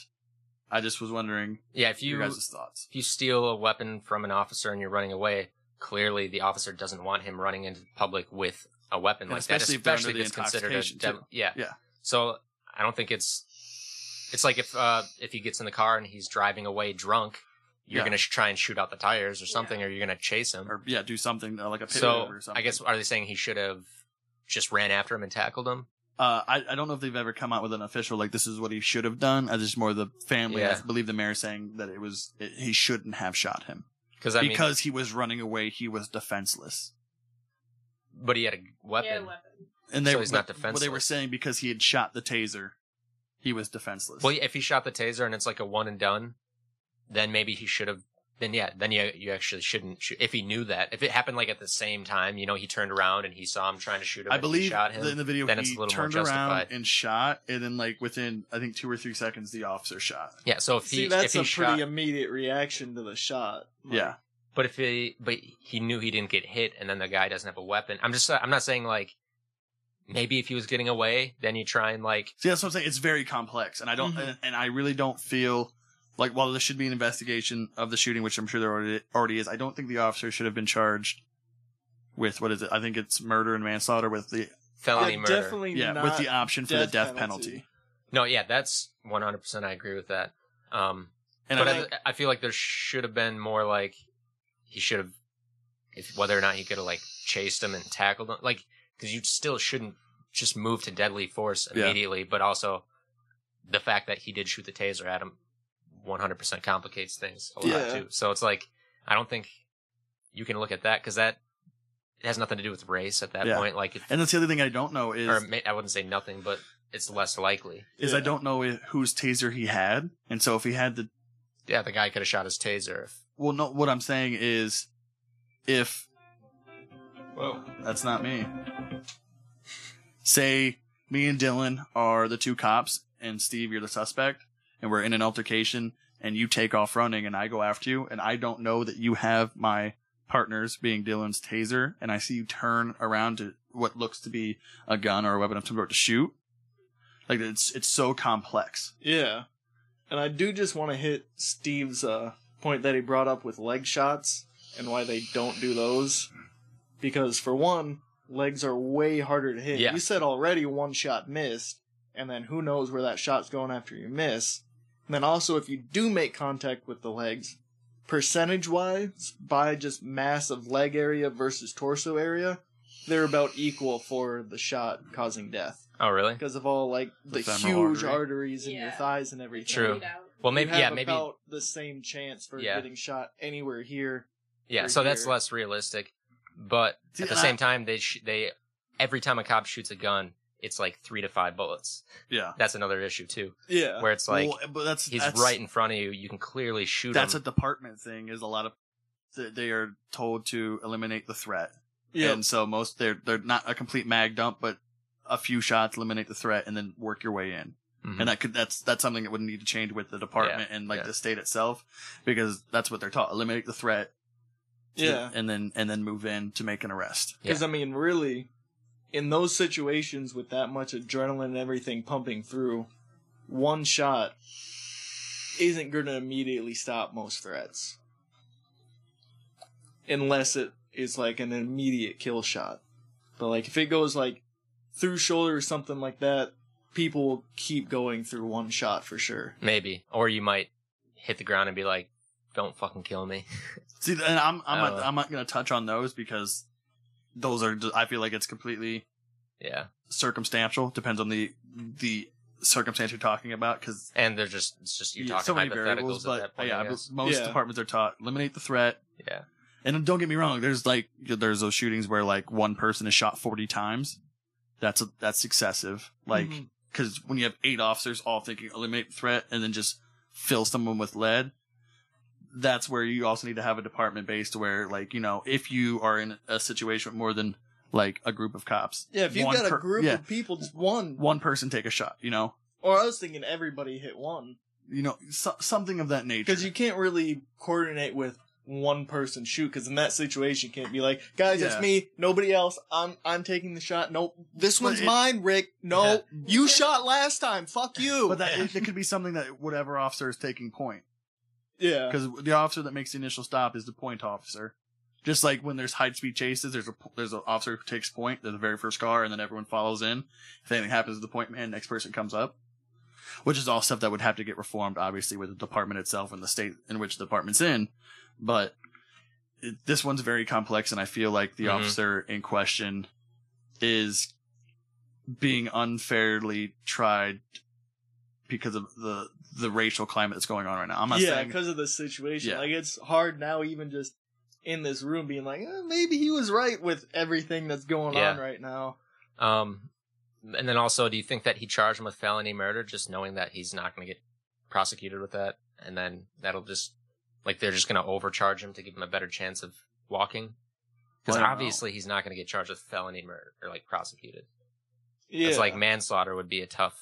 I just was wondering
Yeah, if you
your guys' thoughts.
if you steal a weapon from an officer and you're running away, clearly the officer doesn't want him running into the public with a weapon
And
like that.
especially if they're
Especially
under the
gets considered a
intoxication,
dem-
too.
yeah.
Yeah.
So I don't think it's it's like if uh if he gets in the car and he's driving away drunk, you're
Yeah.
gonna sh- try and shoot out the tires or something, or you're gonna chase him.
Or yeah, do something uh, like a pit
so
or something.
I guess are they saying he should have just ran after him and tackled him?
Uh, I, I don't know if they've ever come out with an official like this is what he should have done. I just more the family.
Yeah.
I believe the mayor saying that it was it, he shouldn't have shot him
Because I mean,
because he was running away. He was defenseless,
but he had a weapon.
Yeah, weapon.
and they
So he's not
but- Well, they were
defenseless.
saying because he had shot the taser, he was defenseless.
Well, if he shot the taser and it's like a one and done, then maybe he should have. Then yeah, then you you actually shouldn't shoot. If he knew that, if it happened like at the same time, you know, he turned around and he saw him trying to shoot him.
I
and he
believe
shot him.
in the video
then
he
it's a little
turned
more
around
justified.
and shot, and then like within I think two or three seconds the officer shot.
yeah. So if
See,
he if
that's
he
a
shot,
pretty immediate reaction to the shot. Like,
yeah,
but if he but he knew he didn't get hit, and then the guy doesn't have a weapon. I'm just I'm not saying like maybe if he was getting away, then you try and like
See, that's what I'm saying. It's very complex, and I don't,
Mhm.
and, and I really don't feel like while there should be an investigation of the shooting, which I'm sure there already, already is. I don't think the officer should have been charged with what is it? I think it's murder and manslaughter with the
felony
yeah,
murder.
Definitely
yeah
not.
with the option for the
death
death penalty.
penalty.
No, yeah, that's 100. percent I agree with that. Um,
And
but
I
I,
think,
I feel like there should have been more like he should have, if whether or not he could have like chased him and tackled him, like because you still shouldn't just move to deadly force
Yeah.
immediately. But also, the fact that he did shoot the taser at him, 100 percent complicates things a lot
Yeah.
too. So it's like I don't think you can look at that because that it has nothing to do with race at that
Yeah.
point. Like, if,
and that's the other thing I don't know is
or may, I wouldn't say nothing, but it's less likely.
is I don't know i- whose taser he had, and so if he had the
Yeah, the guy could have shot his taser. If,
well, no, what I'm saying is if
Whoa.
That's not me. Say me and Dylan are the two cops, and Steve, you're the suspect, and we're in an altercation, and you take off running, and I go after you, and I don't know that you have my partner's, being Dylan's taser, and I see you turn around to what looks to be a gun or a weapon of some sort to shoot. Like it's it's so complex.
Yeah. And I do just want to hit Steve's uh, point that he brought up with leg shots and why they don't do those. Because, for one, legs are way harder to hit.
Yeah.
You said already one shot missed, and then who knows where that shot's going after you miss. And then also, if you do make contact with the legs, percentage wise, by just mass of leg area versus torso area, they're about equal for the shot causing death.
oh, really?
Because of all, like, the,
The femoral
huge
artery.
arteries in your
Yeah.
thighs and everything.
True.
Bleed out.
Well, maybe
you
yeah,
have
maybe
about the same chance for
Yeah.
getting shot anywhere here.
yeah.
for
So that's
here.
less realistic, but
See,
at the
and I-
same time, they sh- they every time a cop shoots a gun, it's like three to five bullets.
Yeah.
That's another issue too,
Yeah.
where it's like
Well, but that's
he's
that's,
right in front of you. You can clearly shoot
That's a
him.
department thing. Is a lot of th- they are told to eliminate the threat.
Yeah.
And so most they're they're not a complete mag dump, but a few shots eliminate the threat and then work your way in.
Mhm.
And that could that's that's something that would need to change with the department and like
yeah.
the state itself because that's what they're taught. Eliminate the threat. to-
Yeah.
And then and then move in to make an arrest.
Yeah.
Because, I mean, really, in those situations with that much adrenaline and everything pumping through, one shot isn't going to immediately stop most threats. Unless it is like an immediate kill shot. But, like, if it goes like through shoulder or something like that, people will keep going through one shot for sure.
maybe, or you might hit the ground and be like, "Don't fucking kill me."
See, and I'm I'm not,
Uh.
I'm not gonna touch on those because those are just, I feel like it's completely
yeah,
circumstantial. Depends on the the circumstance you're talking about. Because
and they're just it's just you're
Yeah,
talking
so many
hypotheticals
variables,
at
but
that point.
yeah,
I
but
guess.
most
Yeah.
departments are taught eliminate the threat.
Yeah.
and don't get me wrong. There's like there's those shootings where like one person is shot 40 times. That's a, that's excessive. Like
Mhm.
because when you have eight officers all thinking eliminate the threat and then just fill someone with lead. That's where you also need to have a department based where, like, you know, if you are in a situation with more than like a group of cops,
Yeah, if you've
one
got a
per-
group
yeah,
of people, just one.
one person take a shot, you know,
Or I was thinking everybody hit one.
you know, so, something of that nature.
Because you can't really coordinate with one person shoot, because in that situation you can't be like, guys,
Yeah.
it's me, nobody else, I'm I'm taking the shot. Nope. This
But
one's
it-
mine, Rick. No. You shot last time. Fuck you.
But that it, it could be something that whatever officer is taking point,
yeah.
because the officer that makes the initial stop is the point officer. Just like when there's high speed chases, there's a there's an officer who takes point. They're the very first car, and then everyone follows in. If anything happens to the point man, next person comes up. Which is all stuff that would have to get reformed, obviously, with the department itself and the state in which the department's in. But it, this one's very complex, and I feel like the
Mhm.
officer in question is being unfairly tried because of the the racial climate that's going on right now. I'm not
yeah,
saying
because of the situation.
Yeah.
Like it's hard now, even just in this room, being like, eh, maybe he was right with everything that's going
Yeah.
on right now.
Um, and then also, do you think that he charged him with felony murder, just knowing that he's not going to get prosecuted with that, and then that'll just like they're just going to overcharge him to give him a better chance of walking? Because
Well, I don't know.
obviously, he's not going to get charged with felony murder or like prosecuted.
Yeah,
It's like manslaughter would be a tough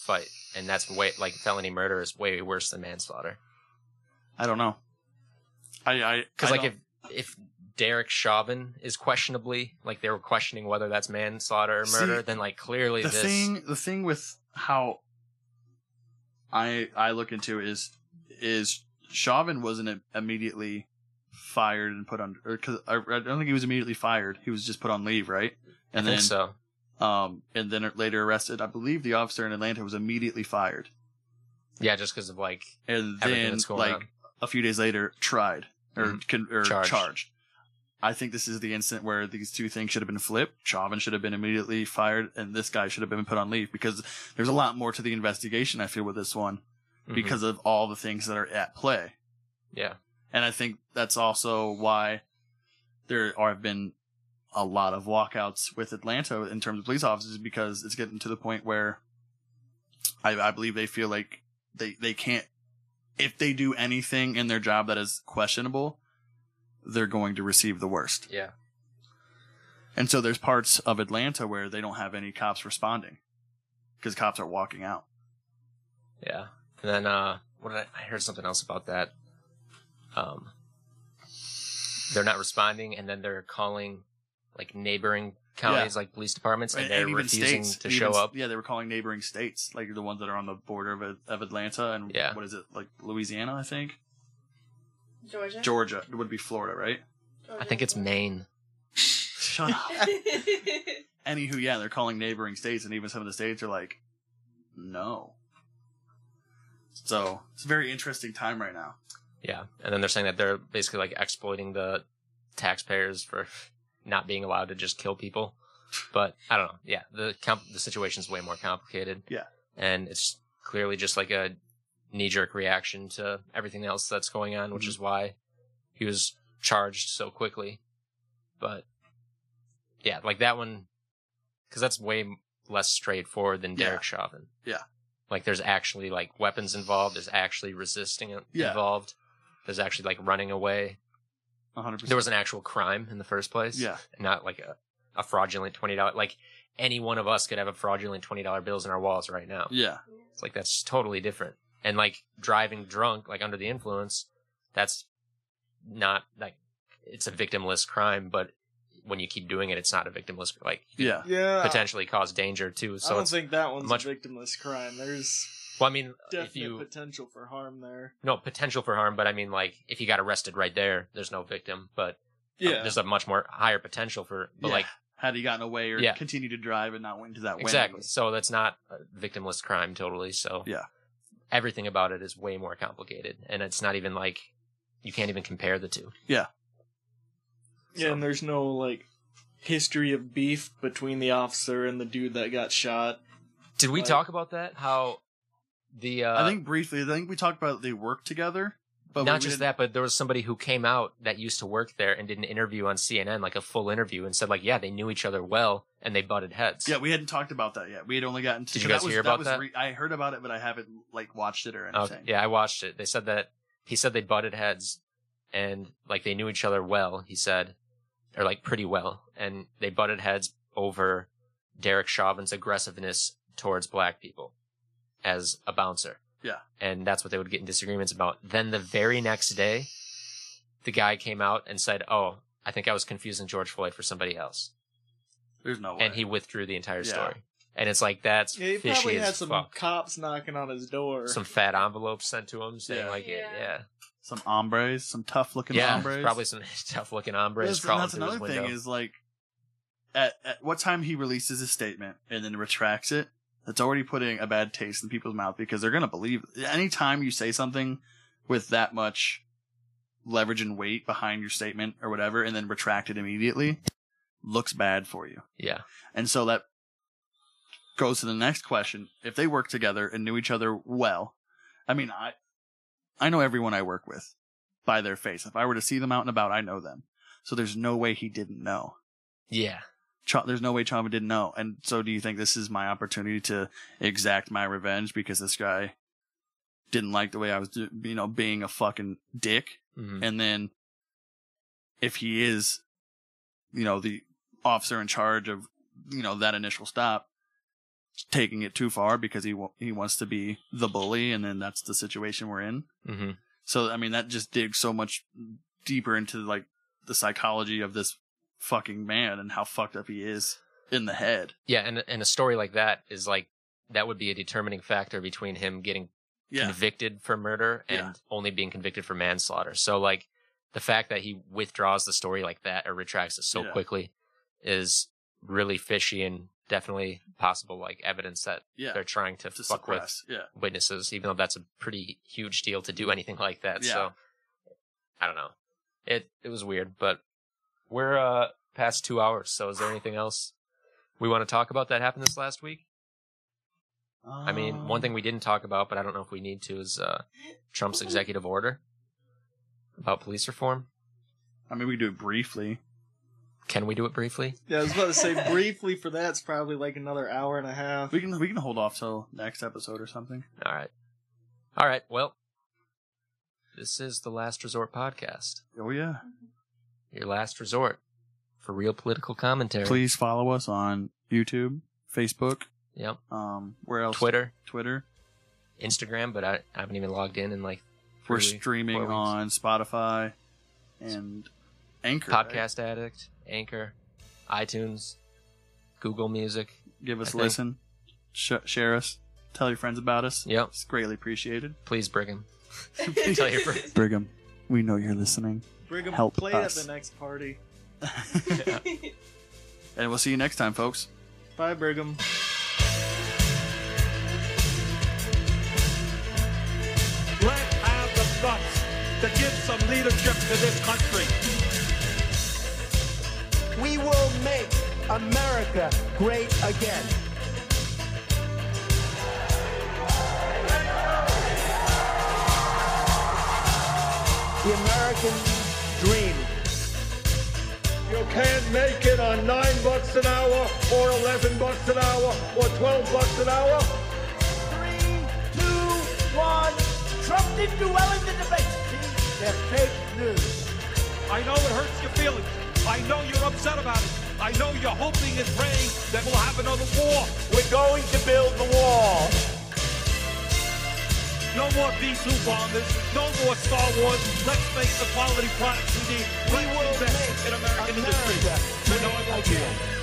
fight, and that's way like felony murder is way worse than manslaughter.
I don't know. I I
Because
I
like
don't-
if if Derek Chauvin is questionably like they were questioning whether that's manslaughter or
See,
murder, then like clearly
the
this
thing the thing with how I I look into is is Chauvin wasn't im- immediately fired and put on because I, I don't think he was immediately fired. He was just put on leave, right?
I
And
think
then
so.
um and then later arrested. I believe the officer in Atlanta was immediately fired,
Yeah, just because of like
and
everything
then
that's going
like
on.
a few days later tried or
Mhm.
con- or charged.
Charged.
I think this is the instant where these two things should have been flipped. Chauvin should have been immediately fired, and this guy should have been put on leave because there's a lot more to the investigation. I feel with this one
Mhm.
because of all the things that are at play,
yeah,
and I think that's also why there are, have been a lot of walkouts with Atlanta in terms of police officers because it's getting to the point where I, I believe they feel like they, they can't, if they do anything in their job that is questionable, they're going to receive the worst.
yeah,
And so there's parts of Atlanta where they don't have any cops responding because cops are walking out.
yeah. And then uh, what did I, I heard something else about that? Um, they're not responding, and then they're calling like neighboring counties, like police departments, and, they're refusing to show
even-
up.
Yeah, they were calling neighboring states, like the ones that are on the border of, of Atlanta and
Yeah.
what is it, like Louisiana, I think?
Georgia.
Georgia. It would be Florida, right?
I think it's Maine.
Shut up.
it's.
Anywho, yeah, they're calling neighboring states, and even some of the states are like, no. So it's a very interesting time right now.
Yeah, and then they're saying that they're basically like exploiting the taxpayers for not being allowed to just kill people. But I don't know. Yeah, the comp- the situation's way more complicated.
Yeah.
and it's clearly just like a knee jerk reaction to everything else that's going on,
Mm-hmm.
which is why he was charged so quickly. But yeah, like that one, because that's way m- less straightforward than
Yeah.
Derek Chauvin.
Yeah.
like there's actually like weapons involved. There's actually resisting in-
Yeah.
involved. There's actually like running away.
100%.
There was an actual crime in the first place.
yeah,
Not like a, a fraudulent twenty dollar like any one of us could have a fraudulent twenty dollar bills in our walls right now.
yeah.
It's like that's totally different. And like driving drunk, like under the influence, that's not like it's a victimless crime, but when you keep doing it, it's not a victimless like
Yeah.
Yeah.
potentially cause danger too.
Ah. I
So
don't
it's
think that one's
much-
a victimless crime. There's
well, I mean, if
definite
you
potential for harm there.
Oh,
no potential for harm, but I mean like if you got arrested right there, there's no victim, but uh, there's a much more higher potential for, but
Yeah.
like
Had he gotten away or
Yeah.
continued to drive and not went to that winning.
exactly. So that's not a victimless crime totally. So
Yeah.
everything about it is way more complicated, and it's not even like you can't even compare the two.
Yeah, and there's no like history of beef between the officer and the dude that got shot.
Did we
Like-
talk about that? How the uh,
I think briefly, I think we talked about they work together, but
not
we
just
didn't-
that, but there was somebody who came out that used to work there and did an interview on CNN, like a full interview, and said like, yeah, they knew each other well and they butted heads.
Yeah, we hadn't talked about that yet. We had only gotten. To,
Did you
'cause
guys
that was,
hear about
was
that?
Re- I heard about it, but I haven't like watched it or
Okay,
anything.
Oh, yeah, I watched it. They said that he said they butted heads and like they knew each other well, he said, or like pretty well, and they butted heads over Derek Chauvin's aggressiveness towards black people as a bouncer.
Yeah.
And that's what they would get in disagreements about. Then the very next day, the guy came out and said, "Oh, I think I was confusing George Floyd for somebody else."
There's no way.
And he withdrew the entire
Yeah.
story. And it's like that's
Yeah, he
fishy
probably
as
had some
fuck.
cops knocking on his door.
Some fat envelopes sent to him saying
Yeah.
like,
Yeah.
yeah.
Some hombres, some tough looking
yeah,
hombres.
probably some tough looking hombres
That's,
crawling
that's
through his
another
window.
thing is like, at, at what time he releases his statement and then retracts it, that's already putting a bad taste in people's mouth because they're gonna believe. Anytime you say something with that much leverage and weight behind your statement or whatever, and then retract it immediately, looks bad for you.
yeah,
And so that goes to the next question. If they work together and knew each other well, I mean, I, I know everyone I work with by their face. If I were to see them out and about, I know them. So there's no way he didn't know.
yeah.
Cha- there's no way Chama didn't know. And so do you think this is my opportunity to exact my revenge because this guy didn't like the way I was, do- you know, being a fucking dick?
Mhm.
and then if he is you know the officer in charge of you know that initial stop taking it too far because he wa- he wants to be the bully and then that's the situation we're in
Mhm.
so i mean that just digs so much deeper into like the psychology of this fucking man and how fucked up he is in the head
yeah. And and a story like that is like that would be a determining factor between him getting
yeah
convicted for murder and
Yeah.
only being convicted for manslaughter. So like the fact that he withdraws the story like that or retracts it so
Yeah.
quickly is really fishy and definitely possible like evidence that
yeah
they're trying to,
to
fuck with
suppress yeah
witnesses, even though that's a pretty huge deal to do anything like that.
Yeah.
So I don't know. It it was weird, but we're uh past two hours, so is there anything else we want to talk about that happened this last week? I
Ah.
mean, one thing we didn't talk about, but I don't know if we need to, is uh Trump's executive order about police reform.
i mean we do it briefly
Can we do it briefly?
Yeah, I was about to say briefly for that's probably like another hour and a half.
we can we can hold off till next episode or something
All right. All right, well this is the last resort podcast.
oh yeah
Your last resort for real political commentary.
Please follow us on YouTube, Facebook,
Yep.
um, where else?
Twitter.
Twitter.
Instagram, but I, I haven't even logged in in like
We're
three,
streaming
four weeks.
on Spotify and Anchor. right?
Podcast Addict, Anchor, iTunes, Google Music.
Give
I
us a
think.
listen. Sh- share us. Tell your friends about us.
Yep.
It's greatly appreciated.
Please, Brigham. Tell your friends.
Brigham, we know you're listening.
Brigham
Help
played
us.
at the next party.
And we'll see you next time, folks.
Bye, Brigham.
Let's have the guts to give some leadership to this country.
We will make America great again. The American dream.
You can't make it on nine bucks an hour, or eleven bucks an hour, or twelve bucks an hour.
Three, two, one. Trump didn't do well in the debate. See, They're fake news.
I know it hurts your feelings. I know you're upset about it. I know you're hoping and praying that we'll have another war.
We're going to build the wall.
No more B-2 bombers. No more Star Wars. Let's make the quality products we need. We will invest in American industry. You know I won't
again.